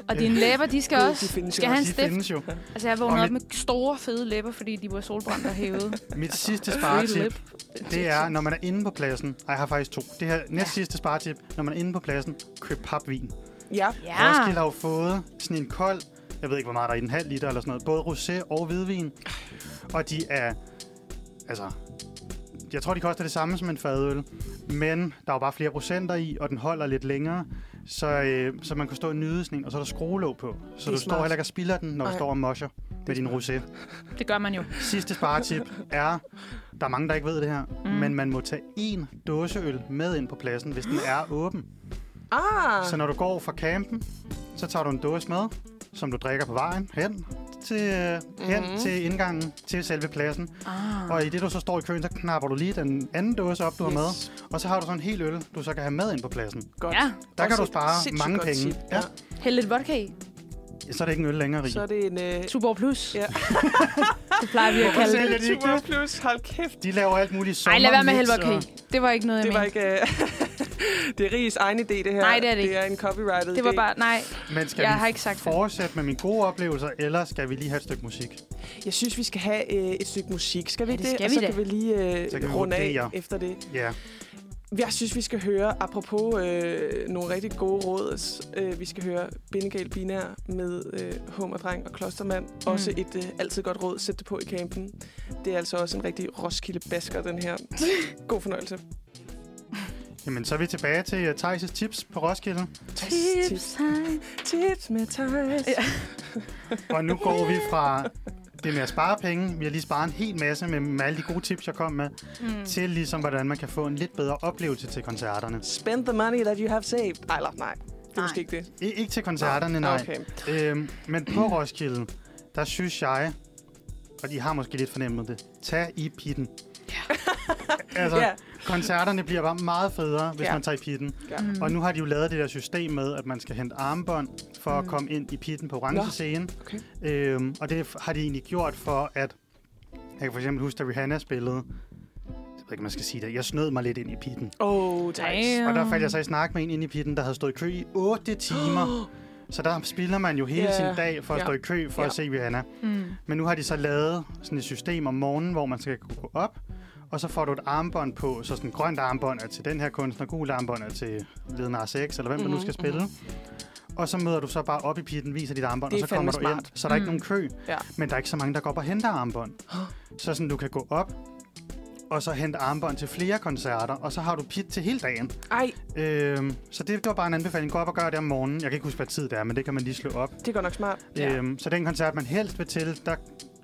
Og dine læber, de skal
Gud, de
også.
findes jo
skal have
de
en stift.
findes jo.
Altså, jeg
Og
vågnede op med store, fede læber, fordi de var solbrændt og hævet.
Mit sidste
Free
sparetip,
lip.
det er, når man er inde på pladsen. Ej, jeg har faktisk to. Det her næst sidste sparetip, når man er inde på pladsen, køb papvin.
Ja.
Ja.
Ja. Roskilde har jo fået sådan en kold, jeg ved ikke, hvor meget der er i den halv liter eller sådan noget, både rosé og hvidvin. Og de er, altså, jeg tror, de koster det samme som en fadøl, men der er jo bare flere procenter i, og den holder lidt længere, så, øh, så man kan stå og nyde sådan en, og så er der skruelåg på, så
er
du
smart.
står heller ikke og spilder den, når du
Ej.
står og mosher med din rosé.
Det gør man jo.
Sidste sparetip er, der er mange, der ikke ved det her, mm. men man må tage én dåseøl med ind på pladsen, hvis den er åben.
Ah,
Så når du går fra campen, så tager du en dåse med, som du drikker på vejen hen til, øh, hen
Mhm.
mm-hmm. til indgangen til selve pladsen.
Ah.
Og i det, du så står i køen, så knapper du lige den anden dåse op, du yes. har med. Og så har du sådan en hel øl, du så kan have med ind på pladsen.
Godt.
Ja,
Der kan
Også
du
et
spare
sindssygt
mange
godt
penge.
tip.
Ja.
hæld lidt vodka i.
ja, så er det ikke en øl længere, Rie.
Så er det en... Øh,
Tuborg Plus.
Ja.
det plejer vi at
Hvorfor
kalde det.
sælger de ikke
Super
det?
plus, hold kæft.
De laver alt muligt
Ej, lad være med at
sommermix
hælde vodka
og-
i. Det var ikke noget, jeg
Det var
mente.
ikke... øh, det er Ries egen idé, det her.
Nej, det er det
Det
ikke.
er en copyrighted
Det var
idé.
bare, nej,
Men skal
jeg
vi
har ikke sagt det.
fortsætte med mine gode oplevelser, eller skal vi lige have et stykke musik?
Jeg synes, vi skal have øh, et stykke musik. Skal vi
Ja,
ikke
det skal
Og
vi
så
da.
kan vi lige øh,
Så kan vi
runde af
vurdere.
efter det.
Ja,
Jeg synes, vi skal høre, apropos øh, nogle rigtig gode råd, øh, vi skal høre Bindegal Binær med øh, Hummerdreng og Klostermand. Mm. Også et øh, altid godt råd, sæt det på i campen. Det er altså også en rigtig Roskilde-basker, den her. God fornøjelse.
jamen så er vi tilbage til uh, Thijs' tips på Roskilde.
tips, tips med Thijs. Ja.
Og nu går vi fra det med at spare penge, vi har lige sparet en hel masse med, med alle de gode tips, jeg kom med, mm. til ligesom, hvordan man kan få en lidt bedre oplevelse til koncerterne.
Spend the money that you have saved. Ej, eller, nej. Det er
Nej.
måske ikke det.
I, ikke til koncerterne, nej.
Ah, Okay.
Øhm, men på Roskilde, der synes jeg, og de har måske lidt fornemmet det, tag i pitten. Ja. altså,
Ja.
ja. koncerterne bliver bare meget federe, hvis
Ja.
ja. man tager i pitten.
Ja.
Mm. Og nu har de jo lavet det der system med, at man skal hente armbånd for mm. at komme ind i pitten på orange
Nå.
scene.
Okay.
Øhm, og det har de egentlig gjort for, at... Jeg kan for eksempel huske, da Rihanna spillede... Jeg ved ikke, om man skal sige det. Jeg snød mig lidt ind i pitten.
Oh, Thijs.
Og der faldt jeg så i snak med en inde i pitten, der havde stået i kø i 8 timer. Så der spilder man jo hele
Ja.
yeah. sin dag for at
Ja.
stå i kø for
Ja.
at se Rihanna.
Mm.
Men nu har de så lavet sådan et system om morgenen, hvor man skal kunne gå op, og så får du et armbånd på, så sådan grønt armbånd er til den her kunstner, gul armbånd er til leden R6, eller hvem mm-hmm, der
Mhm,
nu skal spille. Mm-hmm. Og så møder du så bare op i pitten, viser dit armbånd,
Det
og
er
så kommer du
fandme
ind.
smart. Mhm.
Så er der er ikke nogen kø,
Ja.
men der er ikke så mange, der går op og henter armbånd. Så sådan, du kan gå op, og så hente armbånd til flere koncerter, og så har du pit til hele dagen.
Ej,
Øhm, så det, det var bare en anbefaling. Gå op og gør det om morgenen. Jeg kan ikke huske, hvad tid det er, men det kan man lige slå op.
det er godt nok smart.
Ja. Øhm, så den koncert, man helst vil til, der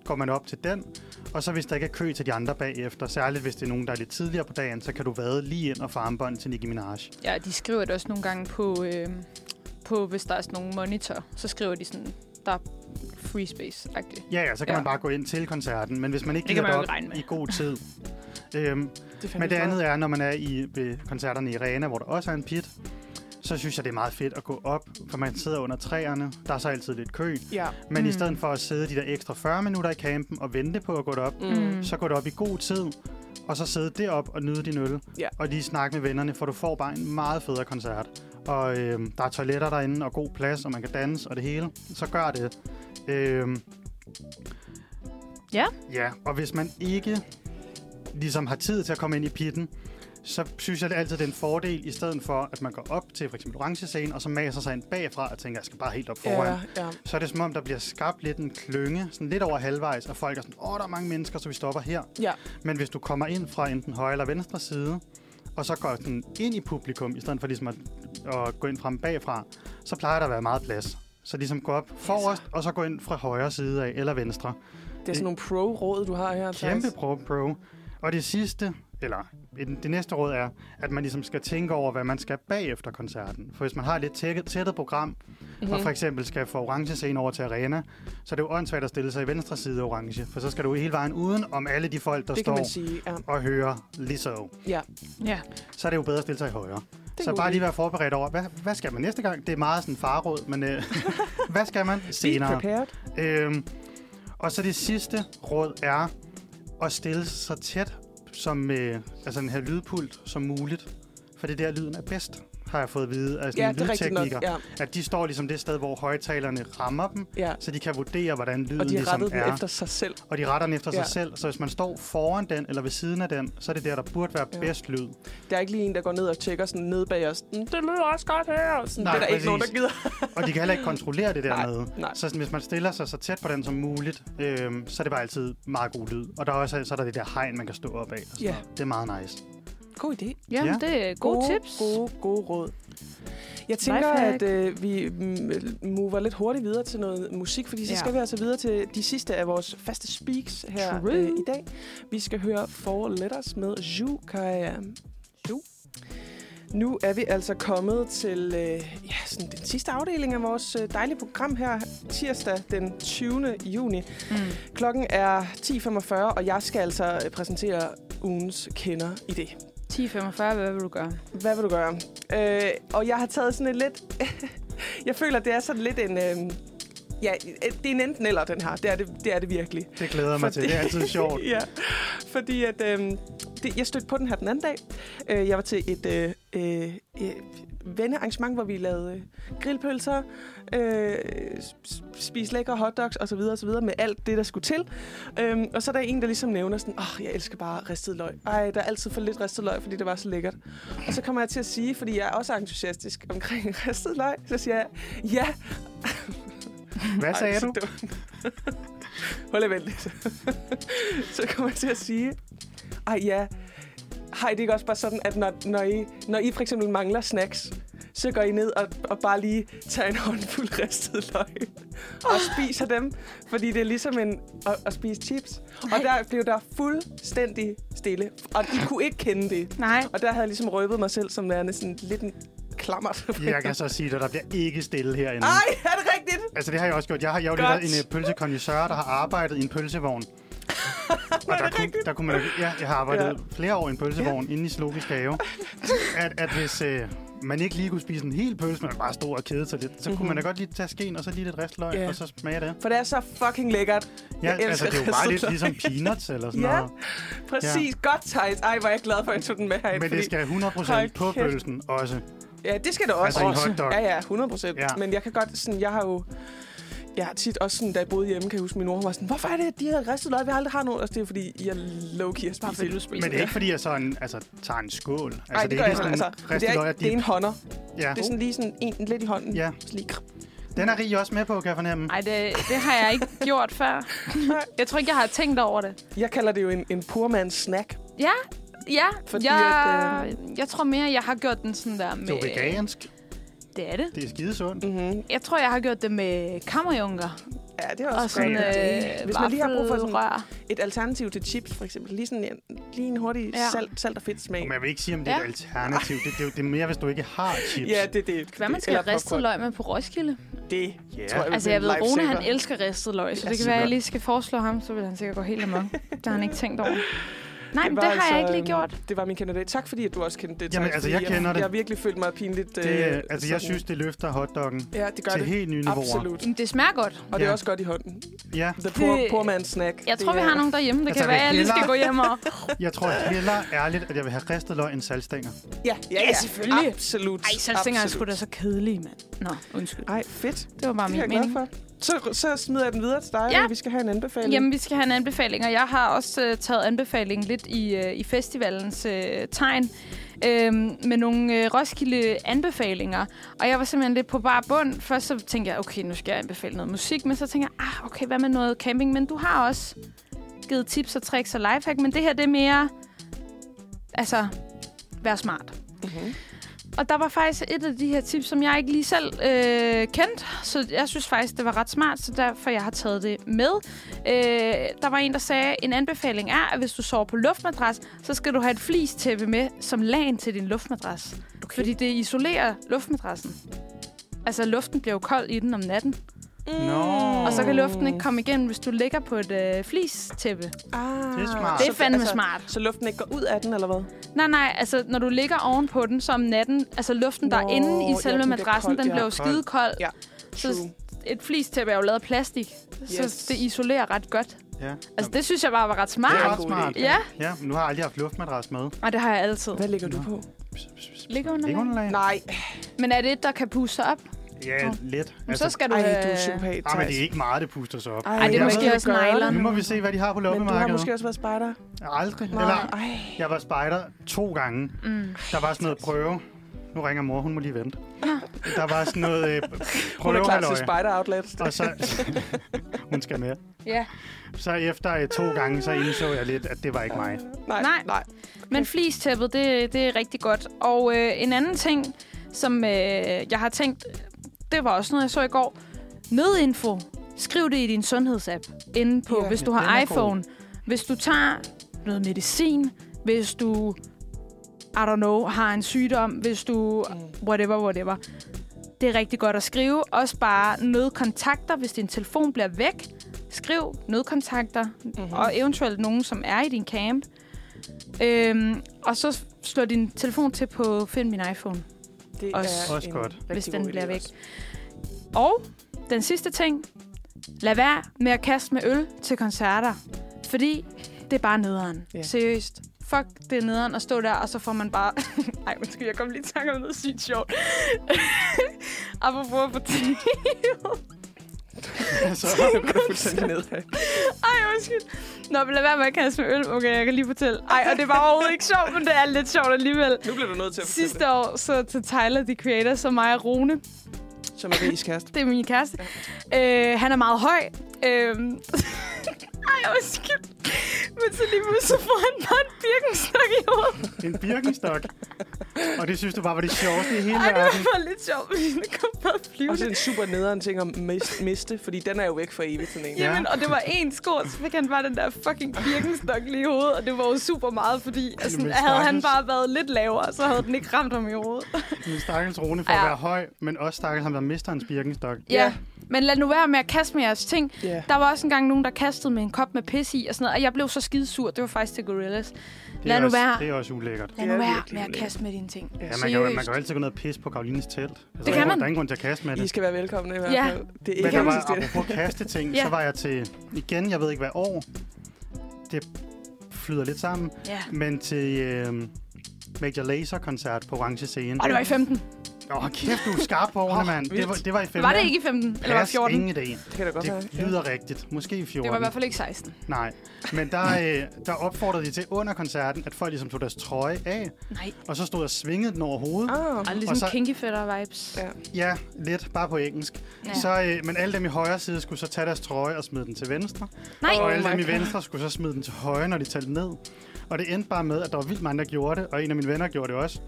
går man op til den. Og så hvis der ikke er kø til de andre bagefter, særligt hvis det er nogen, der er lidt tidligere på dagen, så kan du vade lige ind og få armbånd til Nicki Minaj.
Ja, de skriver det også nogle gange på, øh, på hvis der er sådan nogle monitor, så skriver de sådan, der er free space-agtigt.
Ja, ja, så kan
Ja.
ja. man bare gå ind til koncerten, men hvis man ikke
Det kan
gider op
man jo ikke regne med.
i god tid. øhm,
Det er fandme
men det
smart.
andet er, når man er i ved koncerterne i Arena, hvor der også er en pit, så synes jeg, det er meget fedt at gå op, for man sidder under træerne. Der er så altid lidt kø.
Ja.
Men mm.
Mm.
i stedet for at sidde de der ekstra 40 minutter i campen og vente på at gå derop,
Mm. Mm.
så gå derop i god tid, og så sidde derop og nyde din øl,
Ja.
og lige snakke med vennerne, for du får bare en meget federe koncert. Og øhm, der er toiletter derinde, og god plads, og man kan danse og det hele. Så gør det. Øhm,
Ja.
Ja, og hvis man ikke ligesom har tid til at komme ind i pitten, så synes jeg det altid, det er en fordel, i stedet for, at man går op til for eksempel orange scenen, og så maser sig ind bagfra og tænker, jeg skal bare helt op foran
Ja, ja.
så er det som om, der bliver skabt lidt en klynge, sådan lidt over halvvejs, og folk er sådan, åh, der er mange mennesker, så vi stopper her.
Ja.
Men hvis du kommer ind fra enten højre eller venstre side, og så går sådan ind i publikum, i stedet for ligesom at, at gå ind frem bagfra, så plejer der at være meget plads. Så ligesom gå op forrest, og så gå ind fra højre side af, eller venstre.
Det er sådan nogle pro-råd, du har her. Thijs.
Kæmpe pro, pro. Og det sidste, eller det næste råd er, at man ligesom skal tænke over, hvad man skal bagefter koncerten. For hvis man har et lidt tækket, tættet program, mm-hmm. og
Mhm.
for eksempel skal få orange scene over til arena, så er det jo åndssvagt at stille sig i venstre side af orange, for så skal du hele vejen uden om alle de folk, der
Det kan
står
man sige, ja.
og hører Lizzo.
ja.
Ja.
Så er det jo bedre at stille sig i højre.
en
Så
god
bare
idé.
lige være forberedt over, hvad, hvad skal man næste gang? Det er meget sådan farråd, men øh, hvad skal man
Be
senere?
prepared.
Øhm, og så det sidste råd er at stille sig så tæt som øh, altså den her lydpult som muligt. For det er der, lyden er bedst, har jeg fået at vide af sådan
Ja,
Altså, en
det er rigtigt nok.
lydtekniker.
Ja,
At de står ligesom det sted, hvor højtalerne rammer dem,
ja.
så de kan vurdere, hvordan lyden
Og de har
ligesom
rettet den
er.
efter sig selv.
Og de retter den efter
Ja.
sig selv. Så hvis man står foran den, eller ved siden af den, så er det der, der burde være
Ja.
ja. bedst lyd.
Der er ikke lige en, der går ned og tjekker sådan ned bag os. "Mm, Det lyder også godt her. Sådan,
Nej,
Nej, det er der ikke
præcis.
nogen, der gider.
Og de kan heller ikke kontrollere det
Nej,
dernede.
nej.
Så sådan, hvis man stiller sig så tæt på den som muligt, øh, så er det bare altid meget god lyd. Og der er også, så er der det der hegn, man kan stå op af. Og sådan
Ja.
noget. Det er meget nice.
God idé.
Jamen,
Ja.
det er gode, gode tips. Gode.
Gode, gode råd. Jeg tænker, at
Lifehack.
øh, vi mm, mover lidt hurtigt videre til noget musik, fordi så
Ja.
skal vi altså videre til de sidste af vores faste speaks her
True.
øh, i dag. Vi skal høre Four Letters med Zhu Kaya. Zhu. Nu er vi altså kommet til øh, ja, sådan den sidste afdeling af vores øh, dejlige program her, tirsdag den 20. juni.
Mm.
Klokken er 10.45, og jeg skal altså øh, præsentere ugens kender i det.
10.45, hvad vil du gøre?
Hvad vil du gøre? Øh, og jeg har taget sådan et lidt... jeg føler, det er sådan lidt en... Øh, ja, det er en enten eller, den her. Det er det, det, er det virkelig.
Det glæder jeg mig til. Det er altid sjovt.
ja, fordi at, øh, det, jeg stødte på den her den anden dag. Øh, jeg var til et øh, øh, øh, vennearrangement, hvor vi lavede øh, grillpølser, øh, s- s- spiste lækre hotdogs osv. osv. med alt det, der skulle til. Øhm, og så er der en, der ligesom nævner sådan, åh, oh, jeg elsker bare ristet løg. Ej, der er altid for lidt ristet løg, fordi det var så lækkert. Og så kommer jeg til at sige, fordi jeg er også entusiastisk omkring ristet løg, så siger jeg, ja,
Hvad sagde du?
Hold vent Så kommer jeg til at sige, ej ja, har I det ikke også bare sådan, at når, når, I, når I for eksempel mangler snacks, så går I ned og, og bare lige tager en håndfuld ristet løg og spiser dem, fordi det er ligesom en, at, at spise chips. Og der blev der fuldstændig stille, og I kunne ikke kende det.
Nej.
Og der havde jeg ligesom røbet mig selv som værende sådan lidt en klammer.
Jeg kan så sige, at der bliver ikke stille herinde.
Ej, er det rigtigt?
Altså, det har jeg også gjort. Jeg har jeg er jo
Godt.
lidt af en øh, pølsekondensør, der har arbejdet i en pølsevogn. Og der kunne, der kunne man, jo- ja, jeg har arbejdet ja. flere år i en pølsevogn ja. inde i Slogisk Have. At, at hvis øh, man ikke lige kunne spise en hel pølse, men bare stod og kede sig lidt, så mm-hmm. kunne man da godt lige tage skeen og så lige lidt restløg,
Mhm. Ja.
og så smage det.
For det er så fucking lækkert.
Ja,
Jeg
altså,
elsker
det er jo bare lidt
ristet løg.
ligesom peanuts eller sådan
Ja,
noget.
præcis. Ja. Godt, Thijs. Ej, hvor er jeg glad for, at jeg tog den med herind.
Men det skal 100%
Hold
på
kæft.
pølsen også.
Ja, det skal det også.
Altså en hotdog.
Ja, ja, 100 procent.
Ja.
Ja. Men jeg kan godt sådan, jeg har jo... Jeg har tit også sådan, da jeg boede hjemme, kan jeg huske, min mor hun var sådan, hvorfor er det, at de her ristet løg, vi aldrig har nogen? Og det er fordi, jeg low-key har spist det.
Men det er ikke, fordi jeg sådan, altså, tager en skål. Altså,
Ej, det, gør jeg heller ikke. Altså, det, er,
risteløg,
ikke-
at de-
det er en hånder.
ja.
Det er sådan lige sådan en lidt i hånden.
Ja.
Så lige krab.
Den er Rie også med på, kan jeg fornemme.
Nej, det, det har jeg ikke gjort før. Jeg tror ikke, jeg har tænkt over det.
Jeg kalder det jo en, en purmands snack.
Ja, ja.
Fordi
jeg, jeg tror mere, jeg har gjort den sådan der med...
Det er jo vegansk.
Det er det.
Det er skidesundt.
Mm-hmm.
Jeg tror, jeg har gjort det med kammerjunker.
Ja, det er også
Og sådan
godt.
øh,
Hvis man lige har brug for sådan
vaffelrør.
et alternativ til chips, for eksempel. Lige, sådan en, lige en hurtig
Ja.
ja. salt, salt og fedt smag.
Men jeg vil ikke sige, om det er et
Ja.
alternativ. Det, det, det er mere, hvis du ikke har chips.
Ja, det er det.
Hvad man skal have ristet løg med på Roskilde?
Det
Ja.
tror jeg vil
Altså,
blive
jeg ved,
en
Rune han
lifesaver.
elsker ristet løg, så
Ja,
det kan være, at jeg
sikkert.
lige skal foreslå ham, så vil han sikkert gå helt amok. Det har han ikke tænkt over. Nej, men
var
det har jeg ikke
altså,
lige gjort.
øhm, Det var min kandidat. Tak fordi, at du også kendte det.
Jamen,
tak,
altså,
fordi
jeg kender
jeg,
det.
Jeg har virkelig følt mig pinligt. øh,
Det, altså, jeg
sådan-
synes, det løfter hotdoggen
Ja, det gør
til
det.
helt nye niveauer.
Absolut.
Jamen, Det smager godt.
Og det er
Ja.
også godt i hånden.
Ja,
The poor,
Det-
poor man's snack.
Jeg
Det
tror, vi
er-
har nogen derhjemme. Det
Altså,
kan være, at jeg lige
hellere-
skal gå hjem og...
jeg tror hellere ærligt, at jeg vil have ristet løg end salgstænger.
Ja, ja,
Ja,
ja,
selvfølgelig.
Absolut.
Ej, salgstænger er sgu
Absolut.
da så kedelige, mand. Nå, undskyld.
Ej, fedt.
Det var bare
Det er
min
jeg glad
mening.
for. Så, så smider jeg den videre til dig,
Ja.
ja. vi skal have en anbefaling.
Jamen, vi skal have en anbefaling, og jeg har også øh, taget anbefalingen lidt i, øh, i festivalens øh, tegn øh, med nogle øh, Roskilde-anbefalinger. Og jeg var simpelthen lidt på bare bund. Først så tænkte jeg, okay, nu skal jeg anbefale noget musik, men så tænker jeg, ah, okay, hvad med noget camping? Men du har også givet tips og tricks og lifehack, men det her, det er mere, altså, vær smart.
Mhm.
Og der var faktisk et af de her tips, som jeg ikke lige selv øh, kendte, så jeg synes faktisk, det var ret smart, så derfor jeg har taget det med. Øh, der var en, der sagde, en anbefaling er, at hvis du sover på luftmadras, så skal du have et flistæppe med som lagen til din luftmadras. Okay. Fordi det isolerer luftmadrassen. Altså, luften bliver jo kold i den om natten,
Nå.
og så kan luften ikke komme igennem, hvis du ligger på et øh, flistæppe. Det
Ah,
Det er smart.
er fandme altså, smart.
Så luften ikke går ud af den, eller hvad?
Nej, nej, altså når du ligger ovenpå den, så om natten, altså luften, der er
Nå,
inde i
ja,
selve
den bliver
madrassen,
kold,
den
ja.
bliver jo
Kold.
skide kold.
Ja.
Så et flistæppe er jo lavet af plastik, yes.
Yes.
så det isolerer ret godt.
Ja.
Altså det synes jeg bare var ret smart.
det er
en
ret
god
smart.
idé.
Ja,
Ja, men nu har jeg aldrig haft luftmadras med.
og det har jeg altid.
Hvad ligger du på?
Ligger under mig.
Liggeunderlag?
Nej,
Men er det et, der kan puste sig op?
Ja,
Nå.
lidt. Altså,
Men så skal du...
Altså, Ej,
øh,
du er psykopat,
ah, men det
Thijs.
er ikke meget, det puster sig op.
Ej, det er
Jeg
måske
ved
også
gøre det.
neglerne.
Nu må vi se, hvad de har på
Men du har
loppemarkedet.
måske også været spejder.
Aldrig.
Nej.
Eller,
Ej.
jeg var spejder to gange.
Mm.
Der var sådan noget prøve. Nu ringer mor, hun må lige vente. Der var sådan noget øh,
Hun er
prøve,
klar til spider outlet.
Og så... hun skal med.
Ja.
Så efter øh, to gange, så indså jeg lidt, at det var ikke mig.
Nej,
Nej.
nej. nej.
Men flistæppet, det, det er rigtig godt. Og øh, en anden ting, som øh, jeg har tænkt, det var også noget, jeg så i går. Nødinfo. Skriv det i din sundhedsapp inde på,
Ja.
yeah, hvis du
Ja, den
har
er god.
iPhone. Hvis du tager noget medicin, hvis du I don't know, har en sygdom, hvis du
Mm.
whatever, whatever. Det er rigtig godt at skrive. Også bare nødkontakter, hvis din telefon bliver væk. Skriv nødkontakter, mm-hmm. og eventuelt nogen, som er i din camp. Øhm, og så slå din telefon til på Find Min iPhone.
Det
Også-
Også
en
godt.
rigtig
hvis
god
den
idé
bliver væk.
også.
Og den sidste ting. Lad være med at kaste med øl til koncerter. Fordi det er bare nederen.
Ja.
Yeah. Seriøst. Fuck, det er nederen at stå der, og så får man bare... Ej, undskyld, jeg kom lige i tanke om noget sygt sjovt. Apropos på
så,
Fuldstændig ned.
Ej, undskyld. Nå, men lad være med at kaste med øl. Okay, jeg kan lige fortælle. Ej, og det var overhovedet ikke sjovt, men det er lidt sjovt alligevel.
Nu bliver du nødt til at fortælle
Sidste år så til Tyler, The Creator, så mig og Rune,
det. Som er Ries kæreste.
Det er min kæreste. Øh, han er meget høj. Øh, ej, undskyld. Men så lige pludselig så får han bare en birkenstok i hovedet.
en birkenstok. Og det synes du bare var det sjoveste i hele
Ej, det
verden.
var bare lidt sjovt, fordi den kom bare
Og så
flyvende.
en super nederen ting at mis- miste, fordi den er jo væk for evigt, sådan en.
Ja.
Jamen, og det var én sko, så fik han bare den der fucking birkenstok lige i hovedet, og det var jo super meget, fordi altså,
men
havde han
stakkels.
bare været lidt lavere, så havde den ikke ramt ham i hovedet.
Min stakkels Rone for ja.
Ja.
at være høj, men også stakkels ham, der mister hans birkenstok.
Ja, men lad nu være med at kaste med jeres ting.
Ja.
Der var også engang nogen, der kastede med en kop med pis i og sådan noget, og jeg blev så skidesur. Det var faktisk til Gorillaz.
Det
Lad
er
nu
også,
være.
Det er også ulækkert.
Lad
Det
nu
er
være
virkelig
med at
ulækkert.
kaste med dine ting.
Ja, man, kan jo, man
Seriøst.
kan jo altid gå ned og pisse på Karolines telt. Altså, det
kan man.
Der er ingen grund til at kaste med det.
I skal være velkomne i hvert
Ja.
fald. Det er
Men
ikke
der
altid
var,
det.
apropos kasteting,
Ja.
så var jeg til, igen, jeg ved ikke hvad år, det flyder lidt sammen,
Ja.
men til øh, Major Lazer-koncert på Orange Scene.
Og det var i 15.
Åh, kæft, du er skarp på ordene, mand. Det var,
vildt.
det var i 15.
Var det ikke i 15? Eller var det
Pas,
14?
ingen idé.
Det kan da godt være.
Det lyder rigtigt. Måske i 14.
Det var i hvert fald ikke 16.
Nej. Men der, øh, der opfordrede de til under koncerten, at folk ligesom tog deres trøje af,
Nej.
og så stod og svingede den over hovedet.
Ah,
Og
Og
ligesom
så-
så... kinky fætter vibes.
Ja.
Ja.
Ja, lidt, bare på engelsk. Ja. Så, øh, men alle dem i højre side skulle så tage deres trøje og smide den til venstre.
Nej.
Og
Oh
alle
my
dem i
God.
venstre skulle så smide den til højre, når de talte ned. Og det endte bare med, at der var vildt mange, der gjorde det, og en af mine venner gjorde det også.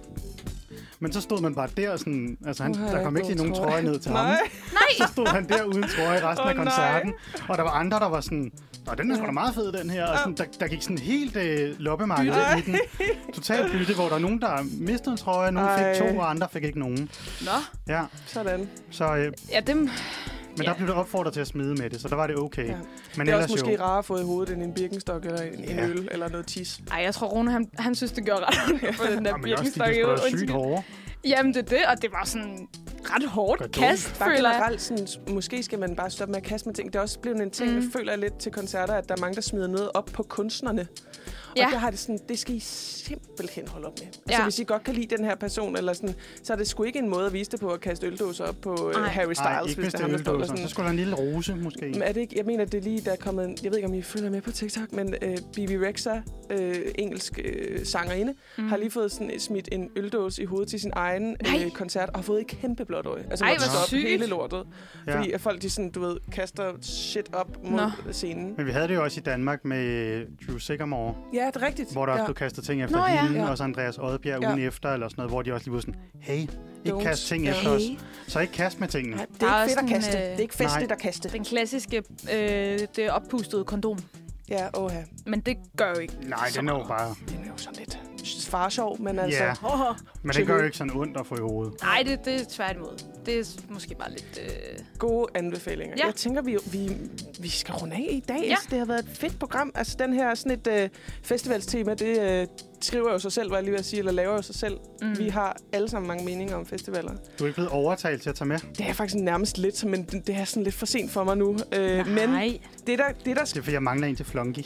Men så stod man bare der, sådan, altså han,
Nu har
der
jeg
kom ikke
ikke
lige nogen
nogen
trøje ned til ham.
nej.
Nej.
Så stod han der uden trøje resten
Åh,
oh, af
nej.
koncerten. Og der var andre, der var sådan, Nå, den er sgu da meget fed, den her. Og sådan, der, der gik sådan helt øh, loppemarked ind i den. Totalt bytte, hvor der er nogen, der mistede en trøje, nogen
Ej.
fik to, og andre fik ikke nogen.
Nå.
Ja,
Sådan.
så, øh,
Ja, dem...
men der
Ja.
blev det opfordret til at smide med det, så der var det okay.
Ja.
Ja. Men
Det er også
ellers
måske
jo,
rarere at få i hovedet end en birkenstok eller en, en
Ja.
øl eller noget tis.
Ej, jeg tror, Rune, han, han synes, det gjorde ret ondt at få den der
Nå, men også, de
birkenstok
er
i
sgu
hovedet.
da sygt
Undskyld.
hårde.
Jamen, det er det, og det var sådan ret
Gør
hårdt
det
kast,
Bare
føler jeg.
generelt, sådan, måske skal man bare stoppe med at kaste med ting. Det er også blevet en ting, mm. jeg føler lidt til koncerter, at der er mange, der smider noget op på kunstnerne. Ja.
Ja.
Og der har det sådan, det skal I simpelthen holde op med. Altså, ja.
Ja.
hvis I godt kan lide den her person, eller sådan, så er det sgu ikke en måde at vise det på at kaste øldåser op på øh,
Ej.
Harry Styles,
Nej, ikke
hvis
hvis
det
det
er ham, der står der
er
sådan.
Så skulle der en lille rose, måske.
Men er det ikke, jeg mener, det er lige, der er kommet en, jeg ved ikke, om I følger med på TikTok, men øh, Bibi Rexa, øh, engelsk øh, sangerinde, mm. har lige fået sådan, smidt en øldåse i hovedet til sin egen
Nej.
øh, koncert, og har fået et kæmpe blåt øje. Altså,
Ej,
måtte
hvor
stoppe
sygt.
hele lortet. Ja.
Ja.
Fordi at folk, de sådan, du ved, kaster shit op mod Nå.
Nå.
scenen.
Men vi havde det jo også i Danmark med øh, Drew Sigamore,
Ja, det er rigtigt.
hvor der også
ja.
blev kastet ting efter
Nå,
Nå,
ja.
hende,
Ja.
ja. og så Andreas Oddbjerg
Ja.
ja. ugen efter, eller sådan noget, hvor de også lige var sådan, hey, ikke
Don't.
kast ting
Ja.
efter os. Så ikke kast med tingene.
Nej, det
Der
er
er
ikke fedt at
også en,
kaste.
øh,
Det er ikke
Nej.
festligt at kaste.
Den klassiske, øh, det oppustede kondom.
Ja, åha.
Men det gør jo ikke.
Nej, det er jo bare...
Det er jo sådan lidt farsjov, men altså...
Ja.
åh,
Men det gør jo ikke sådan ondt at få i hovedet.
Nej, det, det er tværtimod. Det er måske bare lidt... Øh...
Gode anbefalinger. Ja.
Ja.
Jeg tænker, vi, vi, vi skal runde af i dag. Ja.
Ja.
Altså, det har været et fedt program. Altså, den her sådan et øh, festivalstema, det øh, skriver jo sig selv, hvad jeg lige vil sige, eller laver jo sig selv. Mm. Vi har alle sammen mange meninger om festivaler.
Du er ikke blevet overtalt til at tage med.
Det er faktisk nærmest lidt, men det det er sådan lidt for sent for mig nu. Øh, men
Nej.
det der, det der
Det er, fordi jeg mangler en til flunky.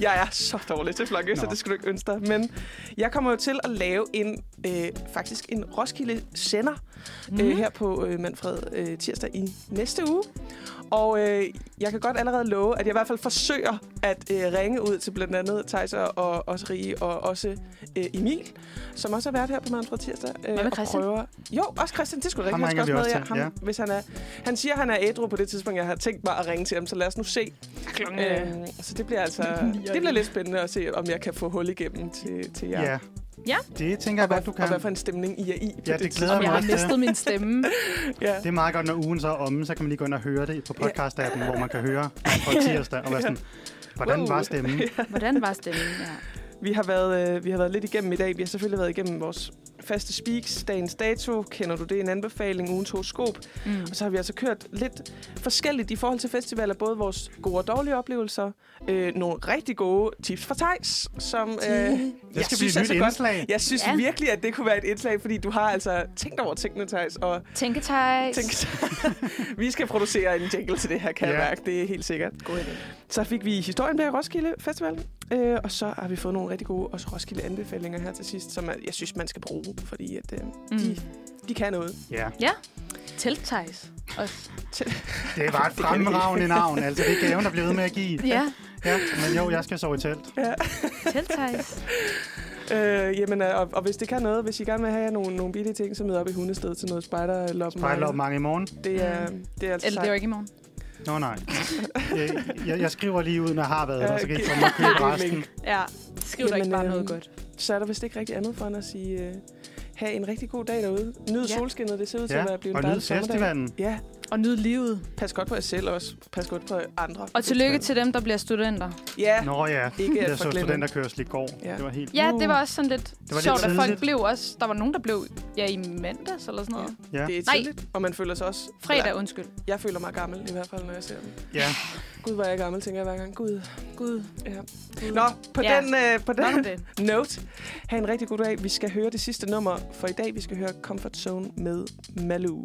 Jeg er så dårlig til flanke, så
Nå.
det skulle du ikke ønske dig. Men jeg kommer jo til at lave en øh, faktisk en Roskilde-sender mm.
Mhm.
øh, her på øh, Manfred øh, tirsdag i næste uge. Og øh, jeg kan godt allerede love, at jeg i hvert fald forsøger at øh, ringe ud til blandt andet Thijs og- og også Rige og også øh, Emil, som også har været her på Manfred tirsdag. Øh,
med
og
Christian?
prøver... Jo, også Christian, det skulle
Ham
rigtig
ringer
også
vi
med.
også
Ja,
til,
ham, ja.
ja.
Hvis han, er, han siger, at han er ædru på det tidspunkt, jeg har tænkt mig at ringe til ham, så lad os nu se,
Klokken øh,
Øh, så det bliver altså det bliver lidt spændende at se, om jeg kan få hul igennem til, til jer.
Ja.
Ja.
Det tænker jeg
Og,
godt,
hvad,
du
og
kan.
hvad for en stemning I er i på
Ja,
det,
det
tidspunkt.
glæder
jeg
mig
har
også til.
mistet min stemme.
Ja.
Det er meget godt, når ugen så er omme, så kan man lige gå ind og høre det på podcast-appen, hvor man kan høre på tirsdag og være sådan, hvordan
Wow.
var stemmen?
Hvordan var stemmen? Ja.
Vi har, været, øh, vi har været lidt igennem i dag. Vi har selvfølgelig været igennem vores faste speaks, dagens dato, kender du det, en anbefaling, ugens horoskop.
Mm.
Og så har vi altså kørt lidt forskelligt i forhold til festivaler, både vores gode og dårlige oplevelser, øh, nogle rigtig gode tips fra Tejs, som øh, jeg
Det skal blive
synes
et
er
nyt
så godt.
indslag.
Jeg synes ja.
Ja.
virkelig, at det kunne være et indslag, fordi du har altså tænkt over tingene, Thijs, og
Tænketejs.
tænkt, vi skal producere en jingle til det her, kan jeg
Ja.
mærke, det er helt sikkert. God idé. Så fik vi historien bag Roskilde Festival, øh, og så har vi fået nogle rigtig gode også Roskilde-anbefalinger her til sidst, som jeg- jeg synes, man skal bruge, fordi at, øh,
Mm.
de, de kan noget.
Ja,
Telttejs.
det var et
Det kan vi.
fremragende navn. Altså, det er gaven, der bliver ved med at give.
Ja,
Ja, men jo, jeg skal sove i telt.
Ja.
teltejs.
Øh, jamen, øh, og, og hvis det kan noget, hvis I gerne vil have nogle, nogle billige ting, så mød op i hundested til noget spejderloppen.
Spejler op mange i morgen.
Det er, det er altså
Mm. Eller det er jo ikke i morgen.
Nå nej. Jeg, jeg, jeg skriver lige ud, når jeg har været der, så kan I
Okay.
komme og købe
Det er
resten.
link.
Ja, skriv
Jamen,
da ikke bare
øhm,
noget godt.
Så er der vist ikke rigtig andet for end at sige, øh, have en rigtig god dag derude. Nyd
Ja.
solskinnet, det ser ud til at
Ja,
være blevet
og
en
nyd
dejlig sommerdag.
festivalen.
Ja,
Og nyd livet.
pas godt på jer selv også. Pas godt på andre.
Og tillykke til dem, der bliver studenter.
Ja,
Nå ja,
Ikke at
jeg så
forglemme.
studenterkørsel i går.
Ja.
Det var helt...
Ja, det var også sådan lidt
var lidt
sjovt, at folk
tidligt.
blev også... Der var nogen, der blev ja, i mandags eller sådan noget.
Ja.
det er
Nej.
tidligt. Og man føler sig også...
Fredag,
eller,
undskyld.
Jeg føler mig gammel i hvert fald, når jeg ser dem.
ja.
Gud, hvor er jeg gammel, tænker jeg hver gang. Gud.
Gud.
Ja. Nå, på
Ja.
den... Øh, på
Nå,
den
men det.
note. Ha' en rigtig god dag. Vi skal høre det sidste nummer for i dag. Vi skal høre Comfort Zone med Malou.